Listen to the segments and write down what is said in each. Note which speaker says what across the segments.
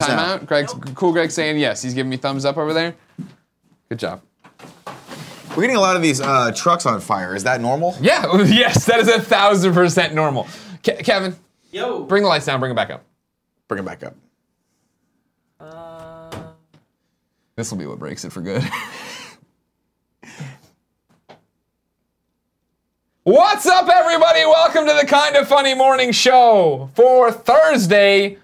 Speaker 1: Oh timeout. Greg's cool. Greg saying yes. He's giving me thumbs up over there. Good job.
Speaker 2: We're getting a lot of these uh, trucks on fire. Is that normal?
Speaker 1: Yeah. Yes. That is a thousand percent normal. Ke- Kevin,
Speaker 3: Yo.
Speaker 1: bring the lights down. Bring them back up.
Speaker 2: Bring them back up.
Speaker 3: Uh,
Speaker 1: This will be what breaks it for good. What's up, everybody? Welcome to the Kind of Funny Morning Show for Thursday,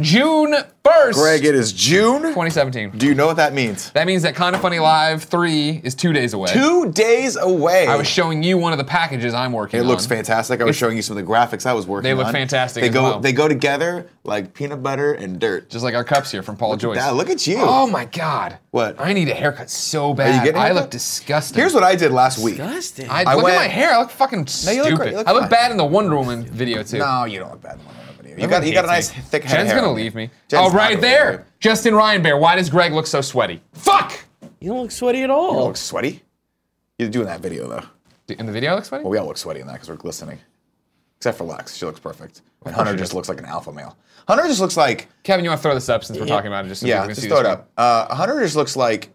Speaker 1: June 1st,
Speaker 2: Greg, it is June.
Speaker 1: 2017.
Speaker 2: Do you know what that means?
Speaker 1: That means that Kind of Funny Live 3 is two days away.
Speaker 2: Two days away.
Speaker 1: I was showing you one of the packages I'm working
Speaker 2: it
Speaker 1: on.
Speaker 2: looks fantastic. I was showing you some of the graphics I was working
Speaker 1: They
Speaker 2: on.
Speaker 1: look fantastic
Speaker 2: They
Speaker 1: as
Speaker 2: go
Speaker 1: well.
Speaker 2: they go together like peanut butter and dirt. Just
Speaker 1: Just like our cups here from Paul Joyce.
Speaker 2: that, look at you.
Speaker 1: Oh my God.
Speaker 2: What?
Speaker 1: I need a haircut so bad.
Speaker 2: getting a
Speaker 1: I
Speaker 2: haircut?
Speaker 1: look disgusting.
Speaker 2: Here's what I did last week.
Speaker 3: Disgusting.
Speaker 1: I,
Speaker 2: I
Speaker 1: look
Speaker 2: went-
Speaker 1: at my hair. I look fucking
Speaker 2: you
Speaker 1: stupid.
Speaker 2: look great. You look
Speaker 1: I look
Speaker 2: fine.
Speaker 1: bad in the Wonder Woman video too.
Speaker 2: No, you don't look bad in one of the video. You got you got a nice thick head. of
Speaker 1: Jen's
Speaker 2: hair
Speaker 1: gonna
Speaker 2: on you.
Speaker 1: leave me.
Speaker 2: Jen's
Speaker 1: oh,
Speaker 2: not
Speaker 1: right
Speaker 2: gonna leave
Speaker 1: there,
Speaker 2: you.
Speaker 1: Justin Ryan Bear. Why does Greg look so sweaty? Fuck!
Speaker 3: you don't look sweaty at all.
Speaker 2: You look sweaty. You're doing that video though.
Speaker 1: In the video, I look sweaty.
Speaker 2: Well, we all look sweaty in that because we're glistening. Except for Lex, she looks perfect. And Hunter just looks like an alpha male. Hunter just looks like
Speaker 1: Kevin, you want to throw this up since we're talking about it? Just so people
Speaker 2: yeah,
Speaker 1: can
Speaker 2: just
Speaker 1: see
Speaker 2: throw it
Speaker 1: this
Speaker 2: up. Uh, Hunter just looks like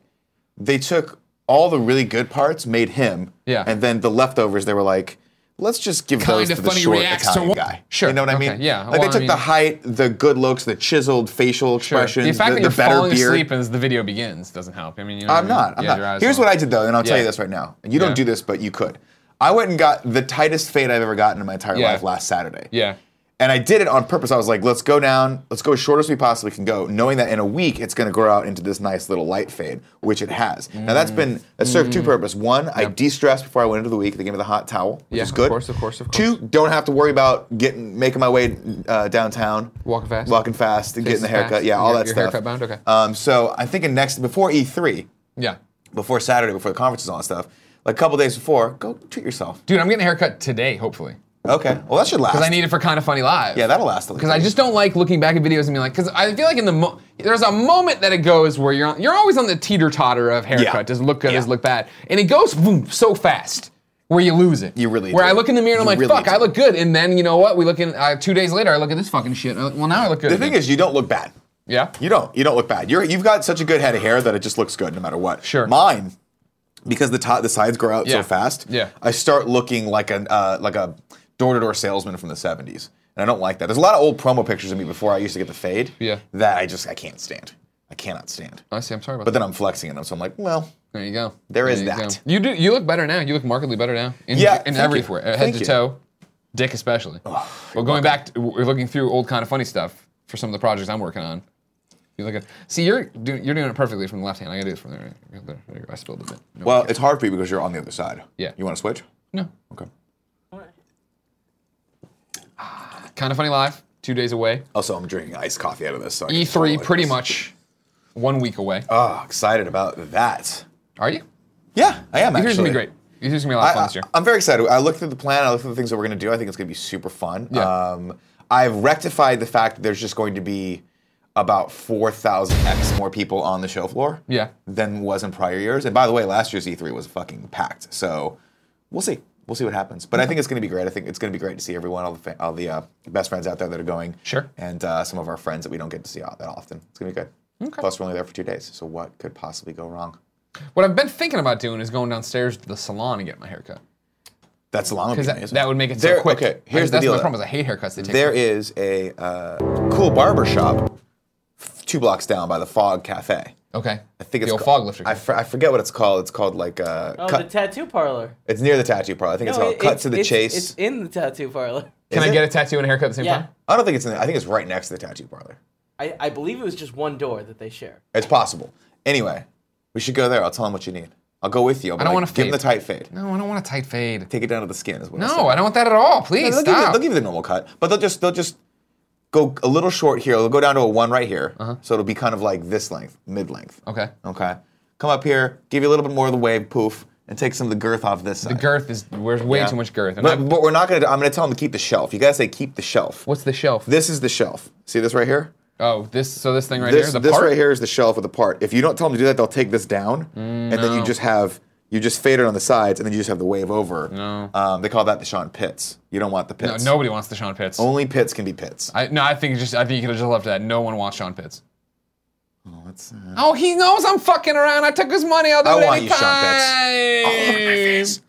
Speaker 2: they took all the really good parts, made him,
Speaker 1: Yeah.
Speaker 2: and then the leftovers. They were like, let's just give
Speaker 1: Kinda
Speaker 2: those to the
Speaker 1: funny
Speaker 2: short
Speaker 1: reacts to
Speaker 2: Italian
Speaker 1: what-
Speaker 2: guy.
Speaker 1: Sure,
Speaker 2: you know what
Speaker 1: okay,
Speaker 2: I mean?
Speaker 1: yeah, well,
Speaker 2: like they
Speaker 1: I
Speaker 2: took the
Speaker 1: mean-
Speaker 2: height, the good looks, the chiseled facial
Speaker 1: Sure.
Speaker 2: expressions,
Speaker 1: The fact
Speaker 2: the,
Speaker 1: that you're
Speaker 2: the better
Speaker 1: falling
Speaker 2: beard.
Speaker 1: asleep as the video begins doesn't help. I mean, you know what
Speaker 2: I'm
Speaker 1: I mean?
Speaker 2: not. I'm
Speaker 1: You had your
Speaker 2: not.
Speaker 1: eyes
Speaker 2: Here's
Speaker 1: on.
Speaker 2: what I did though, and I'll tell
Speaker 1: Yeah.
Speaker 2: you this right now. You don't
Speaker 1: Yeah.
Speaker 2: do this, but you could. I went and got the tightest fade I've ever gotten in my entire
Speaker 1: Yeah.
Speaker 2: life last Saturday.
Speaker 1: Yeah.
Speaker 2: And I did it on purpose. I was like, let's go down, let's go as short as we possibly can go, knowing that in a week it's gonna grow out into this nice little light fade, which it has. Now that's been that's served
Speaker 1: Mm.
Speaker 2: two purposes. One, I de-stressed before I went into the week. They gave me the hot towel, which
Speaker 1: Yeah,
Speaker 2: is
Speaker 1: of
Speaker 2: good.
Speaker 1: course, of course, of
Speaker 2: Two, don't have to worry about getting making my way uh, downtown,
Speaker 1: Walking fast.
Speaker 2: walking fast, and getting the
Speaker 1: Faces
Speaker 2: haircut.
Speaker 1: fast.
Speaker 2: Yeah, all
Speaker 1: Your-
Speaker 2: that
Speaker 1: your
Speaker 2: stuff.
Speaker 1: haircut bound? Okay.
Speaker 2: Um, so I think in next before E3,
Speaker 1: Yeah.
Speaker 2: before Saturday, before the conference and all that stuff, like a couple days before, go treat yourself.
Speaker 1: Dude, I'm getting a haircut today, hopefully,
Speaker 2: Okay. Well, that should last.
Speaker 1: because I need it for kind of funny live.
Speaker 2: yeah, that'll last.
Speaker 1: Because I just don't like looking back at videos and being like, because I feel like in the mo- there's a moment that it goes where you're on, you're always on the teeter totter of haircut.
Speaker 2: Yeah.
Speaker 1: Does it look good? Does it
Speaker 2: Yeah.
Speaker 1: look bad? And it goes boom, so fast where you lose it.
Speaker 2: You really
Speaker 1: Where
Speaker 2: do.
Speaker 1: I look in the mirror and I'm
Speaker 2: You
Speaker 1: like,
Speaker 2: really
Speaker 1: fuck,
Speaker 2: do.
Speaker 1: I look good. And then you know what? We look in uh, two days later. I look at this fucking shit. and I look, well, now I look good.
Speaker 2: The thing is, you don't look bad.
Speaker 1: yeah,
Speaker 2: You don't. You don't look bad. You're, you've got such a good head of hair that it just looks good no matter what.
Speaker 1: Sure.
Speaker 2: Mine, because the top, the sides grow out
Speaker 1: Yeah.
Speaker 2: so fast.
Speaker 1: Yeah.
Speaker 2: I start looking like an uh, like a door to door salesman from the '70s, and I don't like that. There's a lot of old promo pictures of me before I used to get the fade.
Speaker 1: Yeah. Uh.
Speaker 2: That I just I can't stand. I cannot stand.
Speaker 1: Oh, I see. I'm sorry about
Speaker 2: But
Speaker 1: that.
Speaker 2: then I'm flexing in them, so I'm like, well,
Speaker 1: There you go.
Speaker 2: There is
Speaker 1: you
Speaker 2: that.
Speaker 1: go. You do. You look better now. You look markedly better now. In,
Speaker 2: Yeah,
Speaker 1: In
Speaker 2: thank you.
Speaker 1: everywhere, uh, head
Speaker 2: Thank
Speaker 1: to
Speaker 2: you.
Speaker 1: toe, dick especially. but going back, to, we're looking through old kind of funny stuff for some of the projects I'm working on. You look at. See, you're doing you're doing it perfectly from the left hand. I gotta do this from the right. There, there you go. I spilled a bit. No,
Speaker 2: well, it's hard for you because you're on the other side.
Speaker 1: Yeah.
Speaker 2: You want to switch?
Speaker 1: no.
Speaker 2: Okay.
Speaker 1: Kind of funny live. Two days away.
Speaker 2: Also, I'm drinking iced coffee out of this. So Oh, I can just
Speaker 1: E3,
Speaker 2: swallow
Speaker 1: E pretty
Speaker 2: this.
Speaker 1: much, one week away.
Speaker 2: Oh, excited about that.
Speaker 1: Are you?
Speaker 2: Yeah, I am actually.
Speaker 1: E3's gonna be great. E3's gonna be a lot of fun this year.
Speaker 2: I, am very excited. I looked at the plan. I looked at the things that we're going to do. I think it's going to be super fun.
Speaker 1: Yeah.
Speaker 2: Um, I've rectified the fact that there's just going to be about 4,000x more people on the show floor
Speaker 1: Yeah.
Speaker 2: than was in prior years. And by the way, last year's E3 was fucking packed. So we'll see. We'll see what happens. But I think it's going to be great. I think it's going to be great to see everyone, all the, fa- all the uh, best friends out there that are going.
Speaker 1: Sure.
Speaker 2: And uh, some of our friends that we don't get to see out that often. It's going to be good. Okay. Plus, we're only there for two days. So what could possibly go wrong?
Speaker 1: What I've been thinking about doing is going downstairs to the salon and get my haircut.
Speaker 2: That's long.
Speaker 1: Because that, that would make it so
Speaker 2: There-
Speaker 1: quick.
Speaker 2: okay, here's the
Speaker 1: that's
Speaker 2: deal,
Speaker 1: my
Speaker 2: though.
Speaker 1: problem. Is I hate haircuts. They take
Speaker 2: There is a uh, cool barber shop f- two blocks down by the Fog Cafe.
Speaker 1: Okay.
Speaker 2: I think it's
Speaker 1: the old
Speaker 2: ca-
Speaker 1: fog lifter.
Speaker 2: I, fr- I forget what it's called. It's called like uh,
Speaker 3: Oh, the
Speaker 2: cut.
Speaker 3: tattoo parlor.
Speaker 2: it's near the tattoo parlor. I think it's
Speaker 3: No,
Speaker 2: called
Speaker 3: it-
Speaker 2: Cut
Speaker 3: it's-
Speaker 2: to the
Speaker 3: it's-
Speaker 2: Chase.
Speaker 3: It's in the tattoo parlor.
Speaker 1: Can
Speaker 2: Is
Speaker 1: I
Speaker 2: it?
Speaker 1: get a tattoo and a haircut at the same
Speaker 3: Yeah.
Speaker 1: time?
Speaker 2: I don't think it's in. The, I think it's right next to the tattoo parlor.
Speaker 3: I, I believe it was just one door that they share.
Speaker 2: It's possible. Anyway, we should go there. I'll tell him what you need. I'll go with you. I'll be
Speaker 1: I don't
Speaker 2: like,
Speaker 1: want a
Speaker 2: give him the
Speaker 1: fade.
Speaker 2: tight fade.
Speaker 1: No, I don't want a tight fade.
Speaker 2: Take it down to the skin. Is what
Speaker 1: No, I don't want that at all. Please
Speaker 2: They'll give, you,
Speaker 1: stop.
Speaker 2: they'll give you the normal cut, but they'll just they'll just go a little short here. They'll go down to a one right here,
Speaker 1: Uh-huh.
Speaker 2: so it'll be kind of like this length, mid length.
Speaker 1: okay.
Speaker 2: Okay. Come up here, give you a little bit more of the wave poof, and take some of the girth off this side.
Speaker 1: The girth is there's way
Speaker 2: Uh, Yeah.
Speaker 1: too much girth. And
Speaker 2: But,
Speaker 1: I'm-
Speaker 2: but we're not gonna. I'm gonna tell them to keep the shelf. You gotta say keep the shelf.
Speaker 1: what's the shelf?
Speaker 2: This is the shelf. See this right here?
Speaker 1: oh, this so this thing right
Speaker 2: This,
Speaker 1: here, the
Speaker 2: this
Speaker 1: part.
Speaker 2: right here is the shelf with the part. If you don't tell them to do that, they'll take this down, and then you just have you just fade it on the sides, and then you just have the wave over. No. Um, they call that the Sean Pitts. You don't want the
Speaker 1: No,
Speaker 2: pits.
Speaker 1: nobody wants the Sean Pitts.
Speaker 2: Only pits can be pits.
Speaker 1: I, no, I think it's just I think you could have just left that. No one wants Sean Pitts.
Speaker 2: Oh, that's sad.
Speaker 1: Oh, he knows I'm fucking around. I took his money. I'll do
Speaker 2: I
Speaker 1: it
Speaker 2: want you, Oh,
Speaker 1: anytime.
Speaker 2: Sean
Speaker 1: Oh,
Speaker 2: Pitts.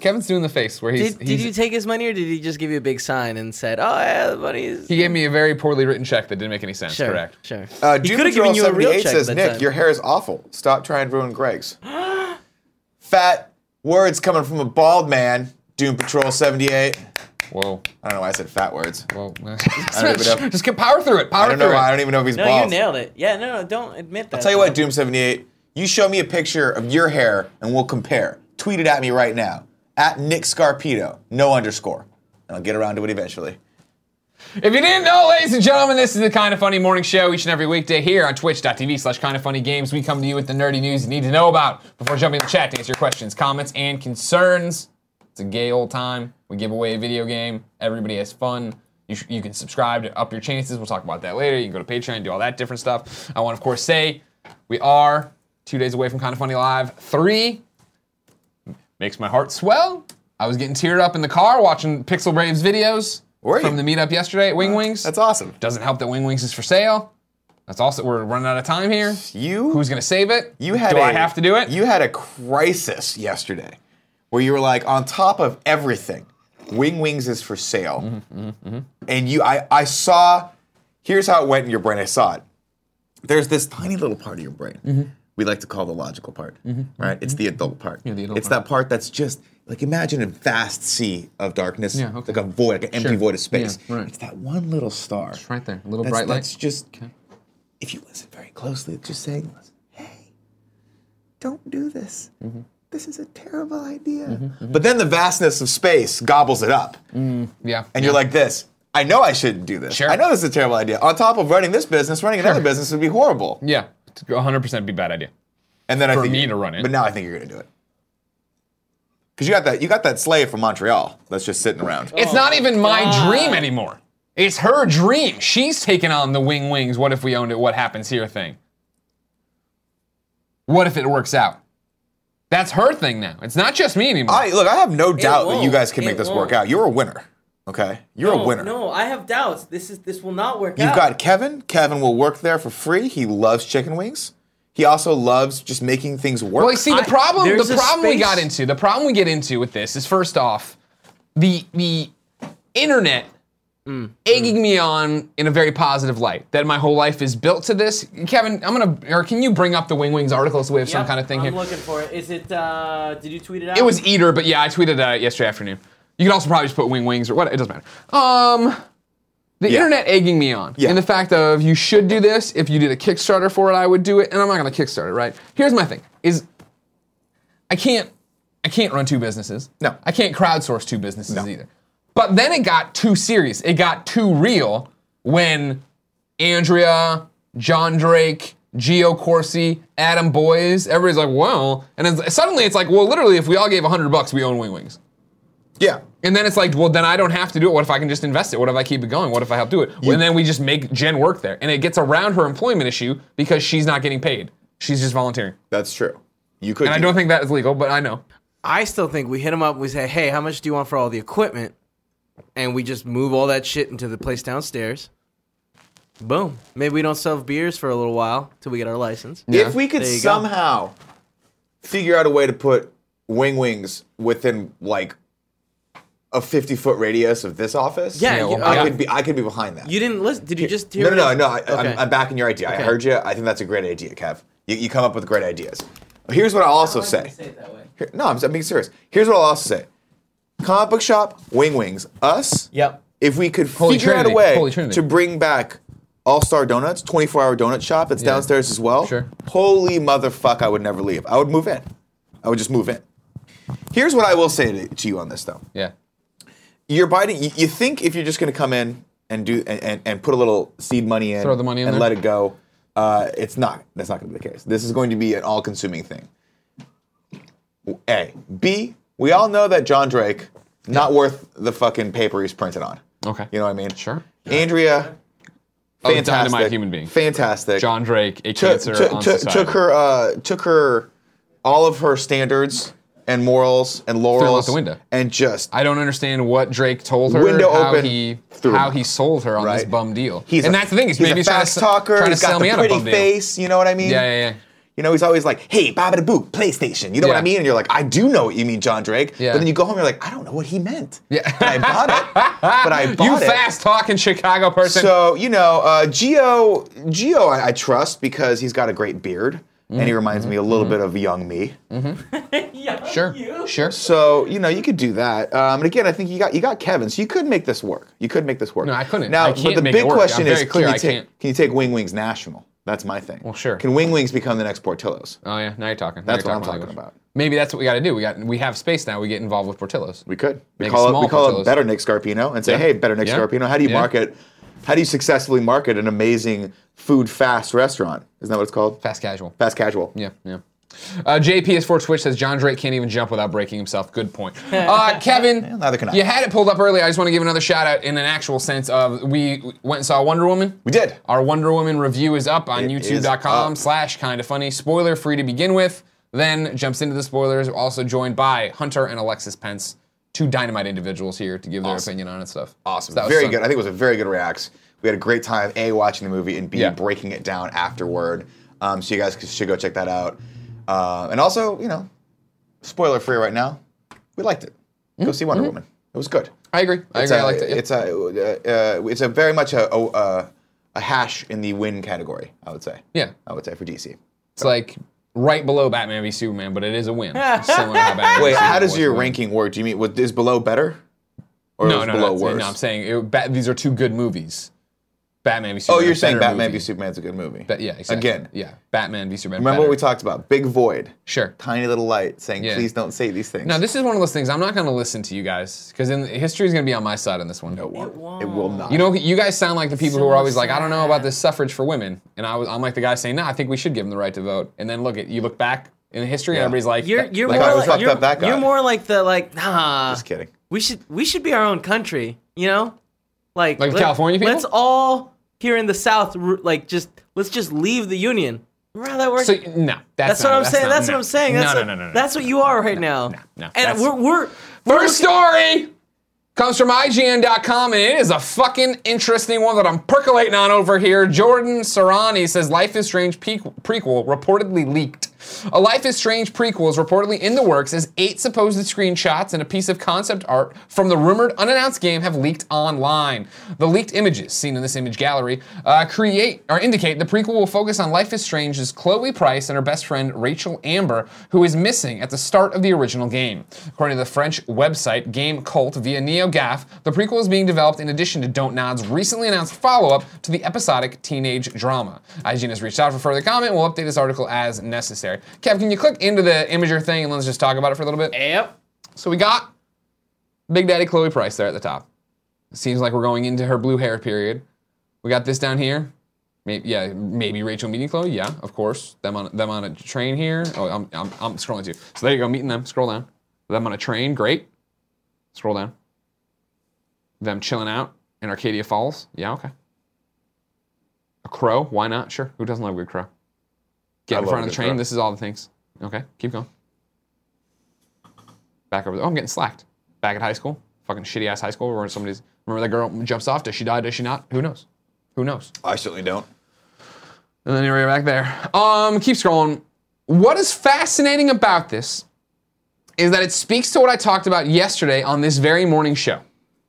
Speaker 1: Kevin's doing the face where he's.
Speaker 3: Did, did
Speaker 1: he's-
Speaker 3: you take his money or did he just give you a big sign and said, "Oh yeah, the money's
Speaker 1: he gave me a very poorly written check that didn't make any sense.
Speaker 3: sure,
Speaker 1: Correct.
Speaker 3: sure"?
Speaker 2: Uh,
Speaker 3: he
Speaker 2: Doom
Speaker 3: could have given
Speaker 2: Patrol
Speaker 3: you a real
Speaker 2: 78
Speaker 3: check
Speaker 2: says,
Speaker 3: that
Speaker 2: Nick,
Speaker 3: time.
Speaker 2: your hair is awful. Stop trying to ruin Greg's. Fat words coming from a bald man. Doom Patrol 78.
Speaker 1: Whoa.
Speaker 2: I don't know why I said fat words.
Speaker 1: Whoa.
Speaker 2: don't even know.
Speaker 1: Just get power through it. Power
Speaker 2: I don't know.
Speaker 1: through
Speaker 2: why- I
Speaker 1: it.
Speaker 2: don't even know if he's
Speaker 3: no,
Speaker 2: bald.
Speaker 3: you nailed it. Yeah, no, no, don't admit that.
Speaker 2: I'll tell you what, Doom 78. You show me a picture of your hair and we'll compare. Tweet it at me right now. At Nick Scarpito. No underscore. And I'll get around to it eventually.
Speaker 1: If you didn't know, ladies and gentlemen, this is the Kind of Funny Morning Show each and every weekday here on twitch.tv slash kind of funny games. We come to you with the nerdy news you need to know about before jumping in the chat to answer your questions, comments, and concerns. It's a gay old time. We give away a video game. Everybody has fun. You, sh- you can subscribe to up your chances. We'll talk about that later. You can go to Patreon, do all that different stuff. I want to, of course, say we are two days away from Kind of Funny Live 3 makes my heart swell. I was getting teared up in the car watching Pixel Braves videos
Speaker 2: Were you?
Speaker 1: from the meetup yesterday at Wing Wings.
Speaker 2: That's awesome.
Speaker 1: Doesn't help that Wing Wings is for sale. That's also we're running out of time here.
Speaker 2: You
Speaker 1: Who's gonna save it?
Speaker 2: You had.
Speaker 1: Do
Speaker 2: I
Speaker 1: I have to do it?
Speaker 2: You had a crisis yesterday, where you were like, on top of everything, Wing Wings is for sale,
Speaker 1: Mm-hmm,
Speaker 2: and you, I, I saw. Here's how it went in your brain. I saw it. There's this tiny little part of your brain
Speaker 1: Mm-hmm.
Speaker 2: we like to call the logical part, right? It's the adult part.
Speaker 1: the adult
Speaker 2: it's that part that's just like imagine a vast sea of darkness,
Speaker 1: Yeah, okay.
Speaker 2: like a void, like an empty
Speaker 1: Sure.
Speaker 2: void of space.
Speaker 1: Yeah, right.
Speaker 2: It's that one little star.
Speaker 1: It's right there, a little
Speaker 2: that's,
Speaker 1: bright light.
Speaker 2: That's just if you listen very closely, it's just saying, hey, don't do this. This is a terrible idea. But then the vastness of space gobbles it up.
Speaker 1: yeah.
Speaker 2: And you're like this. I know I shouldn't do this.
Speaker 1: Mm-hmm. Sure.
Speaker 2: I know this is a terrible idea. On top of running this business, running another business would be horrible.
Speaker 1: yeah, It's 100% be a bad idea.
Speaker 2: And then I
Speaker 1: For
Speaker 2: think
Speaker 1: me to run it.
Speaker 2: But now I think you're gonna do it. Cause you got that you got that slave from Montreal that's just sitting around.
Speaker 1: It's not even my dream anymore. It's her dream. She's taking on the Wing Wings. What if we owned it? What happens here thing? What if it works out? That's her thing now. It's not just me anymore.
Speaker 2: I look, I have no doubt that you
Speaker 3: won't.
Speaker 2: guys can
Speaker 3: It
Speaker 2: make this
Speaker 3: won't.
Speaker 2: work out. You're a winner. Okay? You're
Speaker 3: no,
Speaker 2: a winner.
Speaker 3: No, I have doubts. This is this will not work
Speaker 2: You've
Speaker 3: out.
Speaker 2: got Kevin. Kevin will work there for free. He loves chicken wings. He also loves just making things work.
Speaker 1: Well, you see,
Speaker 3: I-
Speaker 1: the problem
Speaker 3: there's
Speaker 1: the
Speaker 3: a
Speaker 1: problem we got
Speaker 3: space-
Speaker 1: into, the problem we get into with this is first off, the the internet
Speaker 3: Mm,
Speaker 1: egging me on in a very positive light that my whole life is built to this. Kevin, I'm gonna or can you bring up the Wing Wings article so we have some
Speaker 3: Yep,
Speaker 1: kind of thing
Speaker 3: I'm
Speaker 1: here?
Speaker 3: looking for it. Is it? uh Did you tweet it out?
Speaker 1: It was Eater, but yeah, I tweeted uh, yesterday afternoon. You could also probably just put wing wings or what. It doesn't matter. Um, the
Speaker 2: Yeah.
Speaker 1: internet egging me on,
Speaker 2: Yeah.
Speaker 1: and the fact of you should do this. If you did a Kickstarter for it, I would do it, and I'm not gonna Kickstarter. it, Right? Here's my thing: is I can't, I can't run two businesses.
Speaker 2: No.
Speaker 1: I can't crowdsource two businesses
Speaker 2: No.
Speaker 1: either. But then it got too serious. It got too real when Andrea, John Drake, Gio Corsi, Adam Boys, everybody's like, well, and it's, suddenly it's like, well, literally, if we all gave 100 bucks, we own Wing Wings.
Speaker 2: yeah.
Speaker 1: And then it's like, well, then I don't have to do it. What if I can just invest it? What if I keep it going? What if I help do it? and then we just make Jen work there. And it gets around her employment issue because she's not getting paid. She's just volunteering.
Speaker 2: That's true. You could.
Speaker 1: And I
Speaker 2: do
Speaker 1: don't
Speaker 2: that.
Speaker 1: think that is legal, but I know.
Speaker 3: I still think we hit him up. We say, "Hey, how much do you want for all the equipment?" And we just move all that shit into the place downstairs. Boom. Maybe we don't sell beers for a little while till we get our license.
Speaker 1: Yeah.
Speaker 2: If we could
Speaker 3: There you go.
Speaker 2: somehow figure out a way to put wing wings within like a 50 foot radius of this office,
Speaker 3: Yeah, Yeah,
Speaker 1: you- well,
Speaker 2: I
Speaker 1: yeah.
Speaker 2: could be. I could be behind that.
Speaker 3: You didn't listen? Did you just hear?
Speaker 2: no, no, no,
Speaker 3: me?
Speaker 2: no. I,
Speaker 3: Okay.
Speaker 2: I'm, I'm backing your idea. I
Speaker 3: Okay.
Speaker 2: heard you. I think that's a great idea, Kev. You, you come up with great ideas. Here's what I'll also say.
Speaker 3: it that way.
Speaker 2: Here- no, I'm, I'm being serious. Here's what I'll also say: comic book shop, Wing Wings, us.
Speaker 3: Yep.
Speaker 2: If we could
Speaker 1: Holy
Speaker 2: figure out a
Speaker 1: Trinity,
Speaker 2: way
Speaker 1: Holy Trinity.
Speaker 2: to bring back All Star Donuts, 24 hour donut shop that's downstairs as well.
Speaker 1: Sure.
Speaker 2: Holy motherfuck! I would never leave. I would move in. I would just move in. Here's what I will say to, to you on this though:
Speaker 1: Yeah.
Speaker 2: you're biting. You, you think if you're just going to come in and do and, and, and put a little seed money in,
Speaker 1: Throw the money in
Speaker 2: and
Speaker 1: there.
Speaker 2: let it go, uh, it's not. That's not going to be the case. This is going to be an all-consuming thing. A, B. We all know that John Drake not worth the fucking paper he's printed on.
Speaker 1: Okay.
Speaker 2: You know what I mean?
Speaker 1: Sure.
Speaker 2: Andrea,
Speaker 1: Oh,
Speaker 2: fantastic
Speaker 1: dynamite human being.
Speaker 2: fantastic.
Speaker 1: John Drake, a
Speaker 2: took,
Speaker 1: cancer
Speaker 2: took-
Speaker 1: on
Speaker 2: took-
Speaker 1: society.
Speaker 2: took her uh, took her all of her standards and morals and laurels
Speaker 1: Threw 'em out the window.
Speaker 2: and just
Speaker 1: I don't understand what Drake told her.
Speaker 2: Window
Speaker 1: how
Speaker 2: open,
Speaker 1: he
Speaker 2: through.
Speaker 1: how he sold her on this
Speaker 2: Right.
Speaker 1: bum deal.
Speaker 2: He's
Speaker 1: and
Speaker 2: a-
Speaker 1: that's the thing is
Speaker 2: he's
Speaker 1: maybe
Speaker 2: a
Speaker 1: he's trying
Speaker 2: fast
Speaker 1: to,
Speaker 2: talker.
Speaker 1: trying to
Speaker 2: he's got
Speaker 1: sell
Speaker 2: the
Speaker 1: me on a
Speaker 2: pretty
Speaker 1: bum deal.
Speaker 2: face. You know what I mean?
Speaker 1: Yeah, yeah, yeah.
Speaker 2: You know, he's always like, "Hey, Baba the Boo, PlayStation." You know what
Speaker 1: Yeah.
Speaker 2: I mean? And you're like, "I do know what you mean, John Drake."
Speaker 1: Yeah.
Speaker 2: But then you go home, you're like, "I don't know what he meant."
Speaker 1: Yeah.
Speaker 2: But I bought it. But I bought
Speaker 1: you
Speaker 2: it.
Speaker 1: fast talking Chicago person.
Speaker 2: So you know, uh, Geo, Geo, I, I trust because he's got a great beard, and he
Speaker 1: Mm-hmm.
Speaker 2: reminds me a little bit of young me.
Speaker 4: yeah,
Speaker 1: sure,
Speaker 4: You.
Speaker 1: sure.
Speaker 2: So you know, you could do that. Um, and again, I think you got you got Kevin, so you could make this work. You could make this work.
Speaker 1: No, I couldn't.
Speaker 2: Now,
Speaker 1: I can't
Speaker 2: but the
Speaker 1: make it
Speaker 2: big
Speaker 1: work.
Speaker 2: question
Speaker 1: I'm
Speaker 2: is,
Speaker 1: very clear,
Speaker 2: can
Speaker 1: I
Speaker 2: you take
Speaker 1: can't.
Speaker 2: can you take Wing Wings national? That's my thing. Well,
Speaker 1: sure.
Speaker 2: Can Wing Wings become the next Portillo's?
Speaker 1: Oh yeah, now you're talking. Now
Speaker 2: That's
Speaker 1: you're
Speaker 2: what I'm talking
Speaker 1: my language.
Speaker 2: about.
Speaker 1: Maybe that's what we got to do. We got we have space now. We get involved with Portillo's.
Speaker 2: We could. We
Speaker 1: Make a
Speaker 2: call it. We
Speaker 1: small
Speaker 2: call it
Speaker 1: Portillo's.
Speaker 2: better Nick Scarpino and say,
Speaker 1: Yeah.
Speaker 2: hey, better Nick
Speaker 1: Yeah.
Speaker 2: Scarpino. How do you
Speaker 1: Yeah.
Speaker 2: market? How do you successfully market an amazing food fast restaurant? Isn't that what it's called?
Speaker 1: Fast casual.
Speaker 2: Fast casual.
Speaker 1: Yeah, yeah. Uh, JPS4 Twitch says John Drake can't even jump without breaking himself. Good point. Uh, Kevin,
Speaker 2: neither can I.
Speaker 1: you had it pulled up earlier. I just want to give another shout out in an actual sense of we went and saw Wonder Woman.
Speaker 2: We did.
Speaker 1: Our Wonder Woman review is up on
Speaker 2: It is
Speaker 1: youtube.com
Speaker 2: up.
Speaker 1: slash kind of funny. Spoiler free to begin with. Then jumps into the spoilers. We're also joined by Hunter and Alexis Pence, two dynamite individuals here to give their opinion on it and stuff. Awesome. that was
Speaker 2: very
Speaker 1: fun.
Speaker 2: good. I think it was a very good reacts. We had a great time a watching the movie and b
Speaker 1: Yeah.
Speaker 2: breaking it down afterward. Um, so you guys should go check that out. Uh, and also, you know, spoiler free right now, we liked it. Go see Wonder Woman. It was good.
Speaker 1: I agree. I
Speaker 2: It's
Speaker 1: agree. I
Speaker 2: a-
Speaker 1: liked it. Yeah.
Speaker 2: It's a uh, uh, it's a very much a, a uh, a hash in the win category. I would say.
Speaker 1: Yeah.
Speaker 2: I would say for DC.
Speaker 1: It's like right below Batman v Superman, but it is a win. Similar to how Batman v
Speaker 2: Wait, how
Speaker 1: Superman
Speaker 2: does
Speaker 1: was
Speaker 2: your
Speaker 1: a win.
Speaker 2: ranking work? Do you mean what is below better, or
Speaker 1: no,
Speaker 2: is
Speaker 1: no,
Speaker 2: below
Speaker 1: no,
Speaker 2: worse?
Speaker 1: no, I'm saying it, Bat, these are two good movies. Batman v
Speaker 2: oh,
Speaker 1: Superman.
Speaker 2: you're saying
Speaker 1: better
Speaker 2: Batman
Speaker 1: movie.
Speaker 2: v Superman's a good movie.
Speaker 1: Ba- yeah, exactly.
Speaker 2: Again,
Speaker 1: yeah, Batman v Superman.
Speaker 2: Remember what we
Speaker 1: better.
Speaker 2: talked about? Big void.
Speaker 1: Sure.
Speaker 2: Tiny little light saying,
Speaker 1: Yeah.
Speaker 2: please don't say these things.
Speaker 1: Now this is one of those things I'm not going to listen to you guys because in history is going to be on my side on this one.
Speaker 2: it won't. It,
Speaker 4: won't.
Speaker 2: will not.
Speaker 1: You know, you guys sound like the people who are
Speaker 4: So
Speaker 1: always like, I don't know about
Speaker 4: sad.
Speaker 1: this suffrage for women, and I was, I'm like the guy saying, No, I think we should give them the right to vote. And then look at you look back in history,
Speaker 2: Yeah.
Speaker 1: and everybody's like,
Speaker 3: You're
Speaker 1: "That-
Speaker 3: you're
Speaker 1: like,
Speaker 2: I
Speaker 3: more
Speaker 2: was
Speaker 3: like
Speaker 2: fucked
Speaker 3: you're,
Speaker 2: up that guy.
Speaker 3: you're more like the like nah.
Speaker 2: Just kidding.
Speaker 3: We should we should be our own country. You know, like
Speaker 1: Like the California people?
Speaker 3: Let's all here in the South r- like just let's just leave the union. Remember how that works?
Speaker 1: So no, that's,
Speaker 3: that's
Speaker 1: not-
Speaker 3: what I'm saying.
Speaker 1: not-
Speaker 3: That's
Speaker 1: no.
Speaker 3: what I'm saying. That's
Speaker 1: no,
Speaker 3: what-
Speaker 1: no, no, no, no.
Speaker 3: That's what you are right now.
Speaker 1: no,
Speaker 3: and
Speaker 1: that's-
Speaker 3: we're we're
Speaker 1: First story comes from IGN.com, and it is a fucking interesting one that I'm percolating on over here. Jordan Serrani says Life is Strange pe- prequel reportedly leaked. A Life is Strange prequel is reportedly in the works as eight supposed screenshots and a piece of concept art from the rumored unannounced game have leaked online. The leaked images seen in this image gallery uh, create or indicate the prequel will focus on Life is Strange's Chloe Price and her best friend Rachel Amber, who is missing at the start of the original game. According to the French website Game Cult via NeoGAF, the prequel is being developed in addition to Don't Nod's recently announced follow-up to the episodic teenage drama. IGN has reached out for further comment. We'll update this article as necessary. Kev, can you click into the imager thing and let's just talk about it for a little bit?
Speaker 3: Yep.
Speaker 1: So we got Big Daddy Chloe Price there at the top. Seems like we're going into her blue hair period. We got this down here. Maybe, yeah, maybe Rachel meeting Chloe. Yeah, of course. Them on them on a train here. Oh, I'm, I'm, I'm scrolling too. So there you go, meeting them. Scroll down. Them on a train. Great. Scroll down. Them chilling out in Arcadia Falls. Yeah, okay. A crow. Why not? Sure. Who doesn't love a good crow? Get
Speaker 2: I
Speaker 1: in
Speaker 2: love
Speaker 1: front of
Speaker 2: a
Speaker 1: the
Speaker 2: good
Speaker 1: train.
Speaker 2: crow.
Speaker 1: This is all the things. Okay, keep going. Back over there. Oh, I'm getting slacked. Back at high school. Fucking shitty ass high school where somebody's. Remember that girl jumps off? Does she die? Does she not? Who knows? Who knows?
Speaker 2: I certainly don't.
Speaker 1: And then you're right back there. Um, keep scrolling. What is fascinating about this is that it speaks to what I talked about yesterday on this very morning show.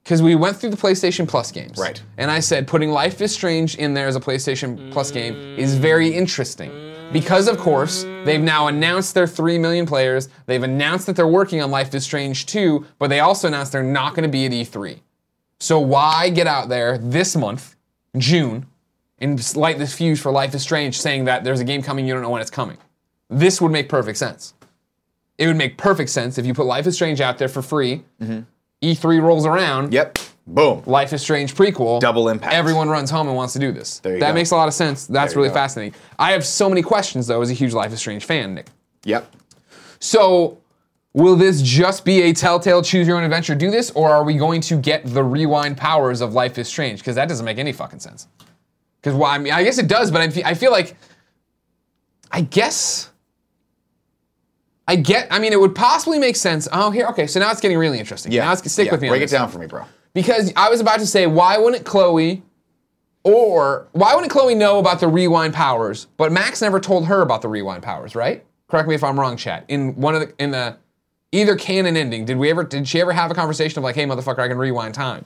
Speaker 1: Because we went through the PlayStation Plus games.
Speaker 2: Right.
Speaker 1: And I said putting Life is Strange in there as a PlayStation Plus game is very interesting. Because, of course, they've now announced their 3 million players. They've announced that they're working on Life is Strange 2, but they also announced they're not going to be at E3. So why get out there this month, June, and just light this fuse for Life is Strange saying that there's a game coming, you don't know when it's coming? This would make perfect sense. It would make perfect sense if you put Life is Strange out there for free. E3 rolls around.
Speaker 2: Mm-hmm. Yep. Boom.
Speaker 1: Life is Strange prequel.
Speaker 2: Double impact.
Speaker 1: Everyone runs home and wants to do this.
Speaker 2: you
Speaker 1: that
Speaker 2: go.
Speaker 1: makes a lot of sense. That's
Speaker 2: There you
Speaker 1: really
Speaker 2: go.
Speaker 1: fascinating. I have so many questions though, as a huge Life is Strange fan, Nick.
Speaker 2: Yep.
Speaker 1: So, will this just be a telltale choose your own adventure do this, or are we going to get the rewind powers of Life is Strange? Because that doesn't make any fucking sense. Because well, I mean, I guess it does, but I fe- I feel like, I guess, I get. I mean, it would possibly make sense. Oh, here. Okay, so now it's getting really interesting.
Speaker 2: Yeah.
Speaker 1: Now it's stick
Speaker 2: Yeah,
Speaker 1: with me. on
Speaker 2: Break it
Speaker 1: this.
Speaker 2: down for me, bro.
Speaker 1: because I was about to say, why wouldn't Chloe, or why wouldn't Chloe know about the rewind powers? But Max never told her about the rewind powers, right? Correct me if I'm wrong, chat. In one of the in the either canon ending, did we ever did she ever have a conversation of like, hey, motherfucker, I can rewind time?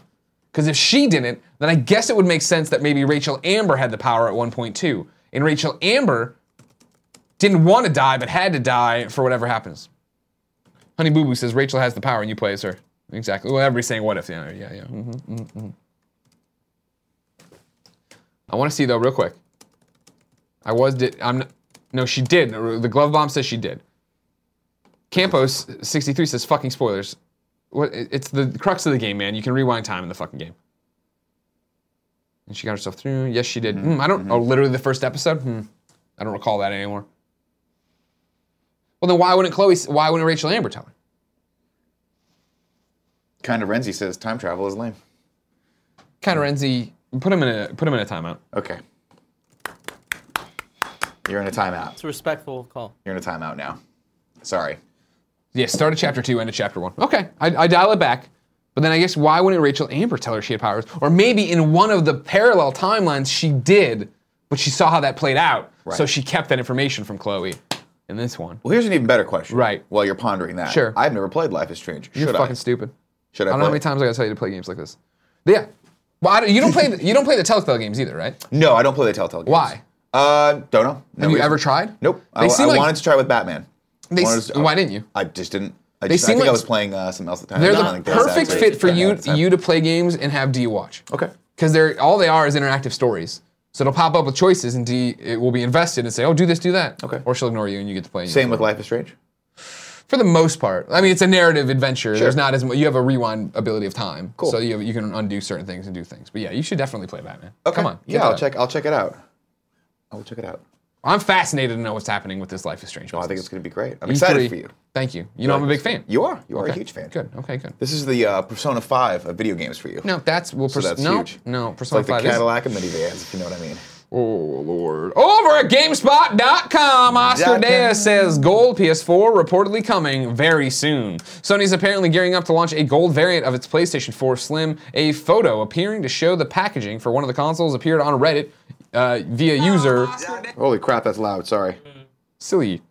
Speaker 1: Because if she didn't, then I guess it would make sense that maybe Rachel Amber had the power at one point too, and Rachel Amber didn't want to die but had to die for whatever happens. Honey Boo Boo says Rachel has the power and you play as her. Exactly. Well, everybody's saying what if. Yeah, yeah, yeah. hmm I want to see though, real quick. I was did I'm n- no, she did. The glove bomb says she did. Campos sixty three says fucking spoilers. What? it- It's the crux of the game, man. You can rewind time in the fucking game. And she got herself through. Yes, she did. Mm, I don't. Oh, literally the first episode. Hmm. I don't recall that anymore. Well, then why wouldn't Chloe? s- Why wouldn't Rachel Amber tell her?
Speaker 2: Kind of Renzi says time travel is lame.
Speaker 1: Kind of Renzi. Put him in a put him in a timeout.
Speaker 2: Okay. You're in a timeout.
Speaker 3: It's a respectful call.
Speaker 2: You're in a timeout now. Sorry.
Speaker 1: Yeah, start at chapter two, end at chapter one. Okay, I, I dial it back. But then I guess why wouldn't Rachel Amber tell her she had powers? Or maybe in one of the parallel timelines she did, but she saw how that played out, so
Speaker 2: Right.
Speaker 1: she kept that information from Chloe in this one.
Speaker 2: Well, here's an even better question.
Speaker 1: Right.
Speaker 2: While you're pondering that.
Speaker 1: Sure.
Speaker 2: I've never played Life is Strange.
Speaker 1: You're
Speaker 2: Should I?
Speaker 1: fucking stupid.
Speaker 2: Should
Speaker 1: I
Speaker 2: I,
Speaker 1: don't know how
Speaker 2: play
Speaker 1: many
Speaker 2: it?
Speaker 1: times I gotta tell you to play games like this. But yeah. Well, I don't- you don't play the, you don't play the Telltale games either, right?
Speaker 2: No, I don't play the Telltale games.
Speaker 1: Why?
Speaker 2: Uh, don't know. No
Speaker 1: Have you
Speaker 2: reason.
Speaker 1: ever tried?
Speaker 2: Nope.
Speaker 1: They
Speaker 2: I,
Speaker 1: seem
Speaker 2: I
Speaker 1: like-
Speaker 2: wanted to try with Batman.
Speaker 1: They
Speaker 2: Wanted
Speaker 1: s-
Speaker 2: to- uh,
Speaker 1: why didn't you?
Speaker 2: I just didn't. I,
Speaker 1: They
Speaker 2: just, I
Speaker 1: seem
Speaker 2: think
Speaker 1: like-
Speaker 2: I was playing uh, something else at the time.
Speaker 1: They're
Speaker 2: I don't
Speaker 1: the
Speaker 2: think that was
Speaker 1: perfect
Speaker 2: actually
Speaker 1: fit for
Speaker 2: Batman
Speaker 1: you
Speaker 2: at the time.
Speaker 1: you to play games and have D watch.
Speaker 2: Okay.
Speaker 1: because they're all they are is interactive stories. So it'll pop up with choices, and D it will be invested and say, "Oh, do this, do that."
Speaker 2: Okay.
Speaker 1: Or she'll ignore you, and you get to play. and you
Speaker 2: Same
Speaker 1: get
Speaker 2: with Life is Strange.
Speaker 1: to- For the most part, I mean, it's a narrative adventure.
Speaker 2: Sure.
Speaker 1: There's not as mu- you have a rewind ability of time,
Speaker 2: Cool.
Speaker 1: so you, have, you can undo certain things and do things. But yeah, you should definitely play Batman.
Speaker 2: Okay.
Speaker 1: Come on. get
Speaker 2: Yeah, I'll
Speaker 1: that.
Speaker 2: check. I'll check it out. I will check it out.
Speaker 1: I'm fascinated to know what's happening with this Life is Strange.
Speaker 2: Oh, I think it's going to be great. I'm
Speaker 1: You
Speaker 2: excited
Speaker 1: E three-
Speaker 2: for you.
Speaker 1: Thank you. You know I'm a big fan.
Speaker 2: You are. You are a
Speaker 1: Okay.
Speaker 2: huge fan.
Speaker 1: Good. Okay. Good.
Speaker 2: This is the uh, Persona 5 of video games for you.
Speaker 1: No, that's well. Pers-
Speaker 2: that's
Speaker 1: no,
Speaker 2: huge.
Speaker 1: no.
Speaker 2: It's
Speaker 1: Persona
Speaker 2: like the
Speaker 1: Five. is-
Speaker 2: Cadillac of minivans, if you know what I mean.
Speaker 1: Oh lord. Over at GameSpot.com, Oscar
Speaker 2: Dot com.
Speaker 1: Dea says gold PS4 reportedly coming very soon. Sony's apparently gearing up to launch a gold variant of its PlayStation 4 Slim. A photo appearing to show the packaging for one of the consoles appeared on Reddit uh, via user
Speaker 2: Holy crap, that's loud. Sorry.
Speaker 1: Silly,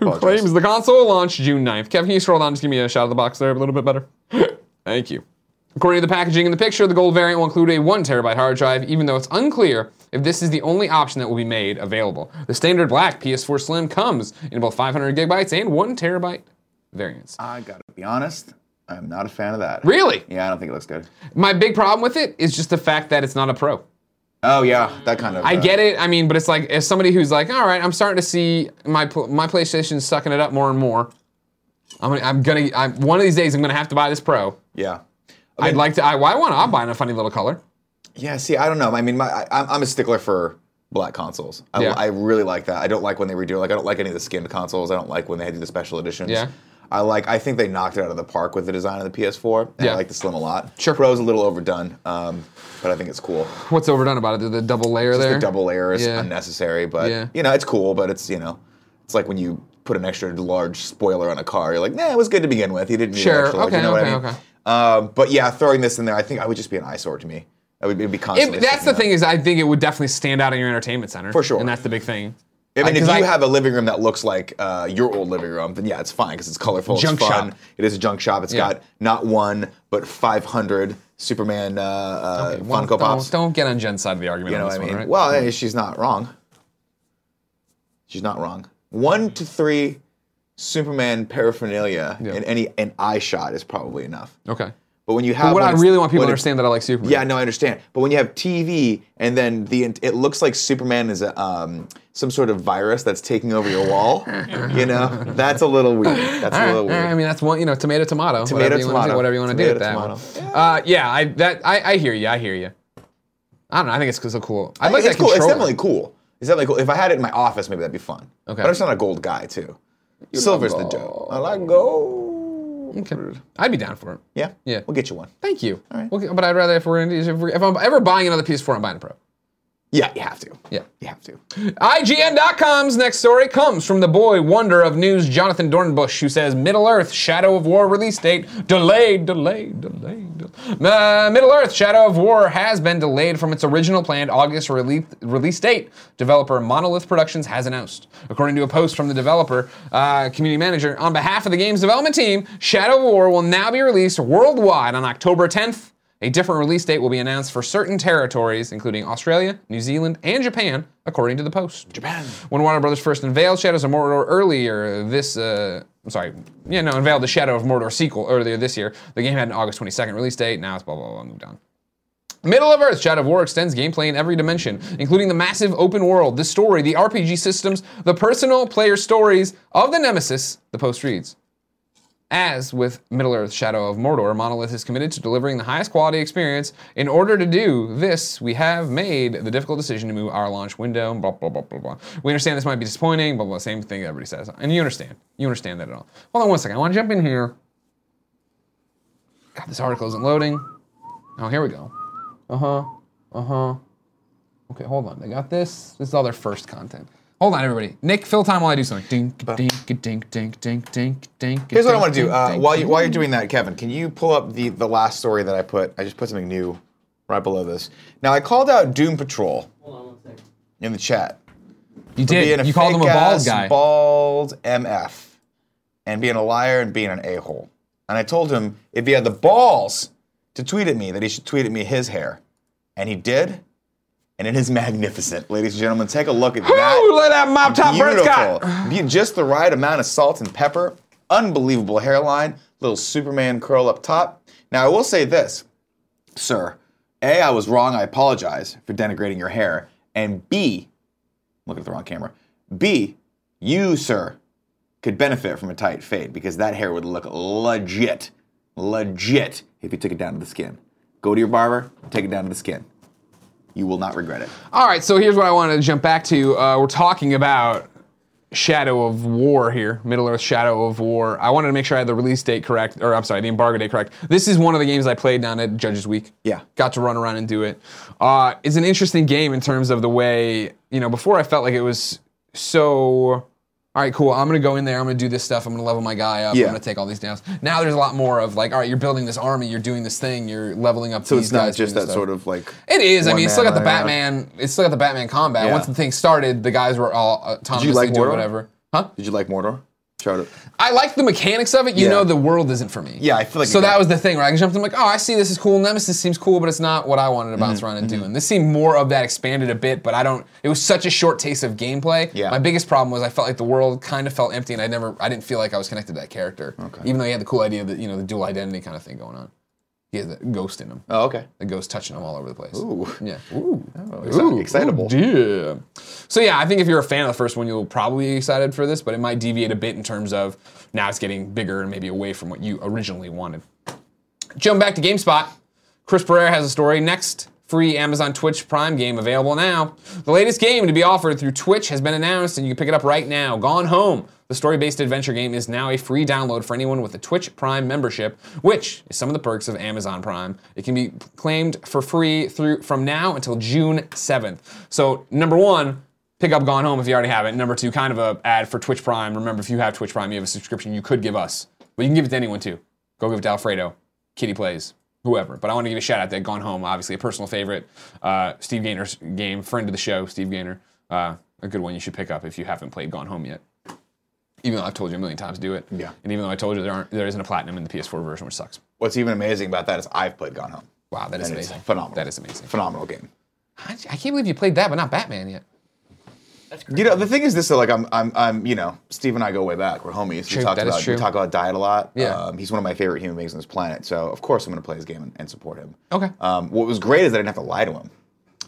Speaker 1: who
Speaker 2: Apologize.
Speaker 1: claims the console launched June 9th. Kevin, can you scroll down? Just give me a shot of the box there a little bit better. Thank you. According to the packaging in the picture, the gold variant will include a 1 terabyte hard drive, even though it's unclear if this is the only option that will be made available. The standard black PS4 Slim comes in both 500 gigabytes and 1 terabyte variants.
Speaker 2: I gotta be honest. I'm not a fan of that.
Speaker 1: Really?
Speaker 2: Uh, Yeah, I don't think it looks good.
Speaker 1: My big problem with it is just the fact that it's not a pro.
Speaker 2: Oh yeah, that kind of.
Speaker 1: I get it. I mean, but it's like as somebody who's like, all right, I'm starting to see my pl- my PlayStation sucking it up more and more. I'm gonna, I'm gonna I'm, one of these days I'm gonna have to buy this Pro.
Speaker 2: Yeah.
Speaker 1: I'd like to. I, well, I want. to. I'll buy in a funny little color.
Speaker 2: Yeah. See, I don't know. I mean, my, I, I'm- I'm a stickler for black consoles. I,
Speaker 1: Yeah.
Speaker 2: I really like that. I don't like when they redo. Like, I don't like any of the skinned consoles. I don't like when they do the special editions.
Speaker 1: Yeah.
Speaker 2: I like. I think they knocked it out of the park with the design of the PS4. And
Speaker 1: Yeah.
Speaker 2: I like the slim a lot.
Speaker 1: Sure.
Speaker 2: Pro's a little overdone, um, but I think it's cool.
Speaker 1: What's overdone about it? The, the double layer there.
Speaker 2: The double layer is
Speaker 1: Yeah.
Speaker 2: unnecessary, but
Speaker 1: Yeah.
Speaker 2: you know it's cool. But it's you know, it's like when you put an extra large spoiler on a car. You're like, nah, it was good to begin with. You didn't need an
Speaker 1: Sure.
Speaker 2: extra large.
Speaker 1: Okay,
Speaker 2: You know
Speaker 1: okay,
Speaker 2: what I mean?
Speaker 1: okay.
Speaker 2: Um, but yeah, throwing this in there, I think I would just be an eyesore to me. I would it'd be
Speaker 1: It-
Speaker 2: constantly.
Speaker 1: that's
Speaker 2: sticking
Speaker 1: the
Speaker 2: out.
Speaker 1: thing is, I think it would definitely stand out in your entertainment center
Speaker 2: For sure. Uh,
Speaker 1: and that's the big thing.
Speaker 2: I mean, if
Speaker 1: 'cause
Speaker 2: you
Speaker 1: I-
Speaker 2: have a living room that looks like uh, your old living room, then yeah, it's fine because it's colorful.
Speaker 1: Junk
Speaker 2: it's fun.
Speaker 1: shop.
Speaker 2: It is a junk shop. It's
Speaker 1: Yeah.
Speaker 2: got not one but 500 Superman uh, uh,
Speaker 1: Well,
Speaker 2: Funko Pops.
Speaker 1: Don't, don't get on Jen's side of the argument.
Speaker 2: You know
Speaker 1: on this
Speaker 2: what I mean?
Speaker 1: One, right?
Speaker 2: Well, hey, she's not wrong. She's not wrong. One to three Superman paraphernalia in any an eye shot is probably enough.
Speaker 1: okay.
Speaker 2: But uh, when you have
Speaker 1: What
Speaker 2: one
Speaker 1: I
Speaker 2: that's-
Speaker 1: really want people to
Speaker 2: when it-
Speaker 1: understand that I like Superman.
Speaker 2: Yeah, no, I understand. But when you have TV and then the ent- it looks like Superman is a, um, some sort of virus that's taking over your wall. you know, that's a little weird. That's a little
Speaker 1: All right, I
Speaker 2: weird.
Speaker 1: mean, that's one. You know, tomato, tomato. whatever you wanna do-
Speaker 2: tomato.
Speaker 1: whatever you want to do with that
Speaker 2: Tomato,
Speaker 1: one. Uh, yeah, I that I, I hear you. I hear you. I don't know. I think it's so cool. I like
Speaker 2: it's
Speaker 1: that
Speaker 2: cool. It's
Speaker 1: controller.
Speaker 2: definitely cool. It's definitely cool. If I had it in my office, maybe that'd be fun.
Speaker 1: Okay.
Speaker 2: But I'm just not a gold guy too. Silver's the dope. I like gold.
Speaker 1: Okay. I'd be down for it.
Speaker 2: Yeah.
Speaker 1: Yeah.
Speaker 2: We'll get you one.
Speaker 1: Thank you.
Speaker 2: right.
Speaker 1: Well, but I'd rather if we're in, if, we're, if I'm ever buying another PS4, I'm buying a Pro.
Speaker 2: Yeah, you have to.
Speaker 1: Yeah.
Speaker 2: You have to.
Speaker 1: IGN.com's next story comes from the boy wonder of news, Jonathan Dornbush, who says Middle Earth Shadow of War release date delayed, delayed, delayed. del- Uh, Middle Earth Shadow of War has been delayed from its original planned August release, release date, developer Monolith Productions has announced. According to a post from the developer uh, community manager, on behalf of the game's development team, Shadow of War will now be released worldwide on October 10th. A different release date will be announced for certain territories, including Australia, New Zealand, and Japan, according to the Post. Japan. When Warner Brothers first unveiled Shadows of Mordor earlier this, uh, I'm sorry, yeah, no, unveiled the Shadow of Mordor sequel earlier this year. The game had an August 22nd release date. Now it's blah blah blah. Moved on. Middle of Earth Shadow of War extends gameplay in every dimension, including the massive open world, the story, the RPG systems, the personal player stories of the Nemesis. The Post reads. As with Middle Earth Shadow of Mordor, Monolith is committed to delivering the highest quality experience. In order to do this, we have made the difficult decision to move our launch window, blah, blah, blah, blah, blah. We understand this might be disappointing, blah, blah, same thing everybody says. And you understand. You understand that at all. Hold on one second. I want to jump in here. God, this article isn't loading. Oh, here we go. Uh huh. Uh huh. Okay, hold on. They got this. This is all their first content. Hold on, everybody. Nick, fill time while I do something. Dink, dink, dink, dink, dink, dink, dink.
Speaker 2: Here's what I want to do. Uh, while you while you're doing that, Kevin, can you pull up the the last story that I put? I just put something new right below this. Now I called out Doom Patrol
Speaker 3: Hold on one second.
Speaker 2: in the chat.
Speaker 1: You
Speaker 2: Being
Speaker 1: did. You called him a bald
Speaker 2: fake-ass
Speaker 1: guy.
Speaker 2: bald MF, and being a liar and being an a hole. And I told him if he had the balls to tweet at me, that he should tweet at me his hair, and he did. And it is magnificent, ladies and gentlemen. Take a look at that.
Speaker 1: Ooh, look at that mop top Brett
Speaker 2: Beautiful.
Speaker 1: Scott.
Speaker 2: Be- Just the right amount of salt and pepper. Unbelievable hairline. Little Superman curl up top. Now, I will say this, sir. A, I was wrong. I apologize for denigrating your hair. And B, looking at the wrong camera. B, you, sir, could benefit from a tight fade because that hair would look legit, legit if you took it down to the skin. Go to your barber, take it down to the skin. You will not regret it.
Speaker 1: All right, so here's what I wanted to jump back to. Uh, we're talking about Shadow of War here, Middle Earth Shadow of War. I wanted to make sure I had the release date correct, or I'm sorry, the embargo date correct. This is one of the games I played down at Judges Week.
Speaker 2: Yeah.
Speaker 1: Got to run around and do it. Uh, it's an interesting game in terms of the way, you know, before I felt like it was so. All right, cool. I'm gonna go in there. I'm gonna do this stuff. I'm gonna level my guy up.
Speaker 2: Yeah.
Speaker 1: I'm gonna take all these downs. Now there's a lot more of like, all right, you're building this army. You're doing this thing. You're leveling up.
Speaker 2: So it's not just that sort of like.
Speaker 1: It is. I
Speaker 2: one
Speaker 1: mean, it's still
Speaker 2: man
Speaker 1: got the
Speaker 2: running
Speaker 1: Batman. It's still got the Batman combat.
Speaker 2: Yeah.
Speaker 1: Once the thing started, the guys were all uh, autonomously
Speaker 2: you like
Speaker 1: doing
Speaker 2: Mordor?
Speaker 1: whatever. Huh?
Speaker 2: Did you like Mordor? Shout out.
Speaker 1: I like the mechanics of it. You
Speaker 2: Yeah.
Speaker 1: know, the world isn't for me.
Speaker 2: Yeah, I feel like
Speaker 1: So
Speaker 2: it
Speaker 1: that
Speaker 2: got-
Speaker 1: was the thing, right? I jumped in, like, oh, I see this is cool. Nemesis seems cool, but it's not what I wanted to
Speaker 2: Mm-hmm,
Speaker 1: bounce around and do. And this seemed more of that expanded a bit, but I don't. It was such a short taste of gameplay.
Speaker 2: Yeah.
Speaker 1: My biggest problem was I felt like the world kind of felt empty, and I never, I didn't feel like I was connected to that character. Okay. Even though he had the cool idea that you know the dual identity kind of thing going on. He has a ghost in him.
Speaker 2: Oh, okay.
Speaker 1: The ghost touching him all over the place.
Speaker 2: Ooh.
Speaker 1: Yeah. Ooh.
Speaker 2: Exci- excitable.
Speaker 1: Oh dear. So yeah, I think if you're a fan of the first one, you'll probably be excited for this, but it might deviate a bit in terms of now it's getting bigger and maybe away from what you originally wanted. Jump back to GameSpot. Chris Pereira has a story. Next free Amazon Twitch Prime game available now. The latest game to be offered through Twitch has been announced, and you can pick it up right now. Gone Home, the story based adventure game, is now a free download for anyone with a Twitch Prime membership, which is some of the perks of Amazon Prime. It can be claimed for free through from now until June 7th. So, number one, pick up Gone Home if you already have it. Number two, kind of a ad for Twitch Prime. Remember, if you have Twitch Prime, you have a subscription you could give us, but you can give it to anyone too. Go give it to Alfredo, Kitty Plays, whoever. But I want to give a shout out to Gone Home, obviously a personal favorite. Uh, Steve Gaynor's game, friend of the show, Steve Gaynor. Uh, a good one you should pick up if you haven't played Gone Home yet. Even though I've told you a million times to do it,
Speaker 2: Yeah.
Speaker 1: and even though I told you there aren't, there isn't a platinum in the PS4 version, which sucks.
Speaker 2: What's even amazing about that is I've played Gone Home.
Speaker 1: Wow, that is
Speaker 2: And it's
Speaker 1: amazing.
Speaker 2: phenomenal.
Speaker 1: That is amazing.
Speaker 2: Phenomenal game.
Speaker 1: I, I can't believe you played that, but not Batman yet.
Speaker 2: You know, the thing is this, though, like I'm, I'm, I'm, you know, Steve and I go way back. We're homies.
Speaker 1: True,
Speaker 2: we talked
Speaker 1: that is
Speaker 2: about,
Speaker 1: true.
Speaker 2: we talk about diet a lot.
Speaker 1: Yeah.
Speaker 2: Um, he's one of my favorite human beings on this planet. So of course I'm going to play his game and, and support him.
Speaker 1: Okay.
Speaker 2: Um, what was great is that I didn't have to lie to him.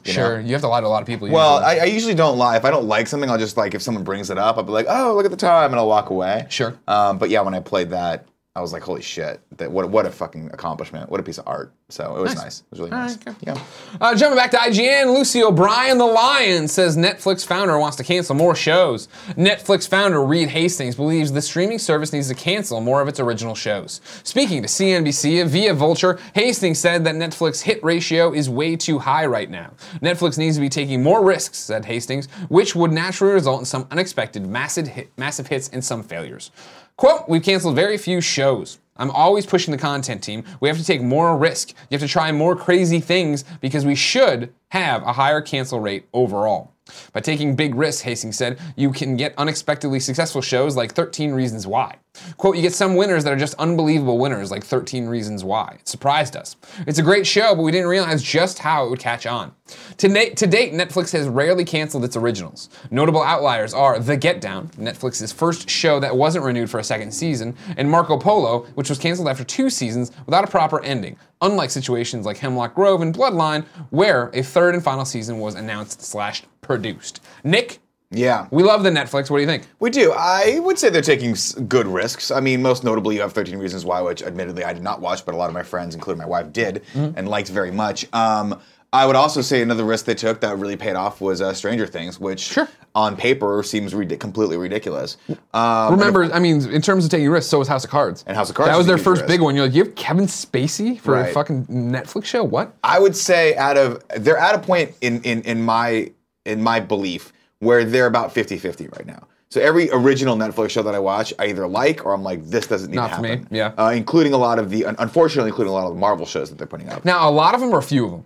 Speaker 2: you know?
Speaker 1: sure, you have to lie to a lot of people.
Speaker 2: Well,
Speaker 1: usually.
Speaker 2: I, I usually don't lie. If I don't like something, I'll just like if someone brings it up, I'll be like, "Oh, look at the time," and I'll walk away.
Speaker 1: Sure.
Speaker 2: Um, but yeah, when I played that, I was like, "Holy shit! That what what a fucking accomplishment! What a piece of art!" So it was nice. It was really nice.
Speaker 1: right, good.
Speaker 2: Yeah.
Speaker 1: Uh, jumping back to IGN, Lucy O'Brien, the Lion, says Netflix founder wants to cancel more shows. Netflix founder Reed Hastings believes the streaming service needs to cancel more of its original shows. Speaking to CNBC via Vulture, Hastings said that Netflix hit ratio is way too high right now. Netflix needs to be taking more risks, said Hastings, which would naturally result in some unexpected massive, hit, massive hits and some failures. Quote, we've canceled very few shows. I'm always pushing the content team. We have to take more risk. You have to try more crazy things because we should have a higher cancel rate overall. By taking big risks, Hastings said, you can get unexpectedly successful shows like 13 Reasons Why. Quote, you get some winners that are just unbelievable winners like 13 Reasons Why. It surprised us. It's a great show, but we didn't realize just how it would catch on. To, na- to date, Netflix has rarely canceled its originals. Notable outliers are The Get Down, Netflix's first show that wasn't renewed for a second season, and Marco Polo, which was canceled after two seasons without a proper ending, unlike situations like Hemlock Grove and Bloodline, where a third and final season was announced slash produced. Nick,
Speaker 2: Yeah.
Speaker 1: we love the Netflix. What do you think?
Speaker 2: We do. I would say they're taking s- good risks. I mean, most notably, you have 13 Reasons Why, which admittedly I did not watch, but a lot of my friends, including my wife, did
Speaker 1: Mm-hmm.
Speaker 2: and liked very much. Um, I would also say another risk they took that really paid off was uh, Stranger Things, which on paper seems rid- completely ridiculous. Um,
Speaker 1: Remember, I mean, in terms of taking risks, so was House of Cards.
Speaker 2: And House of Cards
Speaker 1: That
Speaker 2: is
Speaker 1: was
Speaker 2: a
Speaker 1: their
Speaker 2: huge
Speaker 1: first
Speaker 2: risk.
Speaker 1: big one. You're like, you have Kevin Spacey for a
Speaker 2: Right.
Speaker 1: fucking Netflix show? What?
Speaker 2: I would say out of they're at a point in in in my in my belief where they're about 50-50 right now. So every original Netflix show that I watch, I either like or I'm like, this doesn't need
Speaker 1: Not
Speaker 2: to
Speaker 1: for me,
Speaker 2: happen.
Speaker 1: yeah.
Speaker 2: Uh, including a lot of the un- unfortunately, including a lot of the Marvel shows that they're putting out.
Speaker 1: Now, a lot of them or a few of them.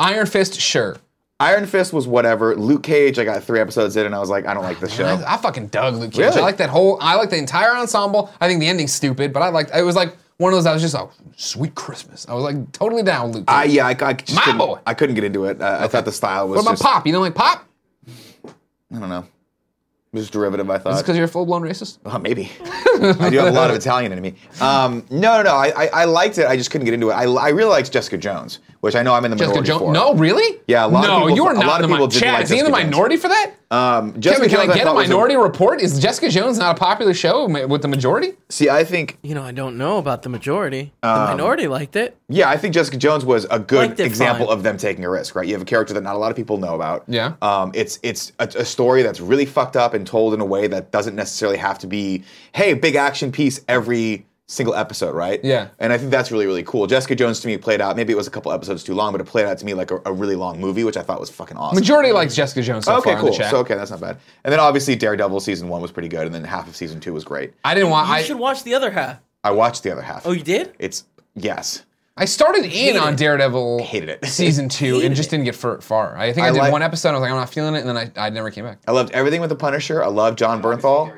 Speaker 1: Iron Fist, sure.
Speaker 2: Iron Fist was whatever. Luke Cage, I got three episodes in and I was like, I don't like this show.
Speaker 1: I, I fucking dug Luke Cage.
Speaker 2: Really?
Speaker 1: I like that whole. I like the entire ensemble. I think the ending's stupid, but I liked. It was like one of those. I was just like, sweet Christmas. I was like totally down with Luke. Cage.
Speaker 2: I, yeah, I, I just
Speaker 1: My
Speaker 2: couldn't,
Speaker 1: boy.
Speaker 2: I couldn't get into it. Uh, I thought the style was
Speaker 1: what about
Speaker 2: just,
Speaker 1: Pop? You don't like Pop?
Speaker 2: I don't know. It was derivative, I
Speaker 1: Is
Speaker 2: thought.
Speaker 1: because you're a full blown racist?
Speaker 2: Oh, maybe. I do have a lot of Italian in me. Um, no, no, no. I, I, I liked it. I just couldn't get into it. I, I really liked Jessica Jones, which I know I'm in the
Speaker 1: Jessica
Speaker 2: minority
Speaker 1: Jones?
Speaker 2: for.
Speaker 1: No, really?
Speaker 2: Yeah, a lot of
Speaker 1: no,
Speaker 2: people-
Speaker 1: you are
Speaker 2: a
Speaker 1: not
Speaker 2: lot
Speaker 1: in
Speaker 2: of
Speaker 1: the
Speaker 2: people
Speaker 1: mi-
Speaker 2: didn't
Speaker 1: Chad,
Speaker 2: like
Speaker 1: is he in the
Speaker 2: Jessica Jones.
Speaker 1: minority for that?
Speaker 2: Um,
Speaker 1: Kevin,
Speaker 2: Jessica
Speaker 1: can
Speaker 2: Jones,
Speaker 1: I get a
Speaker 2: thought was
Speaker 1: minority report? Is Jessica Jones not a popular show ma- with the majority?
Speaker 2: see, I think,
Speaker 3: You know, I don't know about the majority. the
Speaker 1: Um,
Speaker 3: minority liked it.
Speaker 2: yeah, I think Jessica Jones was a
Speaker 3: Liked
Speaker 2: good
Speaker 3: it
Speaker 2: example
Speaker 3: fine.
Speaker 2: of them taking a risk, right? You have a character that not a lot of people know about.
Speaker 1: Yeah.
Speaker 2: Um, it's it's a, a story that's really fucked up and told in a way that doesn't necessarily have to be, hey, big action piece every single episode, right?
Speaker 1: Yeah.
Speaker 2: And I think that's really, really cool. Jessica Jones to me played out, maybe it was a couple episodes too long, but it played out to me like a, a really long movie, which I thought was fucking awesome.
Speaker 1: Majority likes Jessica Jones so
Speaker 2: okay,
Speaker 1: far
Speaker 2: cool.
Speaker 1: in the chat.
Speaker 2: So okay, that's not bad. And then obviously Daredevil season one was pretty good, and then half of season two was great.
Speaker 1: I didn't want.
Speaker 3: You
Speaker 1: I,
Speaker 3: should watch the other half.
Speaker 2: I watched the other half.
Speaker 3: Oh, you did?
Speaker 2: It's yes.
Speaker 1: I started in on
Speaker 3: it.
Speaker 1: Daredevil
Speaker 2: Hated it.
Speaker 1: season two and
Speaker 3: Hated
Speaker 1: just
Speaker 3: it.
Speaker 1: didn't get fur- far. I think I,
Speaker 2: I
Speaker 1: did
Speaker 2: like-
Speaker 1: one episode. I was like, I'm not feeling it, and then I, I never came back.
Speaker 2: I loved everything with the Punisher. I love John Bernthal.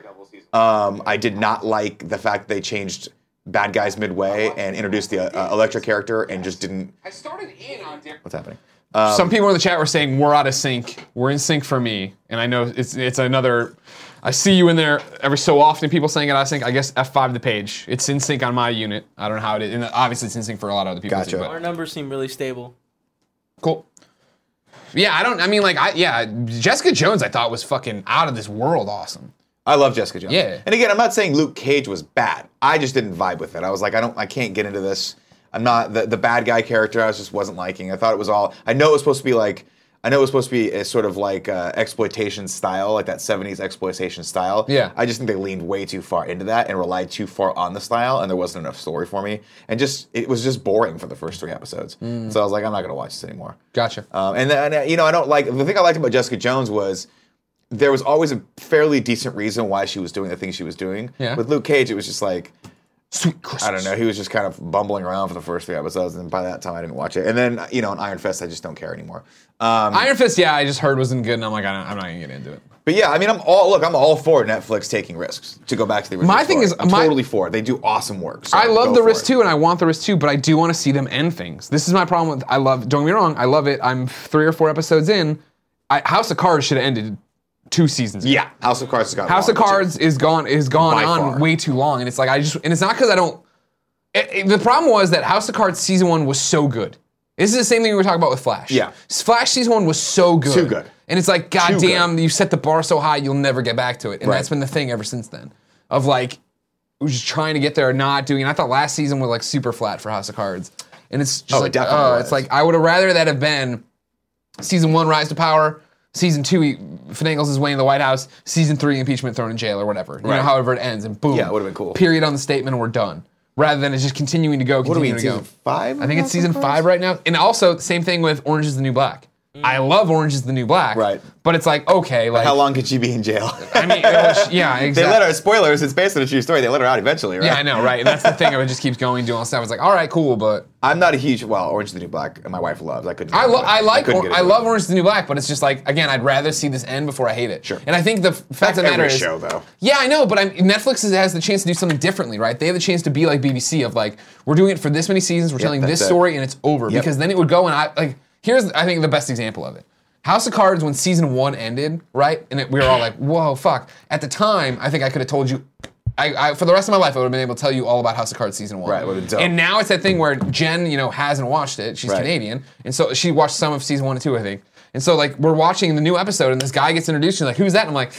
Speaker 2: Um, I did not like the fact they changed bad guys midway and introduced the uh, Electra character and just didn't.
Speaker 1: I started in on Daredevil.
Speaker 2: What's happening?
Speaker 1: Some people in the chat were saying we're out of sync. We're in sync for me, and I know it's it's another. I see you in there every so often. People saying it out of sync. I guess F5 the page. It's in sync on my unit. I don't know how it is, and obviously it's in sync for a lot of other people.
Speaker 2: Gotcha.
Speaker 1: Too,
Speaker 3: Our
Speaker 1: but
Speaker 3: numbers seem really stable.
Speaker 1: cool. Yeah, I don't. I mean, like, I yeah, Jessica Jones. I thought was fucking out of this world. Awesome.
Speaker 2: I love Jessica Jones.
Speaker 1: Yeah.
Speaker 2: And again, I'm not saying Luke Cage was bad. I just didn't vibe with it. I was like, I don't, I can't get into this. I'm not the, the bad guy character. I was just wasn't liking. I thought it was all. I know it was supposed to be like. I know it was supposed to be a sort of like uh, exploitation style, like that 70s exploitation style.
Speaker 1: Yeah.
Speaker 2: I just think they leaned way too far into that and relied too far on the style, and there wasn't enough story for me. And just it was just boring for the first three episodes.
Speaker 1: Mm.
Speaker 2: So I was like, I'm not gonna watch this anymore.
Speaker 1: Gotcha.
Speaker 2: Um, and, then, and, uh, you know, I don't like the thing I liked about Jessica Jones was there was always a fairly decent reason why she was doing the things she was doing.
Speaker 1: Yeah.
Speaker 2: With Luke Cage, it was just like
Speaker 1: Sweet Christmas.
Speaker 2: I don't know, he was just kind of bumbling around for the first three episodes, and by that time I didn't watch it. And then you know, in Iron Fist, I just don't care anymore. Um,
Speaker 1: Iron Fist, yeah, I just heard wasn't good, and I'm like, I don't, I'm not gonna get into it.
Speaker 2: but yeah, I mean, I'm all look, I'm all for Netflix taking risks. To go back to the original
Speaker 1: My thing
Speaker 2: story.
Speaker 1: is-
Speaker 2: I'm
Speaker 1: my-
Speaker 2: totally for it. They do awesome work. so
Speaker 1: I
Speaker 2: go
Speaker 1: love the
Speaker 2: for
Speaker 1: risk
Speaker 2: it.
Speaker 1: too, and I want the risk too, but I do want to see them end things. This is my problem with I love. Don't get me wrong, I love it. I'm three or four episodes in. I, House of Cards should have ended two seasons. ago.
Speaker 2: Yeah, House of Cards has got
Speaker 1: House of
Speaker 2: longer, too.
Speaker 1: Cards is gone is gone
Speaker 2: By
Speaker 1: on
Speaker 2: far.
Speaker 1: way too long, and it's like I just and it's not because I don't. it- it- the problem was that House of Cards season one was so good. This is the same thing we were talking about with Flash.
Speaker 2: Yeah.
Speaker 1: Flash season one was so good.
Speaker 2: Too good.
Speaker 1: And it's like,
Speaker 2: Too good.
Speaker 1: goddamn, you set the bar so high, you'll never get back to it. And
Speaker 2: Right.
Speaker 1: that's been the thing ever since then. Of like, we're just trying to get there, not doing. And I thought last season was like super flat for House of Cards. And it's just
Speaker 2: Oh, it
Speaker 1: like,
Speaker 2: definitely
Speaker 1: oh,
Speaker 2: was.
Speaker 1: it's like I would have rather that have been season one, rise to power. Season two, he finagles his way into the White House. Season three, impeachment, thrown in jail or whatever. You know,
Speaker 2: Right.
Speaker 1: however it ends, and boom.
Speaker 2: Yeah, it would've been cool.
Speaker 1: Period on the statement, and we're done. Rather than it's just continuing to go,
Speaker 2: What are we
Speaker 1: continuing to go.
Speaker 2: in season five?
Speaker 1: I think it's season five right now. And also, same thing with Orange is the New Black. I love Orange is the New Black.
Speaker 2: Right.
Speaker 1: But it's like, okay, like,
Speaker 2: How long could she be in jail?
Speaker 1: I mean, which- yeah,
Speaker 2: they
Speaker 1: exactly.
Speaker 2: let her spoilers. It's based on a true story. They let her out eventually, right?
Speaker 1: yeah, I know, right? And that's the thing. It just keeps going, doing all this stuff. It's like, all right, cool, but
Speaker 2: I'm not a huge well. Orange is the New Black. and My wife loves. I couldn't.
Speaker 1: I,
Speaker 2: get
Speaker 1: lo-
Speaker 2: into it.
Speaker 1: I like,
Speaker 2: couldn't
Speaker 1: or-
Speaker 2: get
Speaker 1: I
Speaker 2: into it.
Speaker 1: love Orange is the New Black, but it's just like, again, I'd rather see this end before I hate it.
Speaker 2: Sure.
Speaker 1: And I think the f- fact of the matter
Speaker 2: every
Speaker 1: is,
Speaker 2: show though.
Speaker 1: yeah, I know, but I'm, Netflix is, has the chance to do something differently, right? They have the chance to be like BBC of like, we're doing it for this many seasons, we're telling
Speaker 2: that's
Speaker 1: this
Speaker 2: it.
Speaker 1: story, and it's over.
Speaker 2: Yep.
Speaker 1: Because then it would go, and I like, here's I think the best example of it. House of Cards when season one ended, right? And it, we were all like, whoa, fuck. At the time, I think I could have told you. I, I, for the rest of my life, I would have been able to tell you all about House of Cards season one.
Speaker 2: Right, would've been dope.
Speaker 1: And now it's that thing where Jen, you know, hasn't watched it. She's
Speaker 2: Right.
Speaker 1: Canadian, and so she watched some of season one and two, I think. And so like we're watching the new episode, and this guy gets introduced, and like, who's that? And I'm like,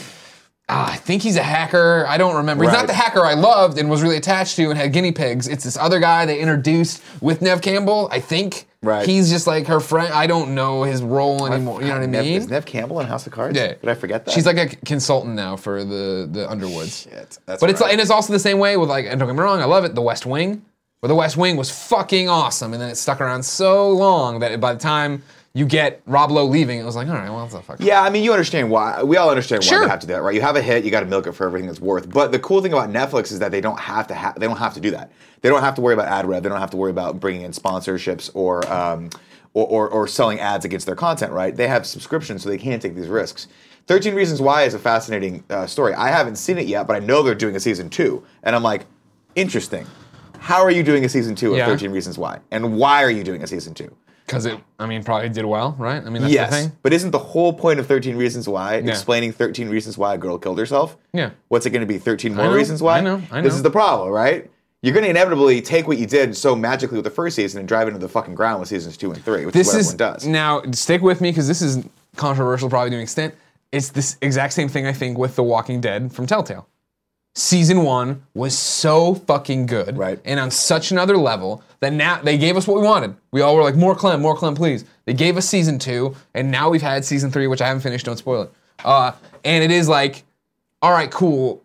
Speaker 1: ah, I think he's a hacker. I don't remember. He's not
Speaker 2: Right.
Speaker 1: the hacker I loved and was really attached to and had guinea pigs. It's this other guy they introduced with Nev Campbell, I think.
Speaker 2: Right.
Speaker 1: He's just like her friend. I don't know his role anymore. You know what I
Speaker 2: Nev,
Speaker 1: mean?
Speaker 2: Is Nev Campbell in House of Cards?
Speaker 1: Yeah.
Speaker 2: Did I forget that?
Speaker 1: She's like a c- consultant now for the the Underwoods.
Speaker 2: Shit, that's
Speaker 1: but it's
Speaker 2: right.
Speaker 1: like, and it's also the same way with like, and don't get me wrong, I love it. The West Wing, where the West Wing was fucking awesome, and then it stuck around so long that by the time you get Rob Lowe leaving, it was like, all right, well, that's a fuck.
Speaker 2: Yeah, I mean, you understand why. We all understand why
Speaker 1: Sure.
Speaker 2: they have to do that, right? You have a hit, you got to milk it for everything it's worth. But the cool thing about Netflix is that they don't have to ha- they don't have to do that. They don't have to worry about ad rev. They don't have to worry about bringing in sponsorships or um, or, or or selling ads against their content, right? They have subscriptions, so they can take these risks. Thirteen Reasons Why is a fascinating uh, story. I haven't seen it yet, but I know they're doing a season two, and I'm like, interesting. How are you doing a season two of
Speaker 1: Yeah.
Speaker 2: Thirteen Reasons Why, and why are you doing a season two?
Speaker 1: Because it, I mean, probably did well, right? I mean, that's the
Speaker 2: Yes,
Speaker 1: thing.
Speaker 2: but isn't the whole point of 13 Reasons Why explaining 13 Reasons Why a girl killed herself?
Speaker 1: Yeah.
Speaker 2: What's it going to be, 13 more
Speaker 1: know,
Speaker 2: reasons why?
Speaker 1: I know, I
Speaker 2: This
Speaker 1: know.
Speaker 2: is the problem, right? You're going to inevitably take what you did so magically with the first season and drive into the fucking ground with seasons two and three, which
Speaker 1: This
Speaker 2: is
Speaker 1: is
Speaker 2: what everyone does.
Speaker 1: now stick with me because this is controversial, probably to an extent. It's this exact same thing I think with The Walking Dead from Telltale. Season one was so fucking good,
Speaker 2: Right.
Speaker 1: And on such another level that now they gave us what we wanted. We all were like, "More Clem, more Clem, please." They gave us season two, and now we've had season three, which I haven't finished. Don't spoil it. Uh, and it is like, all right, cool.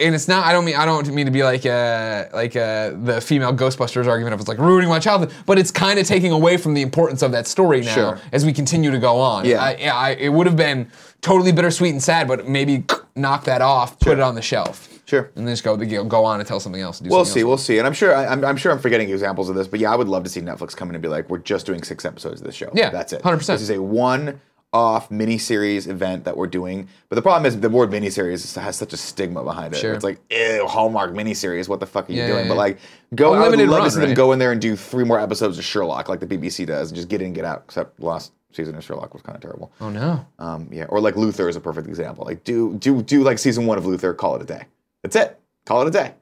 Speaker 1: And it's not. I don't mean. I don't mean to be like uh, like uh, the female Ghostbusters argument of it's like ruining my childhood, but it's kind of taking away from the importance of that story now
Speaker 2: Sure.
Speaker 1: as we continue to go on.
Speaker 2: Yeah.
Speaker 1: I, I, it would have been totally bittersweet and sad, but maybe knock that off, put it on the shelf,
Speaker 2: Sure.
Speaker 1: and then just go go on and tell something else. and do
Speaker 2: We'll
Speaker 1: something
Speaker 2: see,
Speaker 1: else.
Speaker 2: we'll see. And I'm sure I, I'm, I'm sure I'm forgetting examples of this, but yeah, I would love to see Netflix come in and be like, we're just doing six episodes of this show.
Speaker 1: Yeah,
Speaker 2: That's it.
Speaker 1: 100%.
Speaker 2: This is a one off miniseries event that we're doing. But the problem is the word miniseries is- has such a stigma behind it.
Speaker 1: Sure.
Speaker 2: It's like, ew, Hallmark miniseries, what the fuck are you
Speaker 1: Yeah,
Speaker 2: doing?
Speaker 1: yeah,
Speaker 2: But
Speaker 1: yeah.
Speaker 2: like go I would
Speaker 1: Unlimited
Speaker 2: love
Speaker 1: run,
Speaker 2: to see them
Speaker 1: right?
Speaker 2: go in there and do three more episodes of Sherlock like the BBC does and just get in and get out, except last season of Sherlock was kind of terrible.
Speaker 1: Oh no.
Speaker 2: Um, yeah, or like Luther is a perfect example. Like do do do like season one of Luther, call it a day. That's it. Call it a day.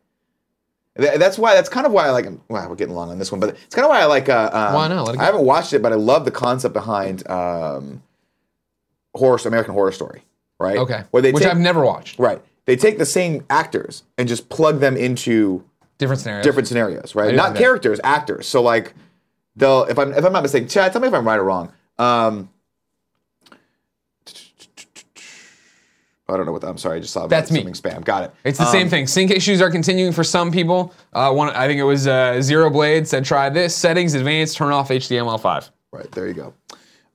Speaker 2: Th- That's why. That's kind of why I like. Wow, we're getting long on this one, but it's kind of why I like. Uh, um,
Speaker 1: Why not? Let it go.
Speaker 2: I haven't watched it, but I love the concept behind um, horror, American Horror Story, right?
Speaker 1: Okay.
Speaker 2: Where they
Speaker 1: Which
Speaker 2: take,
Speaker 1: I've never watched.
Speaker 2: right. They take the same actors and just plug them into
Speaker 1: Different scenarios.
Speaker 2: different scenarios, right?
Speaker 1: do
Speaker 2: Not
Speaker 1: like that.
Speaker 2: characters, actors. So like they'll if I'm if I'm not mistaken, Chad, tell me if I'm right or wrong. Um I don't know what the- I'm sorry, I just saw
Speaker 1: That's me.
Speaker 2: something spam. Got it.
Speaker 1: It's the
Speaker 2: um,
Speaker 1: same thing. Sync issues are continuing for some people. Uh, one, I think it was uh, Zero Blade said, "Try this settings, advanced, turn off HTML5."
Speaker 2: Right, there you go.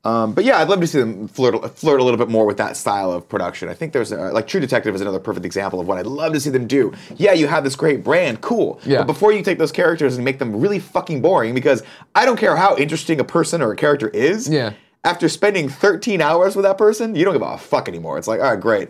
Speaker 2: Um, but yeah, I'd love to see them flirt flirt a little bit more with that style of production. I think there's a, like True Detective is another perfect example of what I'd love to see them do. Yeah, you have this great brand, cool.
Speaker 1: Yeah.
Speaker 2: But before you take those characters and make them really fucking boring, because I don't care how interesting a person or a character is.
Speaker 1: Yeah.
Speaker 2: After spending 13 hours with that person, you don't give a fuck anymore. It's like, all right, great.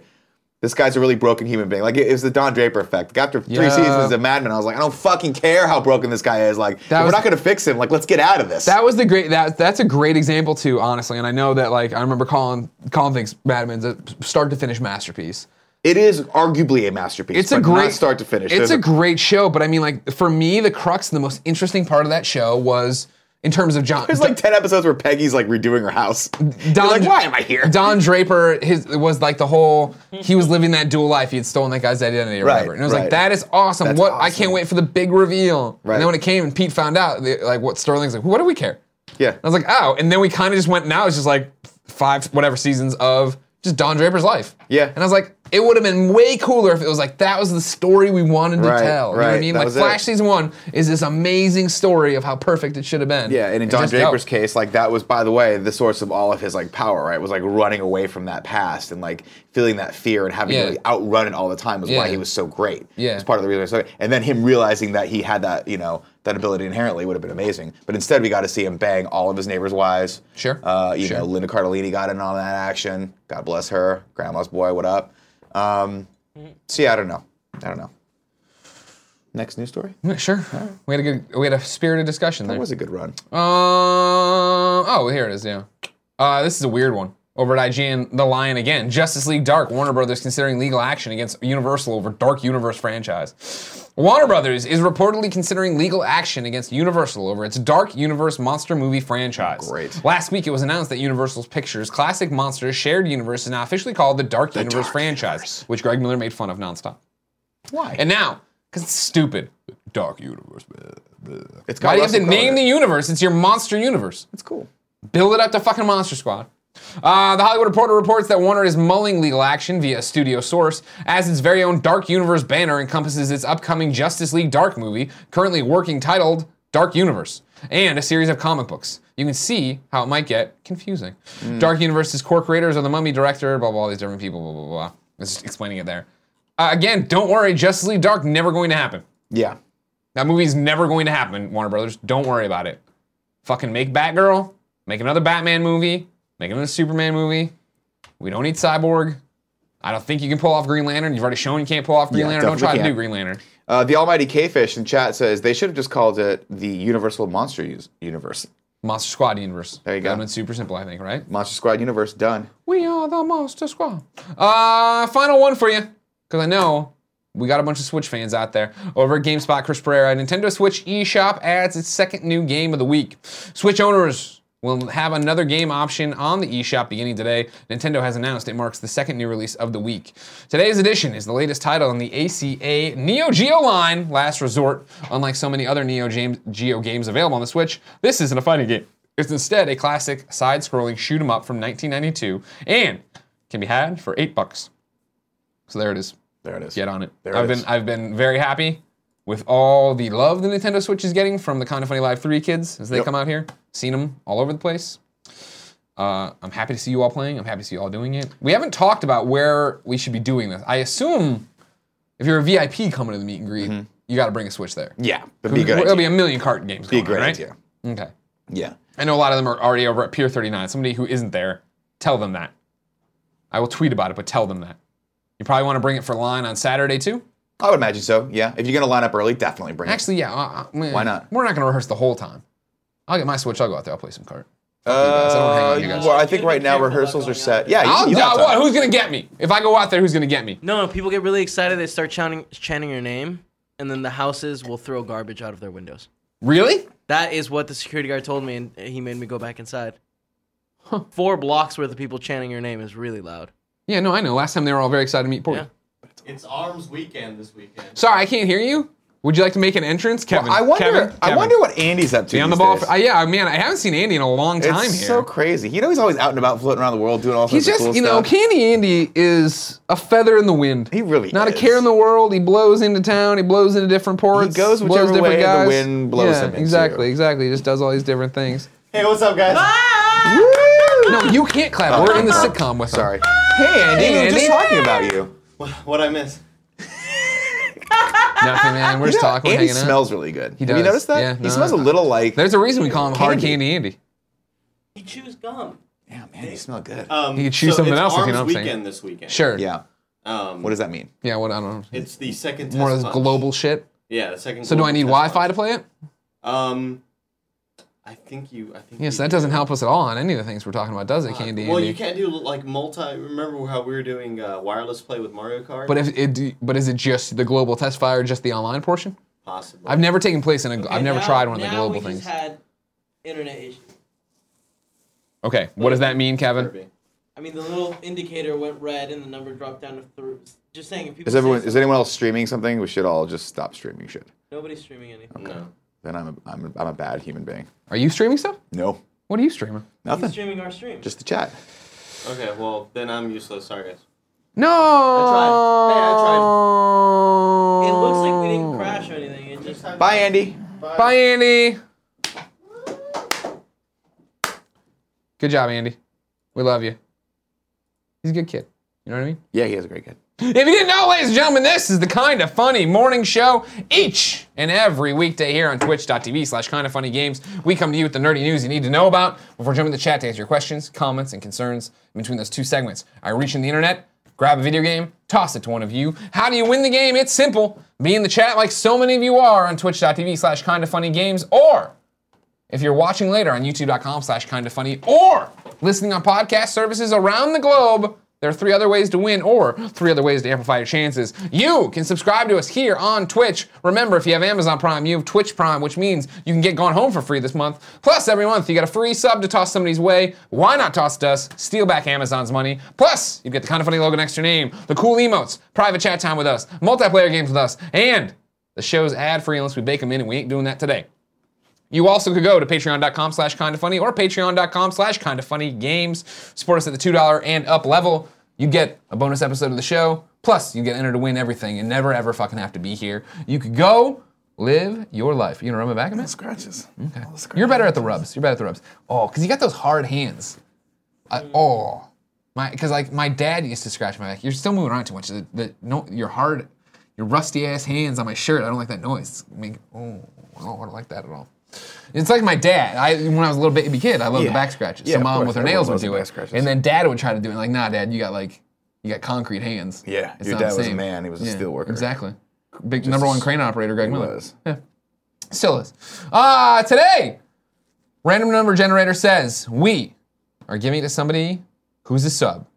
Speaker 2: This guy's a really broken human being. Like it- it's the Don Draper effect. Like, after three
Speaker 1: Yeah.
Speaker 2: seasons of Mad Men, I was like, I don't fucking care how broken this guy is. Like if we're
Speaker 1: was-
Speaker 2: not gonna fix him. Like let's get out of this.
Speaker 1: That was the great. That that's a great example too, honestly. And I know that like I remember Colin. Colin thinks Madman's a start to finish masterpiece.
Speaker 2: It is arguably a masterpiece.
Speaker 1: It's a
Speaker 2: but not
Speaker 1: great
Speaker 2: start to finish.
Speaker 1: It's
Speaker 2: There's
Speaker 1: a great show, but I mean, like for me, the crux, the most interesting part of that show was in terms of John.
Speaker 2: There's like ten episodes where Peggy's like redoing her house. You're like, why am I here?
Speaker 1: Don Draper his it was like the whole he was living that dual life. He had stolen that guy's identity or
Speaker 2: Right,
Speaker 1: whatever. And it was like
Speaker 2: right.
Speaker 1: that is awesome.
Speaker 2: That's
Speaker 1: what I
Speaker 2: awesome.
Speaker 1: can't wait for the big reveal.
Speaker 2: Right.
Speaker 1: And then when it came and Pete found out, they, like what Sterling's like, what do we care?
Speaker 2: yeah.
Speaker 1: I was like, oh. And then we kind of just went. Now it's just like five whatever seasons of just Don Draper's life.
Speaker 2: Yeah.
Speaker 1: And I was like, it would have been way cooler if it was like that was the story we wanted to
Speaker 2: Right,
Speaker 1: tell. You know what I
Speaker 2: right,
Speaker 1: mean?
Speaker 2: that
Speaker 1: Like
Speaker 2: was it.
Speaker 1: Flash season one is this amazing story of how perfect it should have been.
Speaker 2: Yeah, and in
Speaker 1: It
Speaker 2: Don
Speaker 1: just-
Speaker 2: Draper's
Speaker 1: oh.
Speaker 2: case, like that was, by the way, the source of all of his like power, right? Was like running away from that past and like feeling that fear and having
Speaker 1: Yeah.
Speaker 2: to like, outrun it all the time was
Speaker 1: Yeah.
Speaker 2: why he was so great.
Speaker 1: Yeah.
Speaker 2: it's part of the reason. Why he was so great. And then him realizing that he had that, you know, that ability inherently would have been amazing. But instead, we got to see him bang all of his neighbors' wives.
Speaker 1: Sure.
Speaker 2: Uh, you
Speaker 1: Sure.
Speaker 2: know, Linda Cardellini got in on that action. God bless her, grandma's boy. What up? Um, see, I don't know. I don't know. Next news story.
Speaker 1: Yeah, Sure. We had a good, we had a spirited discussion
Speaker 2: That
Speaker 1: there.
Speaker 2: was a good run.
Speaker 1: Um. Oh, here it is. Yeah. Uh, this is a weird one. Over at IGN, The Lion again. Justice League Dark. Warner Brothers considering legal action against Universal over Dark Universe franchise. Warner Brothers is reportedly considering legal action against Universal over its Dark Universe monster movie franchise.
Speaker 2: Great.
Speaker 1: Last week, it was announced that Universal's Pictures' classic monster shared universe is now officially called the Dark Universe
Speaker 2: Dark
Speaker 1: franchise, which Greg Miller made fun of nonstop.
Speaker 2: Why?
Speaker 1: And now, because it's stupid. Dark Universe.
Speaker 2: it's
Speaker 1: Why do you have to
Speaker 2: Russell Crowe in
Speaker 1: name
Speaker 2: it.
Speaker 1: the universe? It's your monster universe.
Speaker 2: It's cool.
Speaker 1: Build it up to fucking Monster Squad. Uh, the Hollywood Reporter reports that Warner is mulling legal action via a studio source as its very own Dark Universe banner encompasses its upcoming Justice League Dark movie, currently working titled Dark Universe, and a series of comic books. You can see how it might get confusing. Dark Universe's core creators are the Mummy director, blah, blah, all these different people, blah, blah, blah. It's just explaining it there. Uh, again, don't worry, Justice League Dark never going to happen.
Speaker 2: Yeah.
Speaker 1: That movie's never going to happen, Warner Brothers. Don't worry about it. Fucking make Batgirl, make another Batman movie, make another Superman movie. We don't need Cyborg. I don't think you can pull off Green Lantern. You've already shown you can't pull off Green
Speaker 2: Yeah,
Speaker 1: Lantern. Don't try
Speaker 2: definitely
Speaker 1: to do Green
Speaker 2: can't.
Speaker 1: Lantern.
Speaker 2: Uh, the Almighty K-Fish in chat says they should have just called it the Universal Monster Us- Universe.
Speaker 1: Monster Squad universe.
Speaker 2: There you go.
Speaker 1: That one's super simple, I think, right?
Speaker 2: Monster Squad Universe, done.
Speaker 1: We are the Monster Squad. Uh, final one for you, because I know we got a bunch of Switch fans out there. Over at GameSpot, Chris Pereira, Nintendo Switch eShop adds its second new game of the week. Switch owners will have another game option on the eShop beginning today. Nintendo has announced it marks the second new release of the week. Today's edition is the latest title in the ACA Neo Geo line, Last Resort. Unlike so many other Neo Jam- Geo games available on the Switch, this isn't a fighting game. It's instead a classic side-scrolling shoot 'em up from 1992 and can be had for eight bucks. So there it is.
Speaker 2: There it is.
Speaker 1: Get on it.
Speaker 2: There
Speaker 1: I've
Speaker 2: it
Speaker 1: been
Speaker 2: is.
Speaker 1: I've been very happy with all the love the Nintendo Switch is getting from the Kind of Funny Live 3 kids as they
Speaker 2: Yep.
Speaker 1: come out here. Seen them all over the place. Uh, I'm happy to see you all playing. I'm happy to see you all doing it. We haven't talked about where we should be doing this. I assume if you're a VIP coming to the meet and greet, you got to bring a Switch there.
Speaker 2: Yeah, that'd Mm-hmm. be a good
Speaker 1: There'll
Speaker 2: idea.
Speaker 1: be a million cart games.
Speaker 2: Be a
Speaker 1: going
Speaker 2: great
Speaker 1: on, right?
Speaker 2: idea.
Speaker 1: Okay.
Speaker 2: Yeah.
Speaker 1: I know a lot of them are already over at Pier 39. Somebody who isn't there, tell them that. I will tweet about it, but tell them that. You probably want to bring it for line on Saturday too.
Speaker 2: I would imagine so. Yeah. If you're gonna line up early, definitely bring
Speaker 1: Actually, yeah. Uh, Why
Speaker 2: not?
Speaker 1: We're not going to rehease the whole time. I'll get my switch. I'll go out there. I'll play some cart.
Speaker 2: it.
Speaker 1: guys. I don't hang out
Speaker 2: Uh,
Speaker 1: with you guys.
Speaker 2: well, I think
Speaker 4: You gotta
Speaker 2: right
Speaker 4: be
Speaker 2: now
Speaker 4: careful about
Speaker 2: rehearsals are
Speaker 4: going out
Speaker 2: set.
Speaker 4: there.
Speaker 2: Yeah.
Speaker 1: I'll,
Speaker 2: You, you
Speaker 1: uh,
Speaker 2: have
Speaker 1: what,
Speaker 2: time.
Speaker 1: who's going to get me? If I go out there, who's going to get me?
Speaker 3: No, no, people get really excited. They start chanting, chanting your name, and then the houses will throw garbage out of their windows.
Speaker 1: Really?
Speaker 3: That is what the security guard told me, and he made me go back inside. Four blocks worth of people chanting your name is really loud.
Speaker 1: Yeah. No, I know. Last time they were all very excited to meet Porter.
Speaker 3: Yeah.
Speaker 4: It's Arms Weekend this weekend.
Speaker 1: Sorry, I can't hear you. Would you like to make an entrance, Kevin?
Speaker 2: I wonder.
Speaker 1: Kevin,
Speaker 2: I
Speaker 1: Kevin.
Speaker 2: wonder what Andy's up to.
Speaker 1: Be on the
Speaker 2: these
Speaker 1: ball.
Speaker 2: days.
Speaker 1: For, uh, yeah, man. I haven't seen Andy in a long time
Speaker 2: it's
Speaker 1: here.
Speaker 2: so crazy. You know, he's always out and about, floating around the world, doing all
Speaker 1: He's
Speaker 2: sorts
Speaker 1: just,
Speaker 2: of cool
Speaker 1: you know,
Speaker 2: stuff.
Speaker 1: Candy Andy is a feather in the wind.
Speaker 2: He really
Speaker 1: not a
Speaker 2: is.
Speaker 1: care in the world. He blows into town. He blows into different ports.
Speaker 2: goes
Speaker 1: blows
Speaker 2: whichever
Speaker 1: different
Speaker 2: way the
Speaker 1: guys.
Speaker 2: wind blows
Speaker 1: yeah,
Speaker 2: him into.
Speaker 1: Exactly, exactly. He just does all these different things.
Speaker 4: Hey, what's up, guys?
Speaker 1: No, you can't clap. We're in the sitcom with him.
Speaker 2: Sorry. Hey, Andy. we were
Speaker 1: Andy.
Speaker 2: just talking about you.
Speaker 4: What I miss?
Speaker 1: Nothing, man. We're just
Speaker 2: You know,
Speaker 1: talking. We're
Speaker 2: Andy
Speaker 1: hanging out.
Speaker 2: smells really good. Have
Speaker 1: does.
Speaker 2: you noticed that?
Speaker 1: Yeah,
Speaker 2: he
Speaker 1: no,
Speaker 2: smells a
Speaker 1: I-
Speaker 2: little like.
Speaker 1: There's a reason we call him Hard
Speaker 2: Candy.
Speaker 1: Candy Andy.
Speaker 4: He chews gum.
Speaker 2: Yeah, man, you smell good.
Speaker 4: Um,
Speaker 1: You could choose
Speaker 4: so
Speaker 1: something
Speaker 4: it's
Speaker 1: else if
Speaker 4: Arms
Speaker 1: you know what I'm saying.
Speaker 4: Weekend this weekend.
Speaker 1: Sure.
Speaker 2: yeah.
Speaker 4: Um,
Speaker 2: What does that mean?
Speaker 1: Yeah. What I don't know.
Speaker 4: It's the second
Speaker 1: More of
Speaker 4: test
Speaker 1: this
Speaker 4: punch.
Speaker 1: global shit.
Speaker 4: Yeah, the second.
Speaker 1: So do I need Wi-Fi to play it?
Speaker 4: Um, I think you. I think.
Speaker 1: Yes.
Speaker 4: you
Speaker 1: That
Speaker 4: do.
Speaker 1: doesn't help us at all on any of the things we're talking about,
Speaker 2: Uh,
Speaker 1: does it, Candy
Speaker 4: Well,
Speaker 1: Andy?
Speaker 4: you can't do like multi. Remember how we were doing uh, wireless play with Mario Kart?
Speaker 1: but if it, but is it just the global test fire, just the online portion?
Speaker 4: possible.
Speaker 1: I've never taken place in a. I've
Speaker 5: And
Speaker 1: never
Speaker 5: now-
Speaker 1: tried one of the
Speaker 5: now
Speaker 1: global
Speaker 5: we just
Speaker 1: things.
Speaker 5: had internet issue.
Speaker 1: Okay, what does that mean, Kevin?
Speaker 4: Kirby.
Speaker 5: I mean, the little indicator went red and the number dropped down to three. Just saying, if people
Speaker 2: Is everyone?
Speaker 5: say
Speaker 2: Is anyone else streaming something? We should all just stop streaming shit.
Speaker 5: nobody's streaming anything.
Speaker 4: No.
Speaker 2: Then I'm a, I'm a, I'm a bad human being.
Speaker 1: Are you streaming stuff?
Speaker 2: No,
Speaker 1: What are you streaming?
Speaker 5: He's
Speaker 2: nothing.
Speaker 5: streaming our stream.
Speaker 2: Just the chat.
Speaker 4: Okay, well then I'm useless. Sorry guys.
Speaker 1: No.
Speaker 5: tried. Hey, I
Speaker 1: tried.
Speaker 5: it looks like we
Speaker 1: Oh.
Speaker 5: didn't crash or anything. It just
Speaker 2: Bye, Andy.
Speaker 1: Bye, Andy. Good job, Andy. We love you. He's a good kid. You know what I mean?
Speaker 2: Yeah, he has a great kid.
Speaker 1: If you didn't know, ladies and gentlemen, this is the Kinda Funny Morning Show each and every weekday here on twitch.tv slash Kinda Funny Games. We come to you with the nerdy news you need to know about before jumping to the chat to answer your questions, comments, and concerns in between those two segments. I reach in the internet, grab a video game, toss it to one of you. How do you win the game? It's simple. Be in the chat like so many of you are on twitch.tv slash Kinda Funny Games or if you're watching later on youtube.com slash kind of funny or listening on podcast services around the globe, there are three other ways to win or three other ways to amplify your chances. You can subscribe to us here on Twitch. Remember, if you have Amazon Prime, you have Twitch Prime, which means you can get Gone Home for free this month. Plus, every month you get a free sub to toss somebody's way. Why not toss it to us? Steal back Amazon's money. Plus, you get the kind of funny logo next to your name, the cool emotes, private chat time with us, multiplayer games with us, and the show's ad-free unless we bake them in, and we ain't doing that today. You also could go to patreon.com slash kinda funny or patreon.com slash kinda funny games. Support us at the $2 and up level. You get a bonus episode of the show. Plus, you get entered to win everything and never ever fucking have to be here. You could go live your life. You gonna rub my back a bit?
Speaker 2: Scratches.
Speaker 1: You're better at the rubs. You're better at the rubs. Oh, because you got those hard hands. I, oh, my, because like my dad used to scratch my back. You're still moving around too much. The, the no, your hard, your rusty ass hands on my shirt. I don't like that noise. I mean, oh, I don't, I don't like that at all. It's like my dad. I when I was a little baby kid, I loved
Speaker 2: Yeah.
Speaker 1: the back scratches.
Speaker 2: Yeah,
Speaker 1: so
Speaker 2: of
Speaker 1: mom
Speaker 2: course,
Speaker 1: with her
Speaker 2: everyone
Speaker 1: nails would
Speaker 2: loves the
Speaker 1: do
Speaker 2: back
Speaker 1: it,
Speaker 2: scratches.
Speaker 1: and then dad would try to do it. Like, nah, dad, you got like, you got concrete hands.
Speaker 2: Yeah,
Speaker 1: It's
Speaker 2: your
Speaker 1: not the
Speaker 2: dad was a
Speaker 1: same.
Speaker 2: man. He was a steel worker.
Speaker 1: Exactly. Big number one crane operator, Greg
Speaker 2: He
Speaker 1: Miller.
Speaker 2: was.
Speaker 1: Still is. Uh, today, random number generator says we are giving it to somebody who's a sub.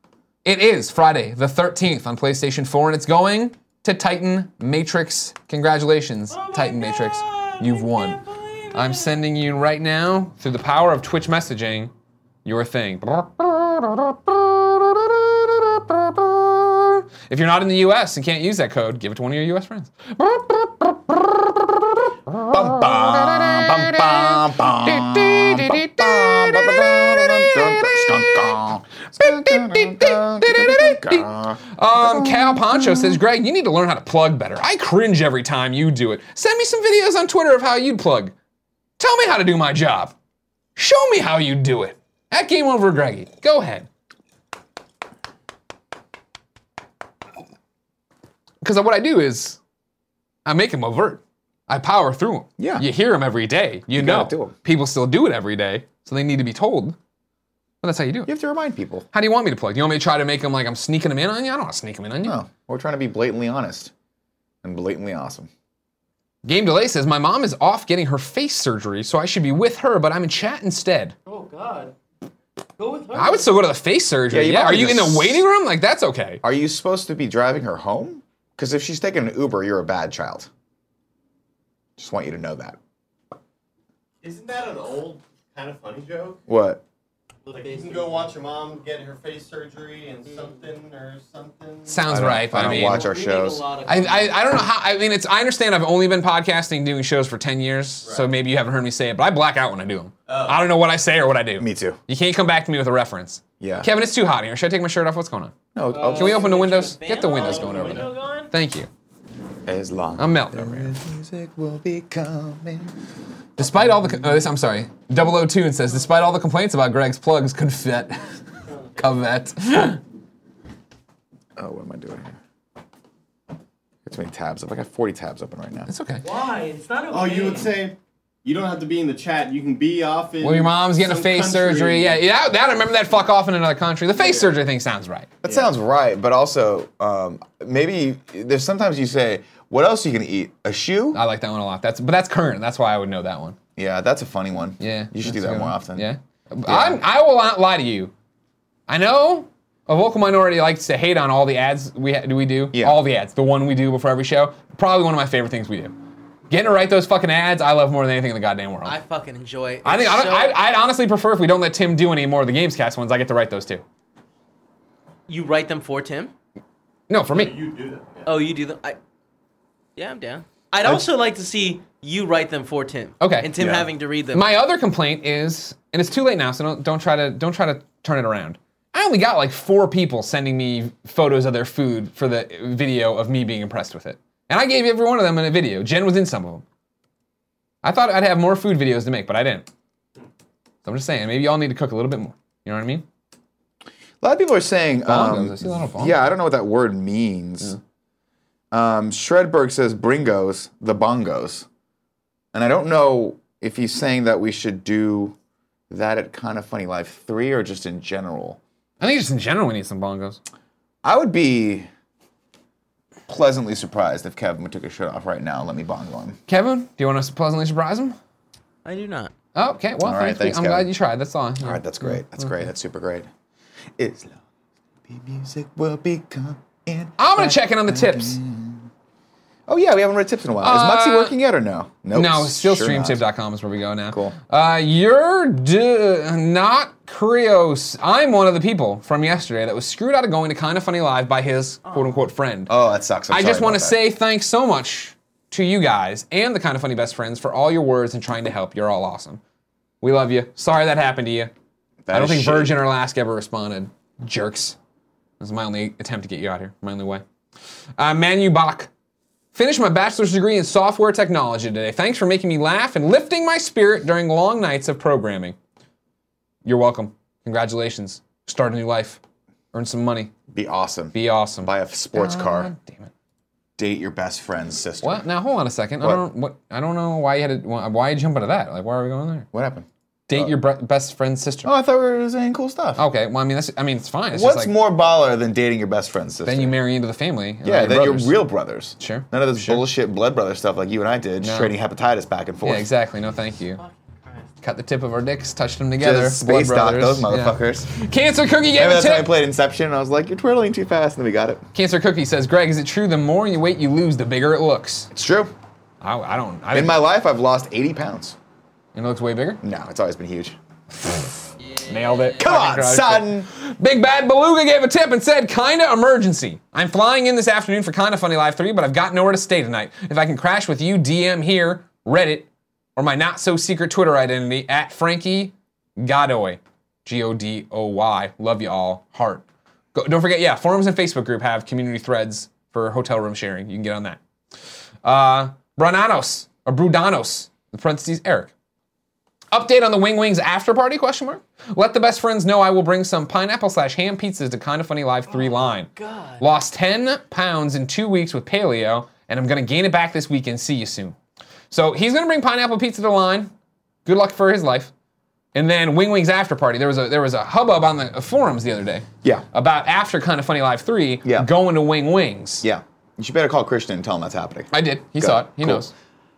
Speaker 1: It is Friday, the 13th on PlayStation 4, and it's going to Titan Matrix. Congratulations, Titan Matrix. You've won. I'm sending you right now, through the power of Twitch messaging, your thing. If you're not in the US and can't use that code, give it to one of your US friends.
Speaker 2: Bum, bum, bum, bum, bum, bum, bum, bum, bum, dun, dun, dun, dun, dun, dun, dun, dun, dun.
Speaker 1: Um, Cal Poncho says, Greg, you need to learn how to plug better. I cringe every time you do it. Send me some videos on Twitter of how you'd plug. Tell me how to do my job. Show me how you do it. At Game Over Greggy. Go ahead. Because what I do is I make them overt. I power through them.
Speaker 2: Yeah.
Speaker 1: You hear them every day. You, know.
Speaker 2: gotta do 'em.
Speaker 1: People still do it every day, so they need to be told. Well, that's how you do it.
Speaker 2: You have to remind people.
Speaker 1: How do you want me to plug? Do you want me to try to make them like I'm sneaking them in on you? I don't want to sneak them in on you.
Speaker 2: No, we're trying to be blatantly honest and blatantly awesome.
Speaker 1: Game Delay says, My mom is off getting her face surgery, so I should be with her, but I'm in chat instead.
Speaker 5: oh god, go with her.
Speaker 1: I would still go to the face surgery.
Speaker 2: Yeah, you
Speaker 1: Yeah. Are
Speaker 2: probably
Speaker 1: you in the
Speaker 2: just-
Speaker 1: waiting room? Like, that's okay.
Speaker 2: Are you supposed to be driving her home? Because if she's taking an Uber, you're a bad child. Just want you to know that.
Speaker 4: Isn't that an old kind of funny joke?
Speaker 2: What?
Speaker 4: Like you can go watch your mom get her face surgery and something or something.
Speaker 1: Sounds
Speaker 2: don't-
Speaker 1: right.
Speaker 2: I
Speaker 1: but I,
Speaker 2: don't
Speaker 1: mean,
Speaker 2: watch our
Speaker 5: We make
Speaker 2: shows.
Speaker 5: A lot of
Speaker 1: I, I, I don't know how. I mean, it's. I understand I've only been podcasting, doing shows for 10 years, so
Speaker 4: Right.
Speaker 1: maybe you haven't heard me say it, but I black out when I do them. I don't know what I say or what I do.
Speaker 2: Oh. Me too.
Speaker 1: You can't come back to me with a reference.
Speaker 2: Yeah.
Speaker 1: Kevin, it's too hot in here. Should I take my shirt off? What's going on?
Speaker 2: No.
Speaker 1: Can we open the windows?
Speaker 5: Fan
Speaker 1: Get the
Speaker 5: on,
Speaker 1: windows going over
Speaker 5: window
Speaker 1: there.
Speaker 5: going?
Speaker 1: Thank you.
Speaker 2: As long.
Speaker 1: I'm melting over here.
Speaker 2: Music will be coming.
Speaker 1: Despite all the, oh, this, I'm sorry, 002 and says, despite all the complaints about Greg's plugs, confet, covet.
Speaker 2: Oh, what am I doing here? Got too many tabs up. I got 40 tabs open right now.
Speaker 1: It's okay.
Speaker 5: Why? It's not okay.
Speaker 4: Oh, you would say you don't have to be in the chat. You can be off in.
Speaker 1: Well, your mom's getting a
Speaker 4: some
Speaker 1: face
Speaker 4: country.
Speaker 1: surgery. Yeah, yeah, that, I remember that fuck off in another country. The face surgery thing sounds right.
Speaker 2: That sounds right, but also um, maybe there's sometimes you say, "What else you gonna eat? A shoe?"
Speaker 1: I like that one a lot. That's, but that's current. That's why I would know that one.
Speaker 2: yeah, that's a funny one.
Speaker 1: Yeah.
Speaker 2: you should do
Speaker 1: that's a
Speaker 2: that
Speaker 1: good
Speaker 2: more
Speaker 1: one.
Speaker 2: often.
Speaker 1: Yeah. I'm, I will not lie to you. I know a vocal minority likes to hate on all the ads we ha- do. We do
Speaker 2: Yeah.
Speaker 1: all the ads. The one we do before every show. Probably one of my favorite things we do. Getting to write those fucking ads, I love more than anything in the goddamn world.
Speaker 5: I
Speaker 1: I,
Speaker 5: fucking enjoy it.
Speaker 1: think
Speaker 5: It's
Speaker 1: I don't,
Speaker 5: so-
Speaker 1: I, I'd honestly prefer if we don't let Tim do any more of the Gamescast ones. I get to write those too.
Speaker 5: you write them for Tim.
Speaker 1: No, for me.
Speaker 4: You do that. yeah.
Speaker 5: Oh, you do them. I, yeah, I'm down. I'd also like to see you write them for Tim.
Speaker 1: Okay.
Speaker 5: And Tim
Speaker 2: Yeah.
Speaker 5: having to read them.
Speaker 1: My other complaint is, and it's too late now, so don't, don't try to don't try to turn it around. I only got like four people sending me photos of their food for the video of me being impressed with it, and I gave every one of them a video. Jen was in some of them. I thought I'd have more food videos to make, but I didn't. So I'm just saying, maybe y'all need to cook a little bit more. You know what I mean?
Speaker 2: A lot of people are saying, um,
Speaker 1: Bongos. I see a lot of bongos.
Speaker 2: yeah, I don't know what that word means. Um, Shredberg says bringos, the bongos. And I don't know if he's saying that we should do that at Kind of Funny Live 3 or just in general.
Speaker 1: I think just in general we need some bongos.
Speaker 2: I would be pleasantly surprised if Kevin took his shirt off right now and let me bongo him.
Speaker 1: Kevin, do you want us to pleasantly surprise him?
Speaker 5: I do not.
Speaker 1: Oh, okay. Well,
Speaker 2: All right,
Speaker 1: thanks.
Speaker 2: thanks,
Speaker 1: I'm
Speaker 2: Kevin.
Speaker 1: glad you tried. That's all.
Speaker 2: All right, that's great. That's great. That's super great. It's music will become. an-
Speaker 1: I'm gonna check in on the tips.
Speaker 2: Oh yeah, we haven't read tips in a while. Is Muxie
Speaker 1: Uh,
Speaker 2: working yet or no? Nope,
Speaker 1: No, still
Speaker 2: sure not.
Speaker 1: streamtip.com is where we go now.
Speaker 2: Cool.
Speaker 1: Uh, you're d- not Krios. I'm one of the people from yesterday that was screwed out of going to Kinda Funny Live by his quote unquote friend.
Speaker 2: Oh, that sucks. I'm
Speaker 1: I
Speaker 2: sorry
Speaker 1: just want to
Speaker 2: about
Speaker 1: say
Speaker 2: that.
Speaker 1: thanks so much to you guys and the Kinda Funny Best Friends for all your words and trying to help. You're all awesome. We love you. Sorry that happened to you.
Speaker 2: That
Speaker 1: I don't
Speaker 2: is
Speaker 1: think
Speaker 2: shitty.
Speaker 1: Virgin or Alaska ever responded. Jerks. This is my only attempt to get you out here. My only way. Uh, Manu Bach. Finished my bachelor's degree in software technology today. Thanks for making me laugh and lifting my spirit during long nights of programming. You're welcome. Congratulations. Start a new life. Earn some money.
Speaker 2: Be awesome.
Speaker 1: Be awesome.
Speaker 2: Buy a sports car.
Speaker 1: God damn it.
Speaker 2: Date your best friend's sister.
Speaker 1: Well, now hold on a second. I
Speaker 2: What?
Speaker 1: don't. What? I don't know why you had. To, why why you jump into that? Like, why are we going there?
Speaker 2: What happened?
Speaker 1: Date your bre- best friend's sister.
Speaker 2: Uh, Oh, I thought we were saying cool stuff.
Speaker 1: Okay. Well, I mean, that's. I mean, it's fine. It's
Speaker 2: What's
Speaker 1: just Oh, like,
Speaker 2: more baller than dating your best friend's sister?
Speaker 1: Then you marry into the family. and
Speaker 2: yeah,
Speaker 1: all
Speaker 2: then
Speaker 1: brothers.
Speaker 2: you're real brothers.
Speaker 1: Sure.
Speaker 2: None of this bullshit blood brother stuff like you and I did, just
Speaker 1: No.
Speaker 2: trading hepatitis back and forth.
Speaker 1: Yeah, exactly. No, thank you. Cut the tip of our dicks, touched them together.
Speaker 2: Just space
Speaker 1: Blood
Speaker 2: dock
Speaker 1: brothers.
Speaker 2: those
Speaker 1: Yeah.
Speaker 2: motherfuckers.
Speaker 1: Cancer Cookie gave
Speaker 2: Maybe
Speaker 1: a
Speaker 2: that's why I
Speaker 1: tip.
Speaker 2: played Inception, and I was like, "You're twirling too fast," and then we got it.
Speaker 1: Cancer Cookie says, Greg, is it true the more you wait, you lose, the bigger it looks?
Speaker 2: It's true.
Speaker 1: I, I don't. I
Speaker 2: In
Speaker 1: didn't-
Speaker 2: my life, I've lost 80 pounds.
Speaker 1: It looks way bigger.
Speaker 2: No, it's always been huge.
Speaker 1: Nailed it.
Speaker 2: Come
Speaker 1: Fucking
Speaker 2: on,
Speaker 1: crushed it.
Speaker 2: son.
Speaker 1: Big Bad Beluga gave a tip and said, kinda emergency. I'm flying in this afternoon for Kinda Funny Live 3, but I've got nowhere to stay tonight. If I can crash with you, DM here, Reddit, or my not so secret Twitter identity, at Frankie Godoy. G O D O Y. Love you all. Heart. Go, don't forget, yeah, forums and Facebook group have community threads for hotel room sharing. You can get on that. Uh, Brananos, or Brudanos, the parentheses, Eric. Update on the Wing Wings after party? Question mark. Let the best friends know I will bring some pineapple slash ham pizzas to Kinda Funny Live Three line. God. Lost ten pounds in two weeks with paleo, and I'm gonna gain it back this weekend. See you soon. So he's gonna bring pineapple pizza to line. Good luck for his life. And then Wing Wings after party. There was a there was a hubbub on the forums the other day.
Speaker 2: Yeah.
Speaker 1: About after Kinda Funny Live Three.
Speaker 2: Yeah.
Speaker 1: Going to Wing Wings.
Speaker 2: Yeah, you should better call Christian and tell him that's happening.
Speaker 1: I did. He
Speaker 2: Good.
Speaker 1: saw it. He
Speaker 2: Cool. Uh,
Speaker 1: knows.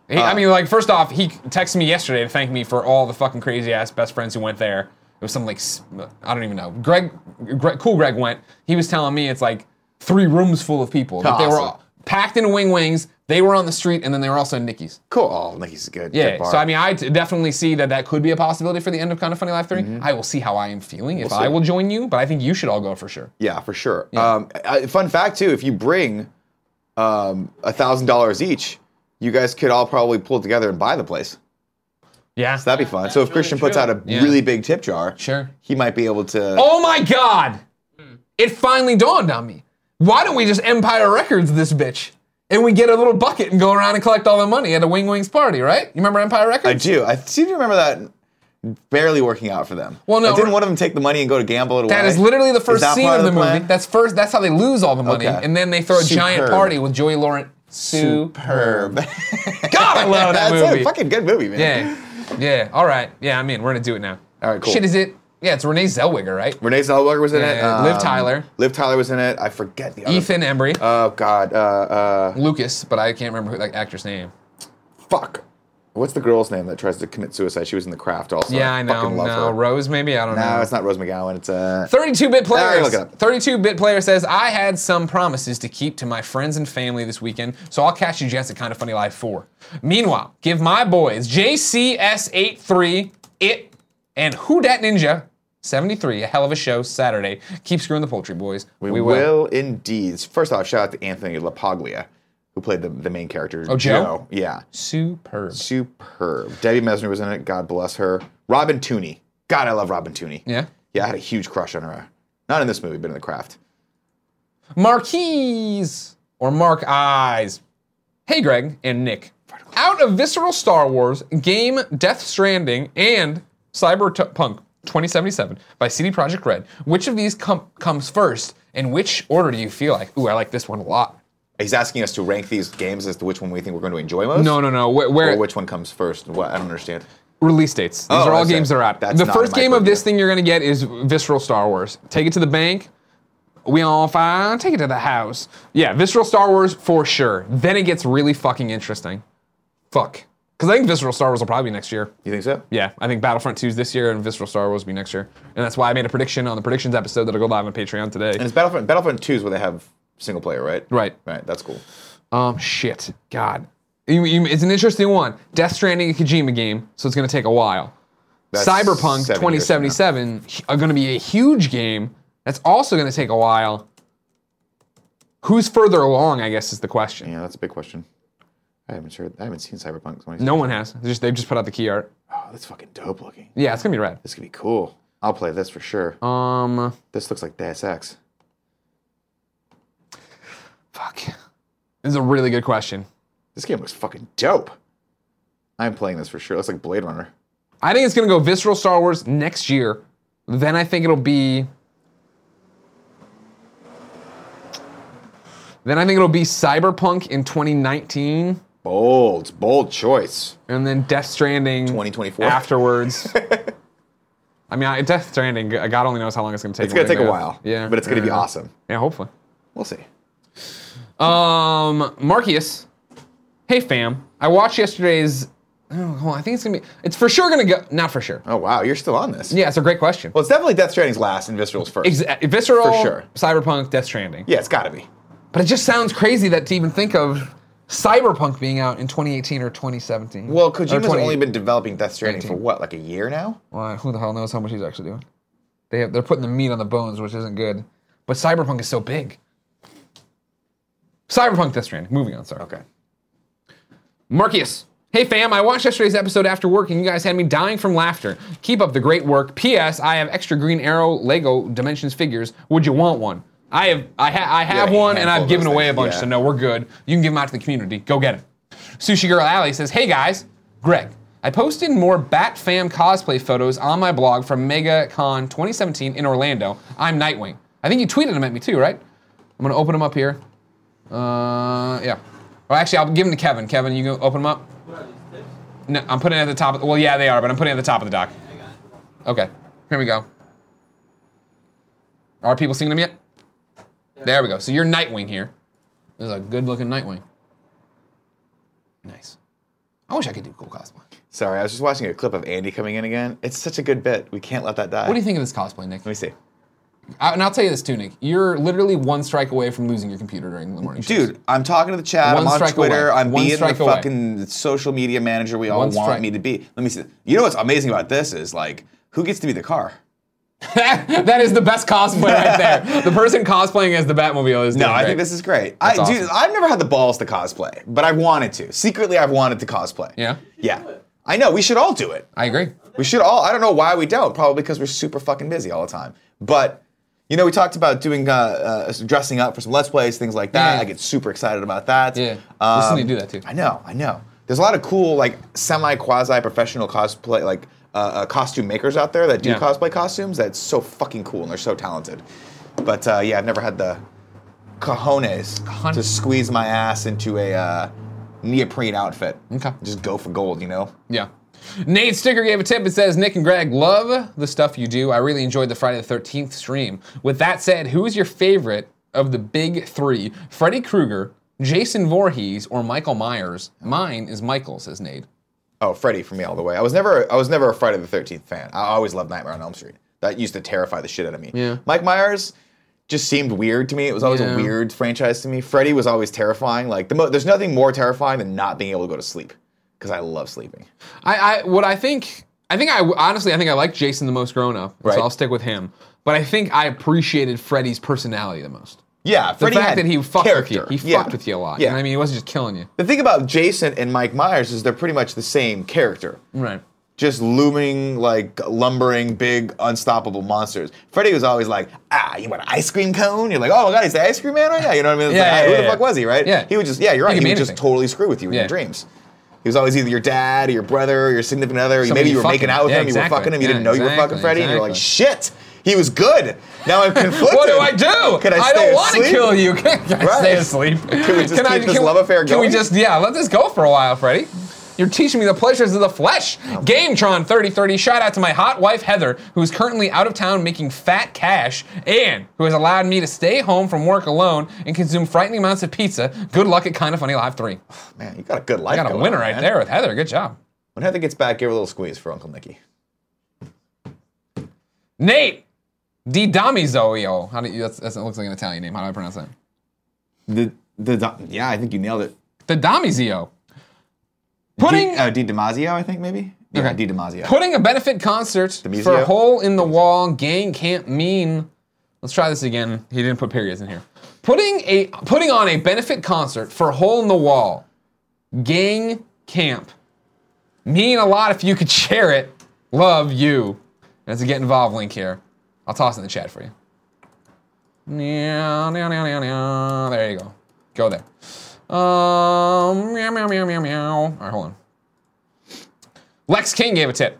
Speaker 1: He, I mean, like, first off, he texted me yesterday to thank me for all the fucking crazy ass best friends who went there. It was some like, s- I don't even know. Greg, Greg, cool Greg went. He was telling me it's like three rooms full of people. But they were
Speaker 2: Awesome.
Speaker 1: all packed in wing wings. They were on the street, and then they were also in Nikki's.
Speaker 2: Cool. Oh, Nikki's good.
Speaker 1: Yeah.
Speaker 2: Good bar.
Speaker 1: So I mean, I t- definitely see that that could be a possibility for the end of Kind of Funny Life 3 I will see how I am feeling if
Speaker 2: Mm-hmm. We'll
Speaker 1: I
Speaker 2: see.
Speaker 1: will join you, but I think you should all go for sure.
Speaker 2: yeah, for sure. Um, I- fun fact too: if you bring um a thousand dollars each, you guys could all probably pull together and buy the place.
Speaker 1: Yeah.
Speaker 2: That'd be fun. so if Christian puts out a
Speaker 1: Yeah.
Speaker 2: really big tip jar,
Speaker 1: Sure.
Speaker 2: he might be able to.
Speaker 1: Oh my God! It finally dawned on me. Why don't we just Empire Records this bitch? And we get a little bucket and go around and collect all the money at a Wing Wings party, right? You remember Empire
Speaker 2: I
Speaker 1: Records?
Speaker 2: do. I seem to remember that barely working out for them.
Speaker 1: Well, no,
Speaker 2: Like, didn't
Speaker 1: we're-
Speaker 2: one of them take the money and go to gamble it away?
Speaker 1: That is literally the
Speaker 2: Is
Speaker 1: first
Speaker 2: that
Speaker 1: scene
Speaker 2: part
Speaker 1: of the,
Speaker 2: plan?
Speaker 1: movie. That's first. That's how they lose all the money,
Speaker 2: Okay.
Speaker 1: and then they throw a giant
Speaker 2: Superb.
Speaker 1: party with Joey Laurent.
Speaker 2: superb.
Speaker 1: God, I love that
Speaker 2: That's
Speaker 1: movie.
Speaker 2: a fucking good movie, man.
Speaker 1: Yeah, yeah. All right. Yeah, I'm in. We're gonna do it now.
Speaker 2: All right, cool.
Speaker 1: Shit, is it? Yeah, it's Renee Zellweger, right?
Speaker 2: Renee Zellweger was in it. Um,
Speaker 1: Yeah, Liv Tyler.
Speaker 2: Liv Tyler was in it. I forget the other.
Speaker 1: Ethan Embry,
Speaker 2: Oh God. Uh, uh,
Speaker 1: Lucas, but I can't remember who, like actor's name.
Speaker 2: fuck. What's the girl's name that tries to commit suicide? She was in the craft also.
Speaker 1: Yeah, I know.
Speaker 2: Fucking love
Speaker 1: No,
Speaker 2: her.
Speaker 1: Rose maybe I don't know.
Speaker 2: no, it's not Rose McGowan. It's uh.
Speaker 1: 32-bit
Speaker 2: Ah,
Speaker 1: player.
Speaker 2: look it up.
Speaker 1: 32-bit player says, "I had some promises to keep to my friends and family this weekend, so I'll catch you gents at Kind of Funny Live 4. Meanwhile, give my boys JCS83 it and Who Dat Ninja 73 a hell of a show Saturday. Keep screwing the poultry boys.
Speaker 2: We, will. indeed. First off, shout out to Anthony LaPaglia, who played the, the main character. Oh,
Speaker 1: Joe?
Speaker 2: Yeah.
Speaker 1: Superb.
Speaker 2: Superb. Debbie Mesner was in it. God bless her. Robin Tooney. God, I love Robin Tooney.
Speaker 1: Yeah.
Speaker 2: Yeah, I had a huge crush on her. Not in this movie, but in The Craft.
Speaker 1: Marquise or Mark Eyes. Hey, Greg and Nick. Out of Visceral Star Wars, game Death Stranding and Cyberpunk 2077 by CD Projekt Red. Which of these com- comes first, and which order do you feel like? Ooh, I like this one a lot.
Speaker 2: He's asking us to rank these games as to which one we think we're going to enjoy most.
Speaker 1: No, no, no. Where,
Speaker 2: Or
Speaker 1: where
Speaker 2: which one comes first. What? I don't understand.
Speaker 1: release dates? These
Speaker 2: Oh,
Speaker 1: are all
Speaker 2: that's
Speaker 1: games
Speaker 2: it.
Speaker 1: that are out.
Speaker 2: That's
Speaker 1: the
Speaker 2: not in
Speaker 1: first
Speaker 2: my
Speaker 1: game of this
Speaker 2: purview.
Speaker 1: thing you're gonna get is Visceral Star Wars. Take it to the bank. We all fine. Take it to the house. Yeah, Visceral Star Wars for sure. Then it gets really fucking interesting. Fuck. Because I think Visceral Star Wars will probably be next year.
Speaker 2: You think so?
Speaker 1: Yeah, I think Battlefront 2 is this year and Visceral Star Wars will be next year. And that's why I made a prediction on the predictions episode that'll go live on Patreon
Speaker 2: And
Speaker 1: today.
Speaker 2: it's Battlefront. Battlefront 2 is where they have single player, right?
Speaker 1: Right.
Speaker 2: Right. That's cool.
Speaker 1: Um, shit. God. You- you- it's an interesting one. Death Stranding, a Kojima game, so it's going to take a while.
Speaker 2: That's
Speaker 1: Cyberpunk
Speaker 2: seven years from now.
Speaker 1: 2077 h- are going to be a huge game that's also going to take a while. Who's further along, I guess, is the question.
Speaker 2: Yeah, that's a big question. I haven't sure. I haven't seen Cyberpunk. 2077.
Speaker 1: No one has. They just, they've just put out the key art.
Speaker 2: Oh, that's fucking dope looking.
Speaker 1: Yeah, it's going to be rad.
Speaker 2: This could be cool. I'll play this for sure.
Speaker 1: Um,
Speaker 2: This looks like Deus Ex.
Speaker 1: fuck. This is a really good question.
Speaker 2: This game looks fucking dope. I'm playing this for sure. It looks like Blade Runner.
Speaker 1: I think it's going to go Visceral Star Wars next year. Then I think it'll be. Then I think it'll be Cyberpunk in 2019,
Speaker 2: Bold, bold choice.
Speaker 1: and then Death Stranding
Speaker 2: 2024.
Speaker 1: afterwards. I mean, I, Death Stranding. g- God only knows how long it's going to take.
Speaker 2: It's gonna
Speaker 1: them
Speaker 2: take a
Speaker 1: do it.
Speaker 2: while.
Speaker 1: Yeah,
Speaker 2: But it's gonna be
Speaker 1: yeah.
Speaker 2: awesome.
Speaker 1: Yeah, hopefully.
Speaker 2: We'll see.
Speaker 1: Um, Marcius. Hey, fam. I watched yesterday's. Oh, hold on, I think it's gonna be. It's for sure gonna go. Not for sure.
Speaker 2: Oh wow, you're still on this.
Speaker 1: Yeah, it's a great question.
Speaker 2: Well, it's definitely Death Stranding's last and Visceral's first.
Speaker 1: Exa- visceral,
Speaker 2: For sure.
Speaker 1: cyberpunk, Death Stranding.
Speaker 2: Yeah, it's gotta be.
Speaker 1: But it just sounds crazy that to even think of cyberpunk being out in 2018 or 2017.
Speaker 2: Well,
Speaker 1: Or
Speaker 2: Kojima's
Speaker 1: 20
Speaker 2: only been developing Death Stranding
Speaker 1: 19.
Speaker 2: for what, like a year now?
Speaker 1: Well, who the hell knows how much he's actually doing? They have, they're putting the meat on the bones, which isn't good. But cyberpunk is so big. Cyberpunk Death Stranding. Moving on, sorry.
Speaker 2: Okay.
Speaker 1: Marcius. Hey fam, I watched yesterday's episode after work and you guys had me dying from laughter. Keep up the great work. P.S. I have extra Green Arrow Lego Dimensions figures. Would you want one? I have I, ha- I have
Speaker 2: Yeah, a
Speaker 1: one and
Speaker 2: handful
Speaker 1: I've
Speaker 2: of
Speaker 1: given
Speaker 2: those
Speaker 1: away a
Speaker 2: things,
Speaker 1: bunch,
Speaker 2: yeah.
Speaker 1: so no, we're good. You can give them out to the community. Go get them. Sushi Girl Alley says, Hey guys, Greg, I posted more Bat Fam cosplay photos on my blog from MegaCon 2017 in Orlando. I'm Nightwing. I think you tweeted them at me too, right? I'm gonna open them up here. Uh, yeah. Well, actually, I'll give them to Kevin. Kevin, you gonna open them up?
Speaker 5: What are these tips?
Speaker 1: No, I'm putting it at the top. Of, well, yeah, they are, but I'm putting it at the top of the dock.
Speaker 5: I got it.
Speaker 1: Okay, here we go. Are people seeing them yet? There we go. So you're Nightwing here. This is a good-looking Nightwing. Nice. I wish I could do cool cosplay.
Speaker 2: Sorry, I was just watching a clip of Andy coming in again. It's such a good bit. We can't let that die.
Speaker 1: What do you think of this cosplay, Nick?
Speaker 2: Let me see.
Speaker 1: I, and I'll tell you this too, Nick. You're literally one strike away from losing your computer during the morning. shows.
Speaker 2: Dude, I'm talking to the chat.
Speaker 1: One
Speaker 2: I'm on
Speaker 1: strike
Speaker 2: Twitter.
Speaker 1: away.
Speaker 2: I'm
Speaker 1: One
Speaker 2: being the
Speaker 1: strike away.
Speaker 2: fucking social media manager we all
Speaker 1: One
Speaker 2: want
Speaker 1: strike.
Speaker 2: me to be. Let me see. You know what's amazing about this is like, who gets to be the car?
Speaker 1: that is the best cosplay right there. the person cosplaying as the Batmobile is.
Speaker 2: No,
Speaker 1: doing
Speaker 2: I
Speaker 1: great.
Speaker 2: think this is great. I,
Speaker 1: That's
Speaker 2: Dude,
Speaker 1: awesome.
Speaker 2: I've never had the balls to cosplay, but I wanted to. Secretly, I've wanted to cosplay.
Speaker 1: Yeah?
Speaker 2: Yeah. I know. We should all do it.
Speaker 1: I agree.
Speaker 2: We should all. I don't know why we don't. Probably because we're super fucking busy all the time. But you know, we talked about doing uh, uh, dressing up for some let's plays, things like that.
Speaker 1: Yeah.
Speaker 2: I get super excited about that.
Speaker 1: Yeah.
Speaker 2: Um,
Speaker 1: We still need to do that, too.
Speaker 2: I know. I know. There's a lot of cool, like semi quasi professional cosplay, like uh, uh, costume makers out there that do
Speaker 1: Yeah.
Speaker 2: cosplay costumes. That's so fucking cool, and they're so talented. But uh, yeah, I've never had the cojones
Speaker 1: Cojones.
Speaker 2: to squeeze my ass into a uh, neoprene outfit.
Speaker 1: Okay.
Speaker 2: Just go for gold, you know.
Speaker 1: Yeah. Nate Sticker gave a tip. It says, Nick and Greg, love the stuff you do. I really enjoyed the Friday the 13th stream. With that said, who is your favorite of the big three? Freddy Krueger, Jason Voorhees, or Michael Myers? Mine is Michael, says Nate.
Speaker 2: oh Freddy for me all the way. I was never I was never a Friday the Thirteenth fan. I always loved Nightmare on Elm Street. That used to terrify the shit out of me.
Speaker 3: Yeah.
Speaker 2: Mike Myers just seemed weird to me. It was always
Speaker 3: Yeah.
Speaker 2: a weird franchise to me. Freddy was always terrifying. Like the mo- there's nothing more terrifying than not being able to go to sleep because I love sleeping.
Speaker 1: I, I what I think I think I honestly I think I like Jason the most grown up,
Speaker 2: Right.
Speaker 1: so I'll stick with him. But I think I appreciated Freddy's personality the most.
Speaker 2: Yeah,
Speaker 1: The
Speaker 2: Freddy
Speaker 1: fact
Speaker 2: had
Speaker 1: that he fucked
Speaker 2: character.
Speaker 1: with you, he
Speaker 2: Yeah.
Speaker 1: fucked with you a lot.
Speaker 2: Yeah,
Speaker 1: Yeah, I mean he wasn't just killing you.
Speaker 2: the thing about Jason and Mike Myers is they're pretty much the same character.
Speaker 1: Right.
Speaker 2: just looming like lumbering big unstoppable monsters. Freddy was always like, ah, you want an ice cream cone? You're like, oh my god, he's the ice cream man right now. You know what I mean? It's
Speaker 1: Yeah,
Speaker 2: like,
Speaker 1: yeah,
Speaker 2: ah, who
Speaker 1: yeah,
Speaker 2: the
Speaker 1: yeah.
Speaker 2: fuck was he, right?
Speaker 1: Yeah.
Speaker 2: He would just yeah, you're right.
Speaker 1: He
Speaker 2: He,
Speaker 1: could
Speaker 2: would
Speaker 1: be
Speaker 2: just
Speaker 1: anything.
Speaker 2: totally screw with you in
Speaker 1: Yeah.
Speaker 2: your dreams. He was always either your dad or your brother or your significant other. or
Speaker 1: Somebody
Speaker 2: Maybe
Speaker 1: you
Speaker 2: you were making
Speaker 1: fucking-
Speaker 2: out with
Speaker 1: yeah,
Speaker 2: him, you
Speaker 1: exactly.
Speaker 2: were fucking him, you
Speaker 1: Yeah,
Speaker 2: didn't know you were fucking
Speaker 1: exactly,
Speaker 2: Freddy, and you're like,
Speaker 1: exactly.
Speaker 2: shit, he was good. Now I'm conflicted.
Speaker 1: What do I do?
Speaker 2: Can I
Speaker 1: I
Speaker 2: stay
Speaker 1: don't want to
Speaker 2: asleep?
Speaker 1: kill you. Can I
Speaker 2: Right.
Speaker 1: stay asleep?
Speaker 2: Can we just
Speaker 1: I-
Speaker 2: keep this love affair
Speaker 1: Can we
Speaker 2: going?
Speaker 1: just yeah, let this go for a while, Freddy? You're teaching me the pleasures of the flesh.
Speaker 2: Oh,
Speaker 1: Gametron 3030, shout out to my hot wife Heather, who's currently out of town making fat cash, and who has allowed me to stay home from work alone and consume frightening amounts of pizza. Good luck at Kinda Funny Live 3.
Speaker 2: Man, you got a good life.
Speaker 1: I got a
Speaker 2: going
Speaker 1: winner
Speaker 2: on,
Speaker 1: right
Speaker 2: man.
Speaker 1: there with Heather. Good job.
Speaker 2: When Heather gets back, give her a little squeeze for Uncle Nicky.
Speaker 1: Nate! Di Damizoio. How do you, that's, that's, that looks like an Italian name. How do I pronounce that?
Speaker 2: The the yeah, I think you nailed it.
Speaker 1: The Damizio. Putting
Speaker 2: D, uh, D. Damasio, I think maybe. Yeah,
Speaker 1: Okay.
Speaker 2: D. Damasio.
Speaker 1: Putting a benefit concert
Speaker 2: Demizio?
Speaker 1: for hole in the wall gang can't mean. Let's try this again. He didn't put periods in here. Putting a putting on a benefit concert for hole in the wall gang camp mean a lot if you could share it. Love you. That's a get involved link here. I'll toss it in the chat for you. Meow, meow, meow, meow, meow. There you go. Go there. Um, meow, meow, meow, meow, meow. All right, hold on. Lex King gave a tip.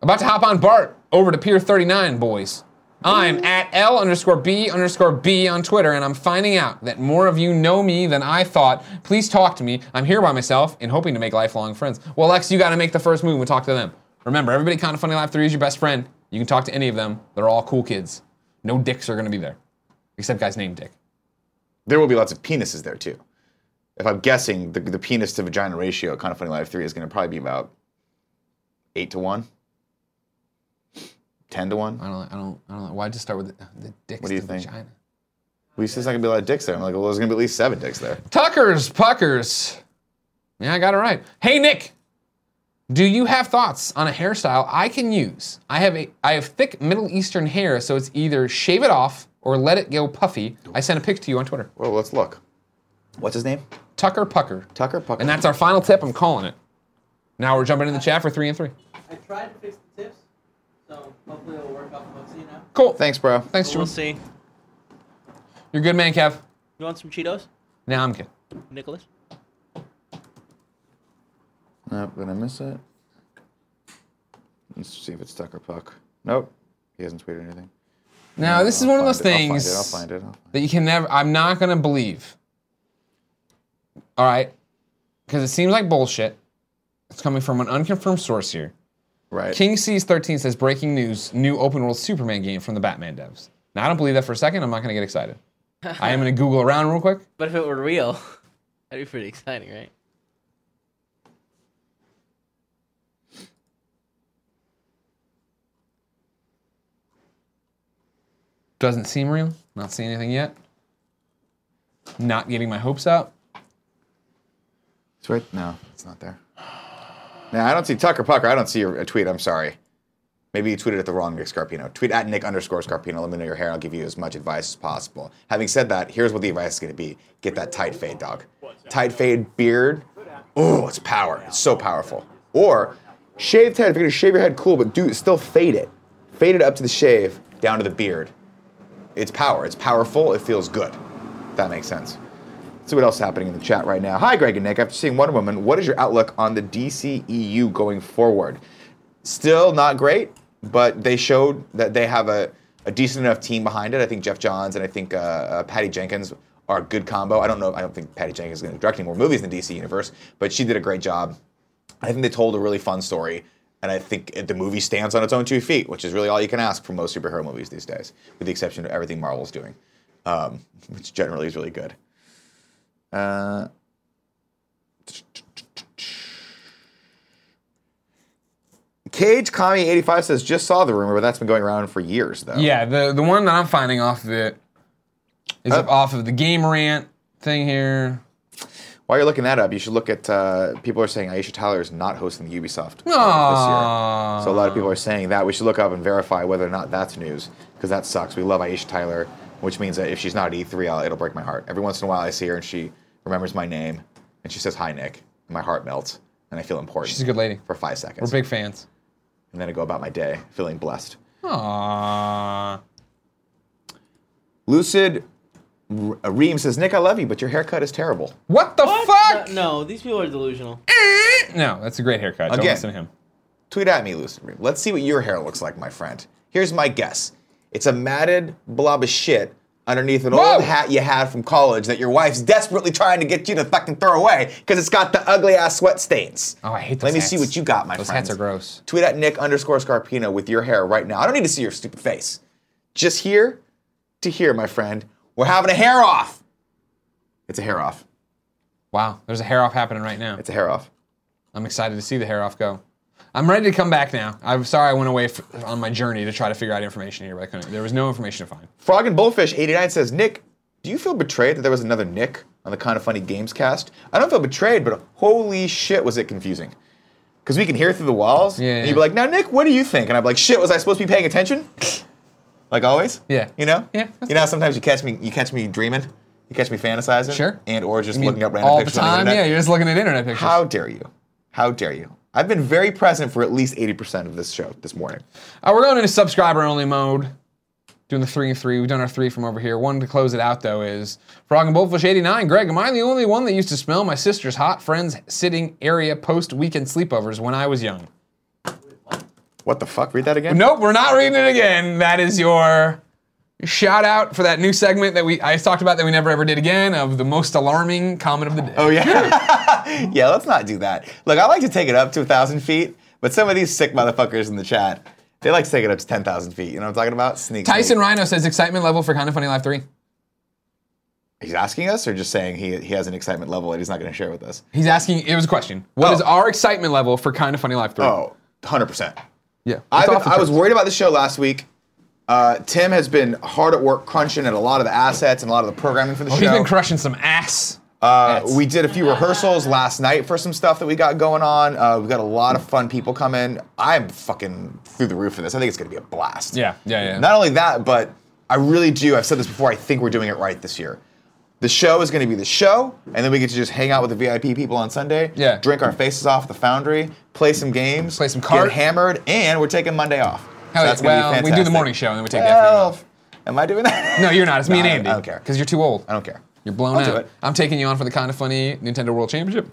Speaker 1: About to hop on Bart over to Pier 39, boys. I'm at L underscore B underscore B on Twitter, and I'm finding out that more of you know me than I thought. Please talk to me. I'm here by myself and hoping to make lifelong friends. Well, Lex, you got to make the first move and talk to them. Remember, everybody at Kind of Funny Live 3 is your best friend. You can talk to any of them. They're all cool kids. No dicks are going to be there, except guys named Dick.
Speaker 2: There will be lots of penises there too. If I'm guessing, the, the penis to vagina ratio at Kind of Funny Life 3 is going to probably be about 8 to 1, 10 to 1.
Speaker 1: I don't, I don't, I don't know. Why just start with the, the dicks
Speaker 2: What do you
Speaker 1: to
Speaker 2: think?
Speaker 1: vagina?
Speaker 2: We said there's not going to be a lot of dicks there. I'm like, well, there's going to be at least seven dicks there.
Speaker 1: Tuckers, puckers. Yeah, I got it right. Hey, Nick, do you have thoughts on a hairstyle I can use? I have a, I have thick Middle Eastern hair, so it's either shave it off or let it go puffy. I sent a pic to you on Twitter.
Speaker 2: Well, let's look. What's his name?
Speaker 1: Tucker, pucker.
Speaker 2: Tucker Pucker.
Speaker 1: And that's our final tip. I'm calling it. Now we're jumping in the chat for three and three.
Speaker 5: I tried to fix the tips, so hopefully it'll work out. We'll see you now.
Speaker 1: Cool.
Speaker 2: Thanks, bro.
Speaker 1: Thanks, Jim.
Speaker 5: We'll see. You
Speaker 1: You're a good man, Kev.
Speaker 5: want some Cheetos,
Speaker 1: Now I'm good.
Speaker 5: Nicholas?
Speaker 2: Nope, did I miss it? Let's see if it's Tucker Puck. Nope. He hasn't tweeted anything.
Speaker 1: Now this is
Speaker 2: I'll
Speaker 1: one of those
Speaker 2: find it.
Speaker 1: things.
Speaker 2: I'll find it. I'll find it. I'll find
Speaker 1: that you can never. I'm not gonna believe. All right, because it seems like bullshit. It's coming from an unconfirmed source here.
Speaker 2: it. Right.
Speaker 1: King Seas 13 says breaking news: new open world Superman game from the Batman devs. Now I don't believe that for a second. I'm not gonna get excited. I am gonna Google around real quick.
Speaker 5: But if it were real, that'd be pretty exciting, right?
Speaker 1: Doesn't seem real. Not seeing anything yet. Not getting my hopes up.
Speaker 2: It's right. No, it's not there. Now I don't see Tucker Pucker. I don't see your a tweet. I'm sorry. Maybe you tweeted at the wrong Nick Scarpino. Tweet at Nick underscore Scarpino. Let me know your hair. I'll give you as much advice as possible. Having said that, here's what the advice is going to be: Get that tight fade, dog. Tight fade beard. Oh, it's power. It's so powerful. Or shaved head. If you're going to shave your head, cool, but do still fade it. Fade it up to the shave, down to the beard. It's power. It's powerful. It feels good. If that makes sense. See what else is happening in the chat right now. Hi, Greg and Nick. After seeing Wonder Woman, what is your outlook on the DCEU going forward? Still not great, but they showed that they have a, a decent enough team behind it. I think Jeff Johns and I think uh, uh, Patty Jenkins are a good combo. I don't know. I don't think Patty Jenkins is going to direct any more movies in the DC universe, but she did a great job. I think they told a really fun story, and I think it- the movie stands on its own two feet, which is really all you can ask from most superhero movies these days, with the exception of everything Marvel's doing, um, which generally is really good. Uh, Cage Kami 85 says just saw the rumor, but that's been going around for years though.
Speaker 1: Yeah, the the one that I'm finding off of it is up off of the game rant thing here.
Speaker 2: While you're looking that up, you should look at uh, people are saying Aisha Tyler is not hosting the Ubisoft
Speaker 1: Aww.
Speaker 2: this year. So a lot of
Speaker 1: Um,
Speaker 2: people are saying that. We should look up and verify whether or not that's news because that sucks. We love Aisha Tyler, which means that if she's not at E3, I'll, it'll break my heart. Every once in a while, I see her and she remembers my name and she says hi Nick, and my heart melts and I feel important.
Speaker 1: She's a good lady.
Speaker 2: for five seconds,
Speaker 1: We're big fans.
Speaker 2: and then I go about my day feeling blessed.
Speaker 1: Aww.
Speaker 2: Lucid R- Reem says, Nick, I love you, but your haircut is terrible.
Speaker 1: What the
Speaker 5: What?
Speaker 1: fuck?
Speaker 5: No, no, these people are delusional.
Speaker 1: No, that's a great haircut. Don't
Speaker 2: Again.
Speaker 1: listen to him.
Speaker 2: Tweet at me, Lucid Reem. Let's see what your hair looks like, my friend. Here's my guess it's a matted blob of shit underneath an
Speaker 1: Whoa!
Speaker 2: old hat you had from college that your wife's desperately trying to get you to fucking throw away because it's got the ugly ass sweat stains.
Speaker 1: Oh, I hate those
Speaker 2: Let me
Speaker 1: hats.
Speaker 2: see what you got, my
Speaker 1: Those
Speaker 2: friend.
Speaker 1: hats are gross.
Speaker 2: Tweet at Nick underscore Scarpino with your hair right now. I don't need to see your stupid face. Just here to here, my friend. We're having a hair off. It's a hair off.
Speaker 1: Wow, there's a hair off happening right now.
Speaker 2: It's a hair off.
Speaker 1: I'm excited to see the hair off go. I'm ready to come back now. I'm sorry I went away f- on my journey to try to figure out information here, but I couldn't. There was no information to find.
Speaker 2: Frog and Bullfish 89 says, Nick, do you feel betrayed that there was another Nick on the Kind of Funny Games cast? I don't feel betrayed, but holy shit, was it confusing. Because we can hear through the walls.
Speaker 1: Yeah,
Speaker 2: And
Speaker 1: yeah.
Speaker 2: you'd be like, now, Nick, what do you think? And I'd be like, shit, was I supposed to be paying attention? like always?
Speaker 1: Yeah.
Speaker 2: You know?
Speaker 1: Yeah, that's
Speaker 2: You know, how sometimes you catch me you catch me dreaming, you catch me fantasizing.
Speaker 1: Sure.
Speaker 2: And or just
Speaker 1: I mean,
Speaker 2: looking up random
Speaker 1: all the
Speaker 2: pictures on the
Speaker 1: time.
Speaker 2: internet.
Speaker 1: yeah, you're just looking at internet pictures.
Speaker 2: How dare you? How dare you? I've been very present for at least 80% of this show this morning.
Speaker 1: Uh, we're going into subscriber only mode. Doing the three and three. We've done our three from over here. One to close it out though is Frog and Bullfish 89. Greg, am I the only one that used to smell my sister's hot friend's sitting area post weekend sleepovers when I was young?
Speaker 2: What the fuck? Read that again?
Speaker 1: Nope, we're not reading it again. That is your shout out for that new segment that we I talked about that we never ever did again of the most alarming comment of the day.
Speaker 2: Oh yeah, yeah. Let's not do that. Look, I like to take it up to a thousand feet, but some of these sick motherfuckers in the chat, they like to take it up to ten thousand feet. You know what I'm talking about? Sneak.
Speaker 1: Tyson Rhino says excitement level for Kind of Funny Live 3.
Speaker 2: He's asking us, or just saying he he has an excitement level that he's not going to share with us.
Speaker 1: He's asking it was a question. What
Speaker 2: Oh.
Speaker 1: is our excitement level for Kind of Funny Live 3?
Speaker 2: Oh, 100 percent.
Speaker 1: yeah.
Speaker 2: I
Speaker 1: It's off the
Speaker 2: I was
Speaker 1: charts.
Speaker 2: worried about the show last week. Uh, Tim has been hard at work crunching at a lot of the assets and a lot of the programming for the show.
Speaker 1: Oh, He's been crushing some ass.
Speaker 2: Uh, we did a few rehearsals last night for some stuff that we got going on. Uh, we got a lot of fun people coming. I'm fucking through the roof for this. I think it's going to be a blast.
Speaker 1: Yeah, yeah, yeah.
Speaker 2: Not only that, but I really do. I've said this before. I think we're doing it right this year. The show is going to be the show, and then we get to just hang out with the VIP people on Sunday.
Speaker 1: Yeah.
Speaker 2: Drink our faces off at the Foundry, play some games,
Speaker 1: Play some
Speaker 2: card,
Speaker 1: cart.
Speaker 2: get hammered, and we're taking Monday off.
Speaker 1: Hell yeah.
Speaker 2: that's gonna be
Speaker 1: Well, we do the
Speaker 2: fantastic.
Speaker 1: morning show, and then we take the afternoon
Speaker 2: Well,
Speaker 1: off.
Speaker 2: Am I doing that?
Speaker 1: No, you're not. It's me and
Speaker 2: No, I don't-
Speaker 1: Andy.
Speaker 2: I don't care.
Speaker 1: Because you're too old.
Speaker 2: I don't care.
Speaker 1: You're blown
Speaker 2: I'll do
Speaker 1: out.
Speaker 2: it.
Speaker 1: I'm taking you on for the kind of funny Nintendo World Championship.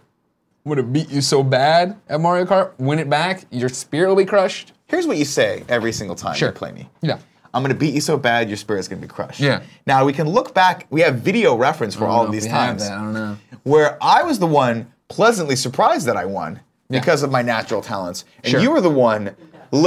Speaker 1: I'm gonna beat you so bad at Mario Kart. Win it back. Your spirit will be crushed.
Speaker 2: Here's what you say every single time
Speaker 1: Sure.
Speaker 2: you play me.
Speaker 1: Yeah.
Speaker 2: I'm gonna beat you so bad your spirit's gonna be crushed.
Speaker 1: Yeah.
Speaker 2: Now we can look back. We have video reference for all of these times
Speaker 1: don't know.
Speaker 2: where I was the one pleasantly surprised that I won
Speaker 1: Yeah.
Speaker 2: because of my natural talents, and
Speaker 1: Sure.
Speaker 2: you were the one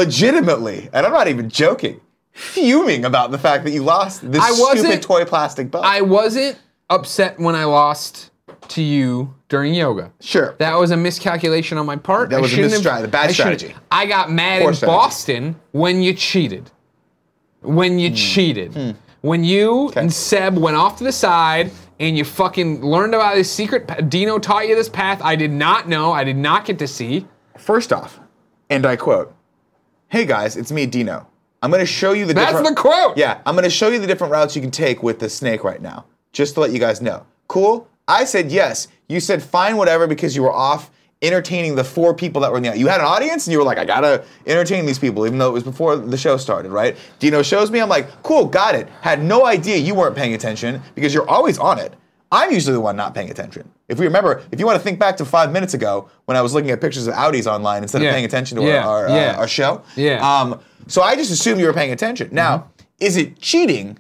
Speaker 2: legitimately, and I'm not even joking, fuming about the fact that you lost this
Speaker 1: I wasn't-
Speaker 2: stupid toy plastic belt.
Speaker 1: I wasn't upset when I lost to you during yoga.
Speaker 2: Sure.
Speaker 1: That was a miscalculation on my part.
Speaker 2: That
Speaker 1: I
Speaker 2: was a
Speaker 1: shouldn't have-
Speaker 2: misstrat- a bad
Speaker 1: I shouldn't-
Speaker 2: strategy.
Speaker 1: I got mad
Speaker 2: Poor
Speaker 1: in
Speaker 2: strategy.
Speaker 1: Boston when you cheated. When
Speaker 2: Hmm.
Speaker 1: you cheated. When you and Seb went off to the side and you fucking learned about this secret. pa- Dino taught you this path I did not know. I did not get to see.
Speaker 2: First off, and I quote, "Hey guys, it's me, Dino. I'm gonna show you the
Speaker 1: That's
Speaker 2: different-
Speaker 1: the quote.
Speaker 2: Yeah, I'm gonna show you the different routes you can take with the snake right now, just to let you guys know. Cool? I said yes. You said fine, whatever, because you were off entertaining the four people that were in the you had an audience and you were like i gotta entertain these people even though it was before the show started right dino shows me i'm like cool got it had no idea you weren't paying attention because you're always on it i'm usually the one not paying attention if we remember if you want to think back to five minutes ago when i was looking at pictures of audis online instead
Speaker 1: Yeah.
Speaker 2: of paying attention to our-
Speaker 1: Yeah.
Speaker 2: our, uh,
Speaker 1: Yeah.
Speaker 2: our show
Speaker 1: Yeah. Mm-hmm.
Speaker 2: um, so I just assumed you were paying attention. Now, is it cheating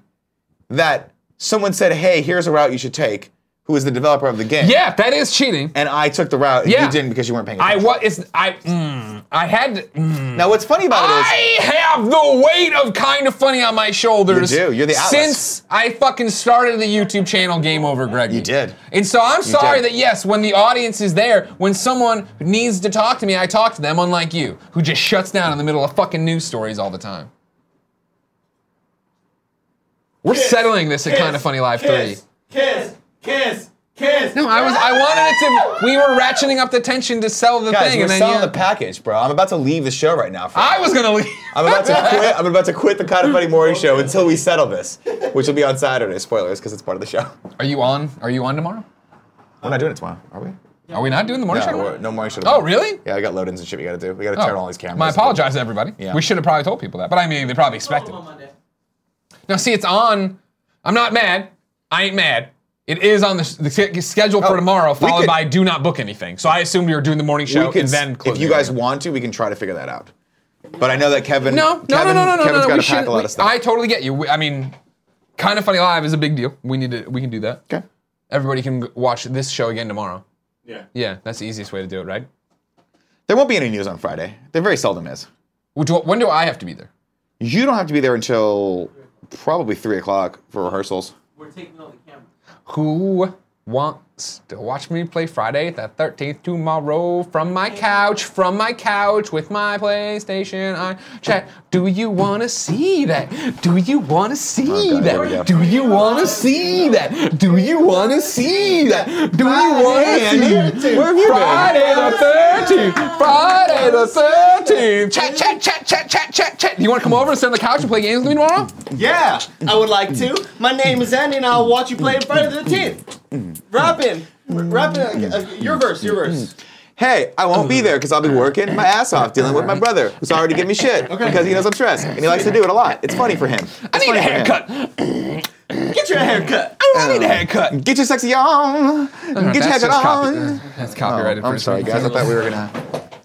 Speaker 2: that someone said, "Hey, here's a route you should take," who is the developer of the game.
Speaker 1: Yeah, that is cheating.
Speaker 2: And I took the route. and
Speaker 1: Yeah.
Speaker 2: You didn't because you weren't paying
Speaker 1: I
Speaker 2: attention.
Speaker 1: what is I mm, I had mm.
Speaker 2: now, what's funny about it is
Speaker 1: I have the weight of kind of funny on my shoulders.
Speaker 2: You do. You're the atlas.
Speaker 1: Since I fucking started the YouTube channel Game Over Greg. You
Speaker 2: did.
Speaker 1: And so I'm sorry that
Speaker 2: did.
Speaker 1: yes, when the audience is there, when someone needs to talk to me, I talk to them, unlike you, who just shuts down in the middle of fucking news stories all the time. We're settling this at kind of funny live 3.
Speaker 4: kiss, Kiss, kiss, kiss.
Speaker 1: No, I was. I wanted it to. We were ratcheting up the tension to sell the
Speaker 2: guys,
Speaker 1: thing,
Speaker 2: we're
Speaker 1: and then
Speaker 2: selling
Speaker 1: yeah,
Speaker 2: the package, bro. I'm about to leave the show right now. For
Speaker 1: I was gonna leave.
Speaker 2: I'm about to quit. I'm about to quit the Kind of Funny Morning Show until we settle this, which will be on Saturday. Spoilers, because it's part of the show.
Speaker 1: Are you on? Are you on tomorrow?
Speaker 2: We're not doing it tomorrow, are we?
Speaker 1: Are we not doing the morning
Speaker 2: No,
Speaker 1: show?
Speaker 2: we're-
Speaker 1: tomorrow?
Speaker 2: no morning show.
Speaker 1: Oh,
Speaker 2: tomorrow.
Speaker 1: really? Oh.
Speaker 2: Yeah, I got load-ins and shit we gotta do. We gotta turn on all these cameras.
Speaker 1: My apologies, everybody.
Speaker 2: Yeah.
Speaker 1: We should have probably told people that, but I mean, they probably expected.
Speaker 5: on Monday.
Speaker 1: it. Now, see, it's on. I'm not mad. I ain't mad. It is on the, s- the s- schedule for
Speaker 2: Oh,
Speaker 1: tomorrow,
Speaker 2: we
Speaker 1: followed
Speaker 2: could-
Speaker 1: by do not book anything. So I assumed we were doing the morning
Speaker 2: We
Speaker 1: show
Speaker 2: could
Speaker 1: and
Speaker 2: s-
Speaker 1: then close
Speaker 2: if you
Speaker 1: it.
Speaker 2: guys want to, we can try to figure that out. But I know that Kevin.
Speaker 1: No, no,
Speaker 2: Kevin,
Speaker 1: no, no, no, no,
Speaker 2: Kevin's
Speaker 1: no. We
Speaker 2: got to pack
Speaker 1: shouldn't.
Speaker 2: a lot
Speaker 1: we-
Speaker 2: of stuff.
Speaker 1: I totally get you. We, I mean, kind of funny live is a big deal. We need to. We can do that.
Speaker 2: okay.
Speaker 1: Everybody can g- watch this show again tomorrow.
Speaker 4: Yeah.
Speaker 1: Yeah, that's the easiest way to do it, right?
Speaker 2: There won't be any news on Friday. There very seldom is.
Speaker 1: Well, do- When do I have to be there?
Speaker 2: You don't have to be there until probably three o'clock for rehearsals.
Speaker 5: We're taking all the cameras.
Speaker 1: Who wants to watch me play Friday the 13th tomorrow from my couch, from my couch with my PlayStation? I chat. Do you want to see that? Do you want to see
Speaker 2: Oh, God, here we go.
Speaker 1: that? Do you want to see that? Do you want to see that? Do you want to see
Speaker 2: Where have you been?
Speaker 1: Friday the 13th? Friday the 13th. Chat, chat, chat, chat, chat, chat, chat. You want to come over and sit on the couch and play games with me tomorrow?
Speaker 4: Yeah, I would like to. My name is Andy, and I'll watch you play Friday the 10th. Robin, Robin, uh, your verse, your verse.
Speaker 2: Hey, I won't be there because I'll be working my ass off dealing with my brother, who's already giving me shit because he knows I'm stressed and he likes to do it a lot. It's funny for him.
Speaker 1: I need a
Speaker 2: funny for him.
Speaker 1: haircut.
Speaker 4: Get your hair cut.
Speaker 1: I need a haircut.
Speaker 2: Get your sexy on. Get your
Speaker 1: Uh-huh. That's
Speaker 2: haircut
Speaker 1: just copy-
Speaker 2: on.
Speaker 1: that's copyrighted.
Speaker 2: Oh, I'm
Speaker 1: for-
Speaker 2: sorry, guys. I thought we were gonna.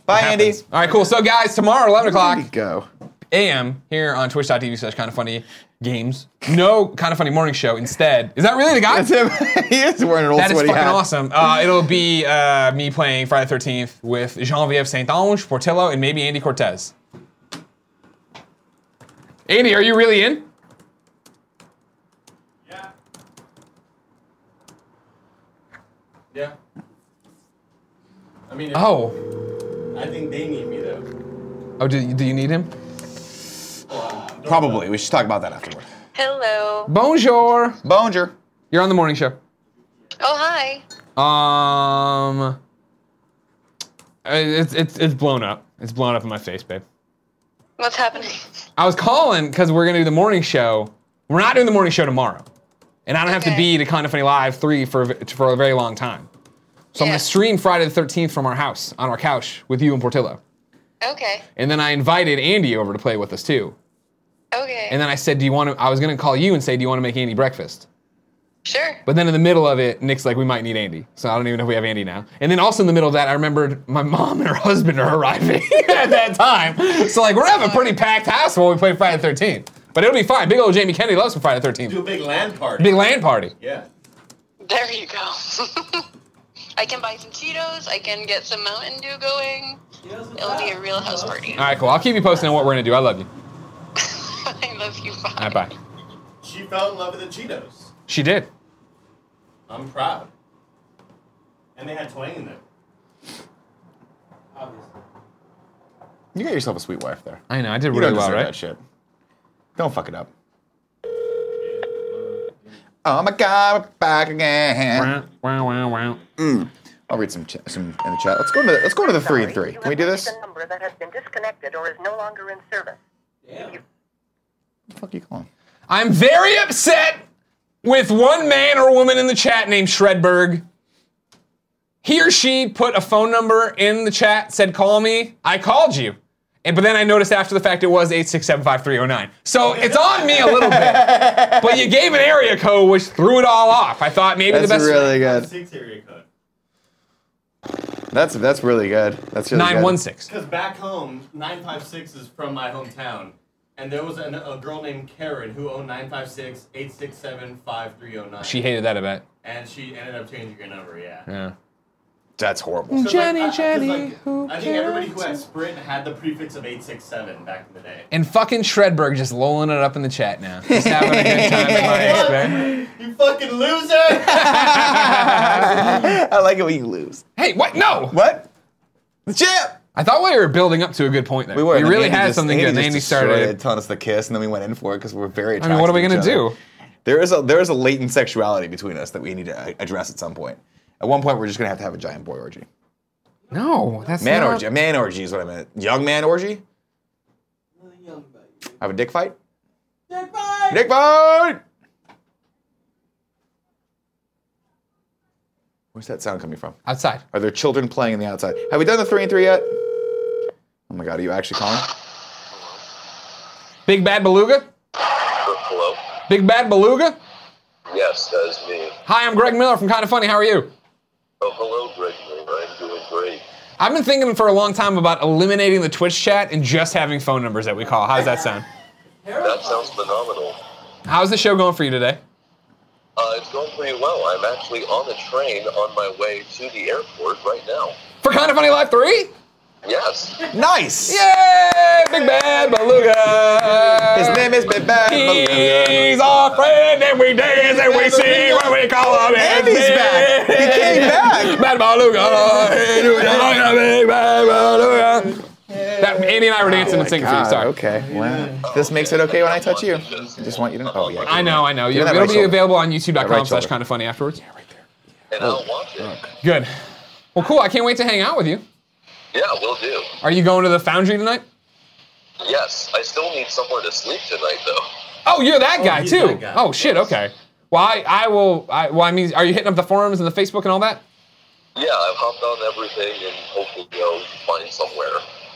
Speaker 2: Bye, Andy.
Speaker 1: All right, cool. So, guys, tomorrow, 11 o'clock
Speaker 2: Go.
Speaker 1: a.m. here on twitch.tv slash kind of funny games. No kind of funny morning show. Instead, is that really the guy?
Speaker 2: That's him. he is wearing an old
Speaker 1: That is
Speaker 2: sweaty
Speaker 1: fucking
Speaker 2: hat.
Speaker 1: awesome. Uh, it'll be uh, me playing Friday 13th with Jean-Vive Saint-Ange, Portillo, and maybe Andy Cortez. Andy, are you really in?
Speaker 4: Yeah. Yeah. I mean, if-
Speaker 1: Oh.
Speaker 4: I think they need me though.
Speaker 1: Oh, do, do you need him?
Speaker 2: Probably. We should talk about that afterward.
Speaker 6: Hello.
Speaker 1: Bonjour.
Speaker 2: Bonger.
Speaker 1: You're on the morning show.
Speaker 6: Oh, hi.
Speaker 1: Um, it's it's it's blown up. It's blown up in my face, babe.
Speaker 6: What's happening?
Speaker 1: I was calling because we're gonna do the morning show. We're not doing the morning show tomorrow, and I don't have to
Speaker 6: Okay.
Speaker 1: be to Kind of Funny Live three for a v- for a very long time. So I'm
Speaker 6: Yeah.
Speaker 1: gonna stream Friday the 13th from our house on our couch with you and Portillo,
Speaker 6: Okay.
Speaker 1: and then I invited Andy over to play with us too.
Speaker 6: Okay.
Speaker 1: And then I said, do you want to? I was gonna call you and say, do you want to make Andy breakfast?
Speaker 6: sure.
Speaker 1: But then in the middle of it, Nick's like, we might need Andy. So I don't even know if we have Andy now. And then also in the middle of that, I remembered my mom and her husband are arriving at that time. So like we're having a pretty packed house when we play Friday the 13th. But it'll be fine. Big old Jamie Kennedy loves some Friday the 13th.
Speaker 4: Do a big land party.
Speaker 1: Big land party.
Speaker 4: yeah.
Speaker 6: there you go. I can buy some Cheetos. I can get some Mountain Dew going. It'll be a real house party.
Speaker 1: All right, cool. I'll keep you posted on what we're gonna do. I love you.
Speaker 6: I love you. Bye.
Speaker 1: All right, bye.
Speaker 4: She fell in love with the Cheetos.
Speaker 1: She did.
Speaker 4: I'm proud. And they had twang in them.
Speaker 5: Obviously.
Speaker 2: You got yourself a sweet wife there.
Speaker 1: I know. I did
Speaker 2: You
Speaker 1: really
Speaker 2: don't
Speaker 1: well,
Speaker 2: deserve
Speaker 1: right?
Speaker 2: that shit. Don't fuck it up. Oh my God, we're back again.
Speaker 1: Wow, wow, wow, wow.
Speaker 2: I'll read some ch- some in the chat. Let's go to the, let's go to the three and three. Can we do this?
Speaker 7: The number that has been disconnected or is no longer in service.
Speaker 5: Damn.
Speaker 2: the fuck you calling?
Speaker 1: I'm very upset with one man or woman in the chat named Shredberg. He or she put a phone number in the chat, said, call me. I called you. And, but then I noticed after the fact it was 8675309. So it's on me a little bit. but you gave an area code which threw it all off. I thought maybe
Speaker 2: That's
Speaker 1: the best
Speaker 2: really good.
Speaker 4: Six area code.
Speaker 2: That's that's really good. That's really good.
Speaker 1: 916.
Speaker 4: Because back home, 956 is from my hometown. and there was an, a girl named Karen who owned 956 867 5309.
Speaker 1: She hated that event.
Speaker 4: And she ended up changing your number, yeah.
Speaker 1: Yeah.
Speaker 2: That's horrible.
Speaker 4: 'Cause, like,
Speaker 1: Jenny,
Speaker 4: I- 'cause,
Speaker 1: Jenny,
Speaker 4: like,
Speaker 1: who
Speaker 4: I think everybody who had
Speaker 1: cares?
Speaker 4: Sprint had the prefix of 867 back in the day.
Speaker 1: And fucking Shredberg just lolling it up in the chat now. Just having a good time at my expense.
Speaker 4: You fucking loser!
Speaker 2: I like it when you lose.
Speaker 1: Hey, what? No!
Speaker 2: What? The champ.
Speaker 1: I thought we were building up to a good point there.
Speaker 2: We were. and
Speaker 1: We
Speaker 2: then
Speaker 1: really
Speaker 2: Andy
Speaker 1: had
Speaker 2: just-
Speaker 1: something good. And
Speaker 2: just
Speaker 1: Andy
Speaker 2: destroyed
Speaker 1: started.
Speaker 2: it, telling us the kiss, and then we went in for it because we were very.
Speaker 1: I mean, what are we
Speaker 2: attracted
Speaker 1: gonna
Speaker 2: to each
Speaker 1: do?
Speaker 2: other. There is a there is a latent sexuality between us that we need to uh, address at some point. At one point, we're just gonna have to have a giant boy orgy,
Speaker 1: No, that's
Speaker 2: man
Speaker 1: not.
Speaker 2: orgy, a man orgy is what I meant. Young man orgy.
Speaker 5: Really young about you.
Speaker 2: Have a dick fight.
Speaker 5: Jack, bye!
Speaker 2: Dick fight. Where's that sound coming from?
Speaker 1: Outside.
Speaker 2: Are there children playing in the outside? Have we done the three and three yet? Oh my god, are you actually calling?
Speaker 1: Big Bad Beluga?
Speaker 8: Hello?
Speaker 1: Big Bad Beluga?
Speaker 8: Yes, that is me.
Speaker 1: Hi, I'm Greg Miller from Kinda Funny. How are you?
Speaker 8: Oh, hello, Gregory. I'm doing great.
Speaker 1: I've been thinking for a long time about eliminating the Twitch chat and just having phone numbers that we call. How's that sound?
Speaker 8: That sounds phenomenal.
Speaker 1: How's the show going for you today?
Speaker 8: Uh, it's going pretty well. I'm actually on the train on my way to the airport right now.
Speaker 1: For Kinda Funny Live 3?
Speaker 8: Yes.
Speaker 2: Nice.
Speaker 1: Yay! Big Bad Beluga!
Speaker 2: His name is Big Bad Beluga.
Speaker 1: He's our friend, and we dance and we sing when we call him.
Speaker 2: And he's back. He came back.
Speaker 1: Bad Beluga, hey, do you like a Big Bad Beluga? That, Andy and I were dancing and singing for you.
Speaker 2: God,
Speaker 1: Sorry.
Speaker 2: Ah, Okay. Wow. This makes it okay when I touch you. I just want you to know. Oh yeah.
Speaker 1: I know, I know.
Speaker 2: Give me
Speaker 1: It'll
Speaker 2: that
Speaker 1: it'll
Speaker 2: right
Speaker 1: be
Speaker 2: shoulder.
Speaker 1: available on youtube.com
Speaker 2: right
Speaker 1: slash
Speaker 2: shoulder.
Speaker 1: kind of funny afterwards.
Speaker 8: And
Speaker 1: Oh,
Speaker 8: I'll watch it.
Speaker 1: Good. Well, cool. I can't wait to hang out with you.
Speaker 8: Yeah, we will do.
Speaker 1: Are you going to the foundry tonight?
Speaker 8: Yes, I still need somewhere to sleep tonight, though.
Speaker 1: Oh, you're that guy
Speaker 4: he's
Speaker 1: too.
Speaker 4: that guy.
Speaker 1: Oh shit. Okay. Well, I, I will. I, well, I mean, are you hitting up the forums and the Facebook and all that?
Speaker 8: Yeah, I've hopped on everything and hopefully I'll find somewhere.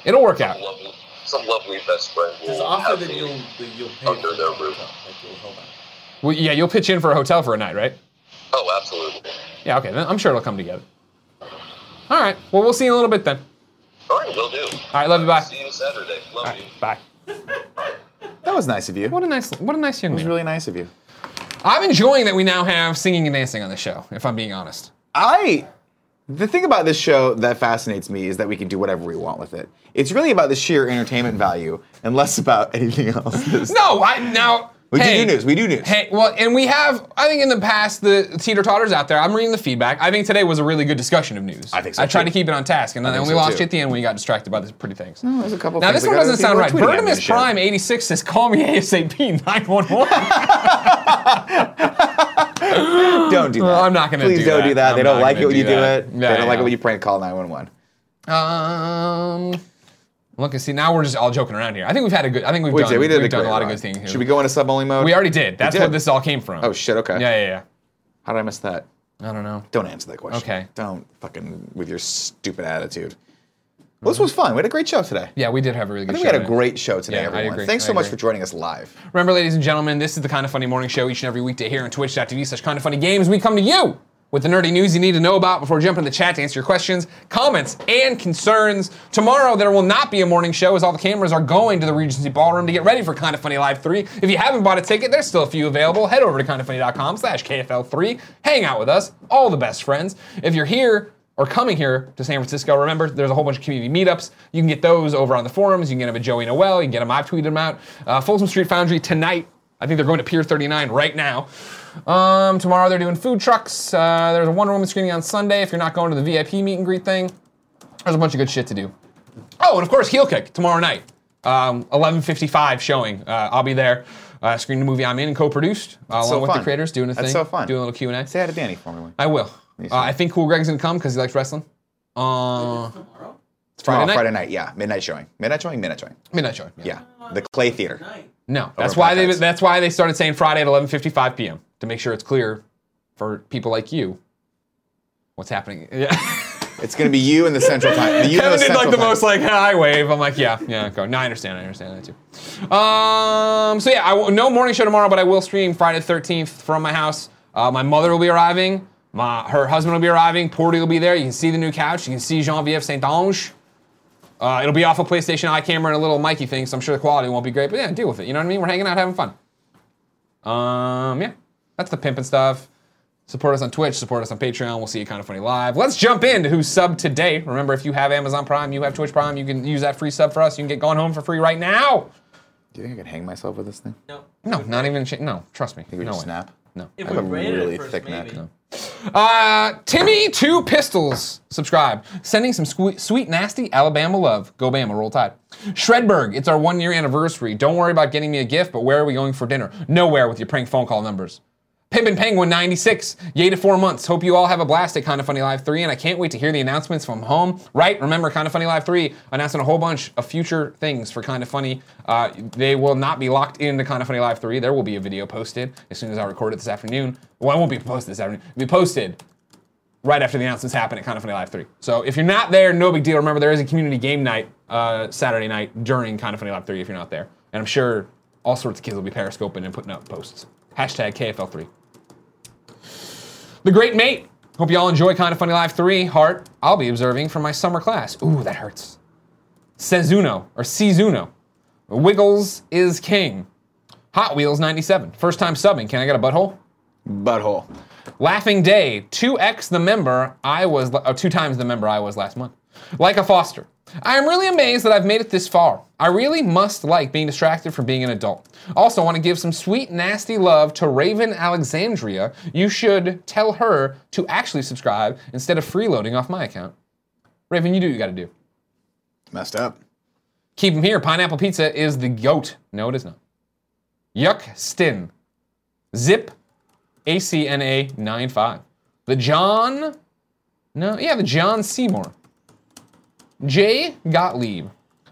Speaker 1: It'll work out.
Speaker 8: Lovely, some lovely best friend will
Speaker 5: Just offer
Speaker 8: have
Speaker 5: that
Speaker 8: me.
Speaker 5: you'll, that you'll pay
Speaker 8: Under
Speaker 5: for
Speaker 8: their
Speaker 5: it.
Speaker 8: roof.
Speaker 5: Like, you'll help out.
Speaker 1: Well, yeah, you'll pitch in for a hotel for a night, right?
Speaker 8: Oh, absolutely.
Speaker 1: Yeah. Okay. Then I'm sure it'll come together. All right. Well, we'll see you in a little bit then.
Speaker 8: All right, will do.
Speaker 1: All right. Love you. Bye.
Speaker 8: See you Saturday.
Speaker 1: All
Speaker 8: Love
Speaker 1: right.
Speaker 8: you.
Speaker 1: Bye.
Speaker 2: That was nice of you.
Speaker 1: What
Speaker 2: That
Speaker 1: a nice, what a nice young
Speaker 2: was
Speaker 1: man.
Speaker 2: really nice of you.
Speaker 1: I'm enjoying that we now have singing and dancing on the show. If I'm being honest.
Speaker 2: I. The thing about this show that fascinates me is that we can do whatever we want with it. It's really about the sheer entertainment value and less about anything else.
Speaker 1: No. I now.
Speaker 2: We
Speaker 1: hey,
Speaker 2: do do news. We do news.
Speaker 1: Hey, well, and we have, I think in the past, the teeter totters out there, I'm reading the feedback. I think today was a really good discussion of news.
Speaker 2: I think so,
Speaker 1: I tried
Speaker 2: too.
Speaker 1: to keep it on task, and then I,
Speaker 2: I think
Speaker 1: only
Speaker 2: so,
Speaker 1: lost
Speaker 2: too.
Speaker 1: you at the end when you got distracted by the pretty things.
Speaker 2: There's a couple
Speaker 1: Now,
Speaker 2: things
Speaker 1: this one
Speaker 2: that got
Speaker 1: doesn't
Speaker 2: other
Speaker 1: sound right.
Speaker 2: people tweeting at me
Speaker 1: Burnham
Speaker 2: and shit.
Speaker 1: Prime 86 says, call me ASAP 911.
Speaker 2: Don't do that.
Speaker 1: I'm not gonna
Speaker 2: Please
Speaker 1: do
Speaker 2: don't
Speaker 1: that.
Speaker 2: do that. They
Speaker 1: I'm
Speaker 2: don't
Speaker 1: not
Speaker 2: like
Speaker 1: gonna
Speaker 2: it when
Speaker 1: do
Speaker 2: you do
Speaker 1: that.
Speaker 2: it.
Speaker 1: Yeah,
Speaker 2: they don't like
Speaker 1: yeah.
Speaker 2: it when you prank call 911.
Speaker 1: um, look, and see, now we're just all joking around here. I think we've had a good, I think we've,
Speaker 2: We
Speaker 1: done,
Speaker 2: did, we did
Speaker 1: we've
Speaker 2: a
Speaker 1: done a
Speaker 2: great
Speaker 1: lot of
Speaker 2: run.
Speaker 1: good things here.
Speaker 2: Should we go into sub only mode?
Speaker 1: We already did. That's where
Speaker 2: did.
Speaker 1: this all came from.
Speaker 2: Oh shit. Okay.
Speaker 1: Yeah, yeah,
Speaker 2: How did I miss that?
Speaker 1: yeah. I don't know.
Speaker 2: Don't answer that question.
Speaker 1: Okay.
Speaker 2: Don't fucking with your stupid attitude. Well, this was fun. We had a great show today.
Speaker 1: Yeah, we did have a really good
Speaker 2: I think we
Speaker 1: show
Speaker 2: had a
Speaker 1: today.
Speaker 2: great show today,
Speaker 1: Yeah, I
Speaker 2: everyone.
Speaker 1: agree.
Speaker 2: Thanks
Speaker 1: I
Speaker 2: so much
Speaker 1: agree.
Speaker 2: for joining us live.
Speaker 1: Remember, ladies and gentlemen, this is the Kind of Funny Morning Show each and every weekday here on twitch.tv slash kind of funny games. We come to you with the nerdy news you need to know about before jumping in the chat to answer your questions, comments, and concerns. Tomorrow, there will not be a morning show as all the cameras are going to the Regency Ballroom to get ready for Kind of Funny Live 3. If you haven't bought a ticket, there's still a few available. Head over to kindoffunny.com slash KFL3. Hang out with us, all the best friends. If you're here, or coming here to San Francisco, remember there's a whole bunch of community meetups. You can get those over on the forums. You can get them at Joey Noel. You can get them. I've tweeted them out. Uh, Folsom Street Foundry tonight. I think they're going to Pier 39 right now. Um, tomorrow they're doing food trucks. Uh, there's a Wonder Woman screening on Sunday. If you're not going to the VIP meet and greet thing, there's a bunch of good shit to do. Oh, and of course, Heel Kick tomorrow night, um, 11:55 showing. Uh, I'll be there. Uh, screening the movie I'm in and co-produced uh, along
Speaker 2: so
Speaker 1: with the
Speaker 2: fun.
Speaker 1: creators, doing a
Speaker 2: That's
Speaker 1: thing,
Speaker 2: so fun.
Speaker 1: doing a little Q and A.
Speaker 2: Say hi to Danny for me.
Speaker 1: I will. Uh,
Speaker 2: Me too.
Speaker 1: I think Cool Greg's gonna come because he likes wrestling. Uh,
Speaker 5: Tomorrow?
Speaker 1: it's Friday
Speaker 2: Tomorrow,
Speaker 1: night.
Speaker 2: Friday night. Yeah. Midnight showing. Midnight showing. Midnight showing.
Speaker 1: Midnight show. Yeah.
Speaker 2: Yeah. The Clay Theater.
Speaker 5: Night.
Speaker 1: No, that's
Speaker 2: at
Speaker 1: why they
Speaker 2: Blackheads.
Speaker 1: that's why they started saying Friday at 11:55 p.m. to make sure it's clear for people like you what's happening. Yeah.
Speaker 2: It's gonna be you in the Central Time. You in
Speaker 1: Kevin did
Speaker 2: Central
Speaker 1: like the
Speaker 2: Time.
Speaker 1: most like high wave. I'm like, yeah, yeah, go. No, I understand. I understand that too. Um, so yeah, I w- no morning show tomorrow, but I will stream Friday the 13th from my house. Uh, my mother will be arriving. My her husband will be arriving. Porty will be there. You can see the new couch. You can see Jean-Vive Saint Ange. Uh, it'll be off a PlayStation Eye camera and a little Mikey thing, so I'm sure the quality won't be great. But yeah, deal with it. You know what I mean? We're hanging out, having fun. Um, yeah, that's the pimping stuff. Support us on Twitch. Support us on Patreon. We'll see you kind of funny live. Let's jump into who subbed today. Remember, if you have Amazon Prime, you have Twitch Prime, you can use that free sub for us. You can get gone home for free right now.
Speaker 2: Do you think I could hang myself with this thing?
Speaker 5: No.
Speaker 1: No, not even. Ch- no, trust me.
Speaker 2: It would
Speaker 1: No
Speaker 2: just
Speaker 1: way.
Speaker 2: snap.
Speaker 1: No.
Speaker 5: If
Speaker 2: I
Speaker 5: we
Speaker 2: have a
Speaker 5: rated
Speaker 2: really
Speaker 5: it first,
Speaker 2: thick neck,
Speaker 5: maybe.
Speaker 2: no.
Speaker 1: Uh, Timmy Two Pistols, subscribe. Sending some sque- sweet, nasty Alabama love. Go Bama, roll tide. Shredberg, it's our one year anniversary. Don't worry about getting me a gift, but where are we going for dinner? Nowhere with your prank phone call numbers. Pimpin' Penguin 96, yay to four months. Hope you all have a blast at Kinda Funny Live 3, and I can't wait to hear the announcements from home. Right, remember, Kinda Funny Live 3 announcing a whole bunch of future things for Kinda Funny. Uh, they will not be locked into Kinda Funny Live 3. There will be a video posted as soon as I record it this afternoon. Well, it won't be posted this afternoon. It'll be posted right after the announcements happen at Kind of Funny Live 3. So if you're not there, no big deal. Remember, there is a community game night uh, Saturday night during Kind of Funny Live 3 if you're not there. And I'm sure all sorts of kids will be periscoping and putting up posts. Hashtag KFL3. The Great Mate. Hope you all enjoy Kind of Funny Live 3. Heart, I'll be observing for my summer class. Ooh, that hurts. Sezuno, or Sezuno. Wiggles is king. Hot Wheels 97. First time subbing. Can I get a butthole?
Speaker 2: Butthole.
Speaker 1: Laughing Day, 2x the member I was, or two times the member I was last month. Like a Foster. I am really amazed that I've made it this far. I really must like being distracted from being an adult. Also, want to give some sweet, nasty love to Raven Alexandria. You should tell her to actually subscribe instead of freeloading off my account. Raven, you do what you got to do.
Speaker 2: Messed up.
Speaker 1: Keep him here. Pineapple pizza is the goat. No, it is not. Yuck Stin. Zip ACNA 95. The John. No, yeah, the John Seymour. Jay Gottlieb.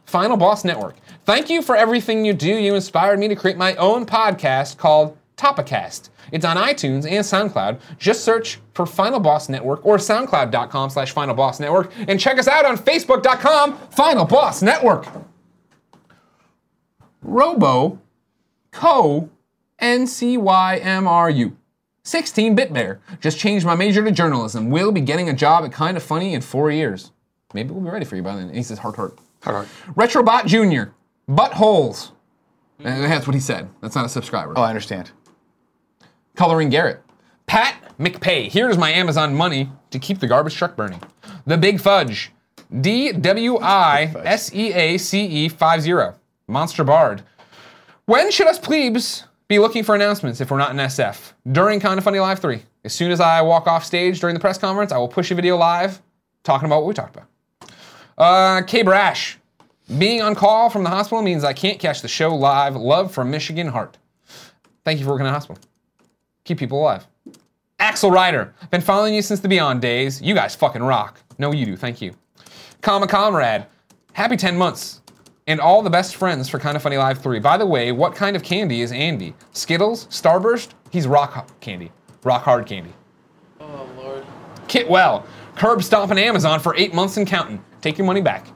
Speaker 1: Final Boss Network. Thank you for everything you do. You inspired me to create my own podcast called Topicast. It's on iTunes and SoundCloud. Just search for Final Boss Network or soundcloud.com slash Final Boss Network and check us out on facebook.com Final Boss Network. Robo Co. NCYMRU. 16 bit bear. Just changed my major to journalism. Will be getting a job at Kinda Funny in four years. Maybe we'll be ready for you by then. And he says, heart, heart. Heart, heart. Retrobot Jr. Buttholes. And that's what he said. That's not a subscriber.
Speaker 2: Oh, I understand.
Speaker 1: Coloring Garrett. Pat McPay. Here's my Amazon money to keep the garbage truck burning. The Big Fudge. D W I S E A C E 50. Monster Bard. When should us plebes be looking for announcements if we're not in SF? During Kinda Funny Live 3. As soon as I walk off stage during the press conference, I will push a video live talking about what we talked about. Uh, K Brash. Being on call from the hospital means I can't catch the show live. Love from Michigan Heart. Thank you for working in the hospital keep people alive. Axel Ryder, been following you since the Beyond days. You guys fucking rock. No, you do. Thank you. Comma Comrade, happy 10 months. And all the best friends for Kind of Funny Live 3. By the way, what kind of candy is Andy? Skittles? Starburst? He's rock ho- candy. Rock hard candy.
Speaker 5: Oh lord.
Speaker 1: Kitwell, curb stomping Amazon for eight months and counting. Take your money back.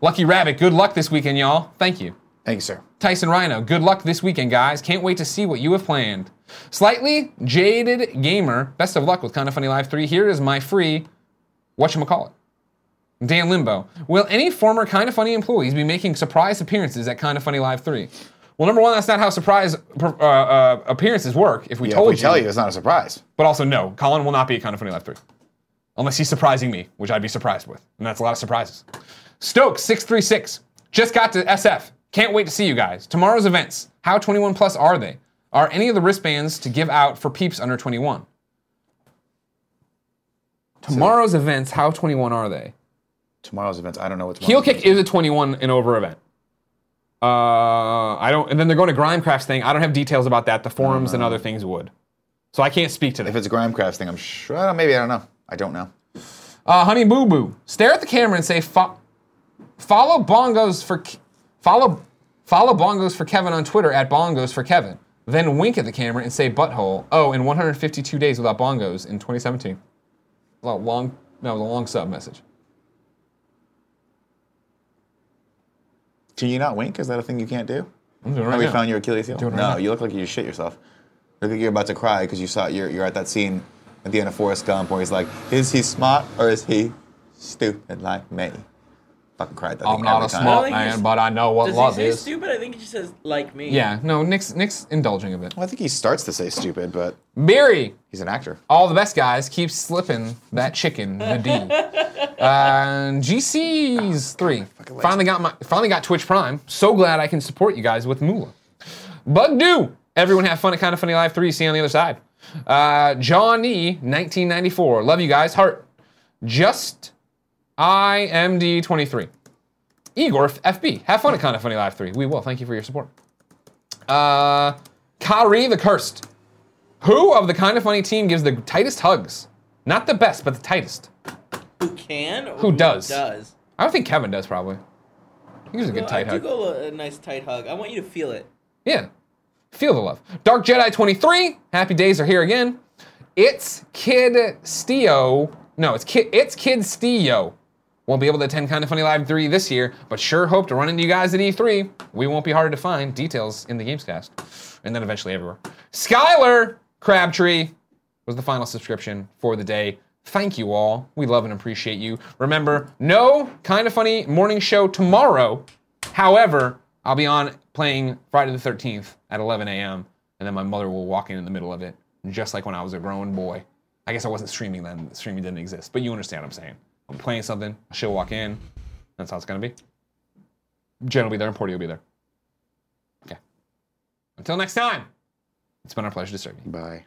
Speaker 1: Lucky Rabbit, good luck this weekend, y'all. Thank you.
Speaker 2: Thank you, sir.
Speaker 1: Tyson Rhino, good luck this weekend, guys. Can't wait to see what you have planned. Slightly jaded gamer, best of luck with Kinda Funny Live 3. Here is my free whatchamacallit. Dan Limbo, will any former Kinda Funny employees be making surprise appearances at Kinda Funny Live 3? Well, number one, that's not how surprise uh, uh, appearances work. If we
Speaker 2: Yeah,
Speaker 1: told
Speaker 2: if we tell you, it's not a surprise.
Speaker 1: but also, no, Colin will not be a kind of funny left three. Unless he's surprising me, which I'd be surprised with. And that's a lot of surprises. Stokes636. Just got to SF. Can't wait to see you guys. Tomorrow's events. How 21 plus are they? Are any of the wristbands to give out for peeps under 21? Tomorrow's events, how 21 are they?
Speaker 2: Tomorrow's events. I don't know what
Speaker 1: Heel
Speaker 2: tomorrow's
Speaker 1: kick
Speaker 2: events
Speaker 1: is a 21 and over event. Uh, I don't, and then they're going to Grimecraft's thing. I don't have details about that. The forums and other things would, so I can't speak to that.
Speaker 2: If it's a Grimecraft thing, I'm sure. I don't- Maybe I don't know. I don't know.
Speaker 1: Uh, honey Boo Boo, stare at the camera and say, "Fo- "Follow Bongos for Ke- follow follow Bongos for Kevin on Twitter at Bongos for Kevin." Then wink at the camera and say, "Butthole." Oh, in 152 days without Bongos in 2017. A lot long. No, it was a long sub message.
Speaker 2: Can you not wink? Is that a thing you can't do?
Speaker 1: I'm doing it
Speaker 2: Have we
Speaker 1: right now.
Speaker 2: found your Achilles heel?
Speaker 1: Do it right
Speaker 2: no,
Speaker 1: now.
Speaker 2: you look like you shit yourself. You look like you're about to cry because you saw you're, you're at that scene at the end of Forrest Gump where he's like, "Is he smart or is he stupid like me?" Fucking cried that
Speaker 9: I'm
Speaker 2: thing
Speaker 9: not
Speaker 2: every
Speaker 9: a
Speaker 2: time.
Speaker 9: smart
Speaker 5: I think
Speaker 9: man,
Speaker 5: he's-
Speaker 9: but I know what
Speaker 5: Does
Speaker 9: love
Speaker 5: he say
Speaker 9: is.
Speaker 5: stupid? I think he just says like me.
Speaker 1: Yeah, no, Nick's Nick's indulging a bit.
Speaker 2: Well, I think he starts to say stupid, but
Speaker 1: Beery,
Speaker 2: he's an actor.
Speaker 1: all the best guys keep slipping that chicken, the D. Uh, GC's three. Finally got my finally got Twitch Prime. So glad I can support you guys with Moolah. Bug do. Everyone have fun at Kind of Funny Live 3. See you on the other side. Uh, Johnny, 1994. Love you guys. Heart. Just IMD23. Igor FB. Have fun at Kind of Funny Live 3. We will. Thank you for your support. Uh, Kari the Cursed. Who of the Kind of Funny team gives the tightest hugs? Not the best, but the tightest.
Speaker 5: Who can? Or
Speaker 1: Who does?
Speaker 5: Does.
Speaker 1: I would think Kevin does probably. He gives a good
Speaker 5: Well,
Speaker 1: tight
Speaker 5: I do
Speaker 1: hug.
Speaker 5: go a, a nice tight hug. I want you to feel it.
Speaker 1: Yeah. Feel the love. Dark Jedi 23, happy days are here again. It's Kid Steo. No, it's Kid it's Kid Steo. Won't be able to attend Kind of Funny Live 3 this year, but sure hope to run into you guys at E3. We won't be hard to find. Details in the Gamescast. And then eventually everywhere. Skylar Crabtree was the final subscription for the day. Thank you all. We love and appreciate you. Remember, no Kind of Funny morning show tomorrow. However, I'll be on playing Friday the 13th at 11 a.m., and then my mother will walk in in the middle of it, just like when I was a grown boy. I guess I wasn't streaming then, streaming didn't exist, but you understand what I'm saying. I'm playing something, she'll walk in, that's how it's gonna be. Jen will be there, and Porty will be there. Okay. Until next time, it's been our pleasure to serve you.
Speaker 2: Bye.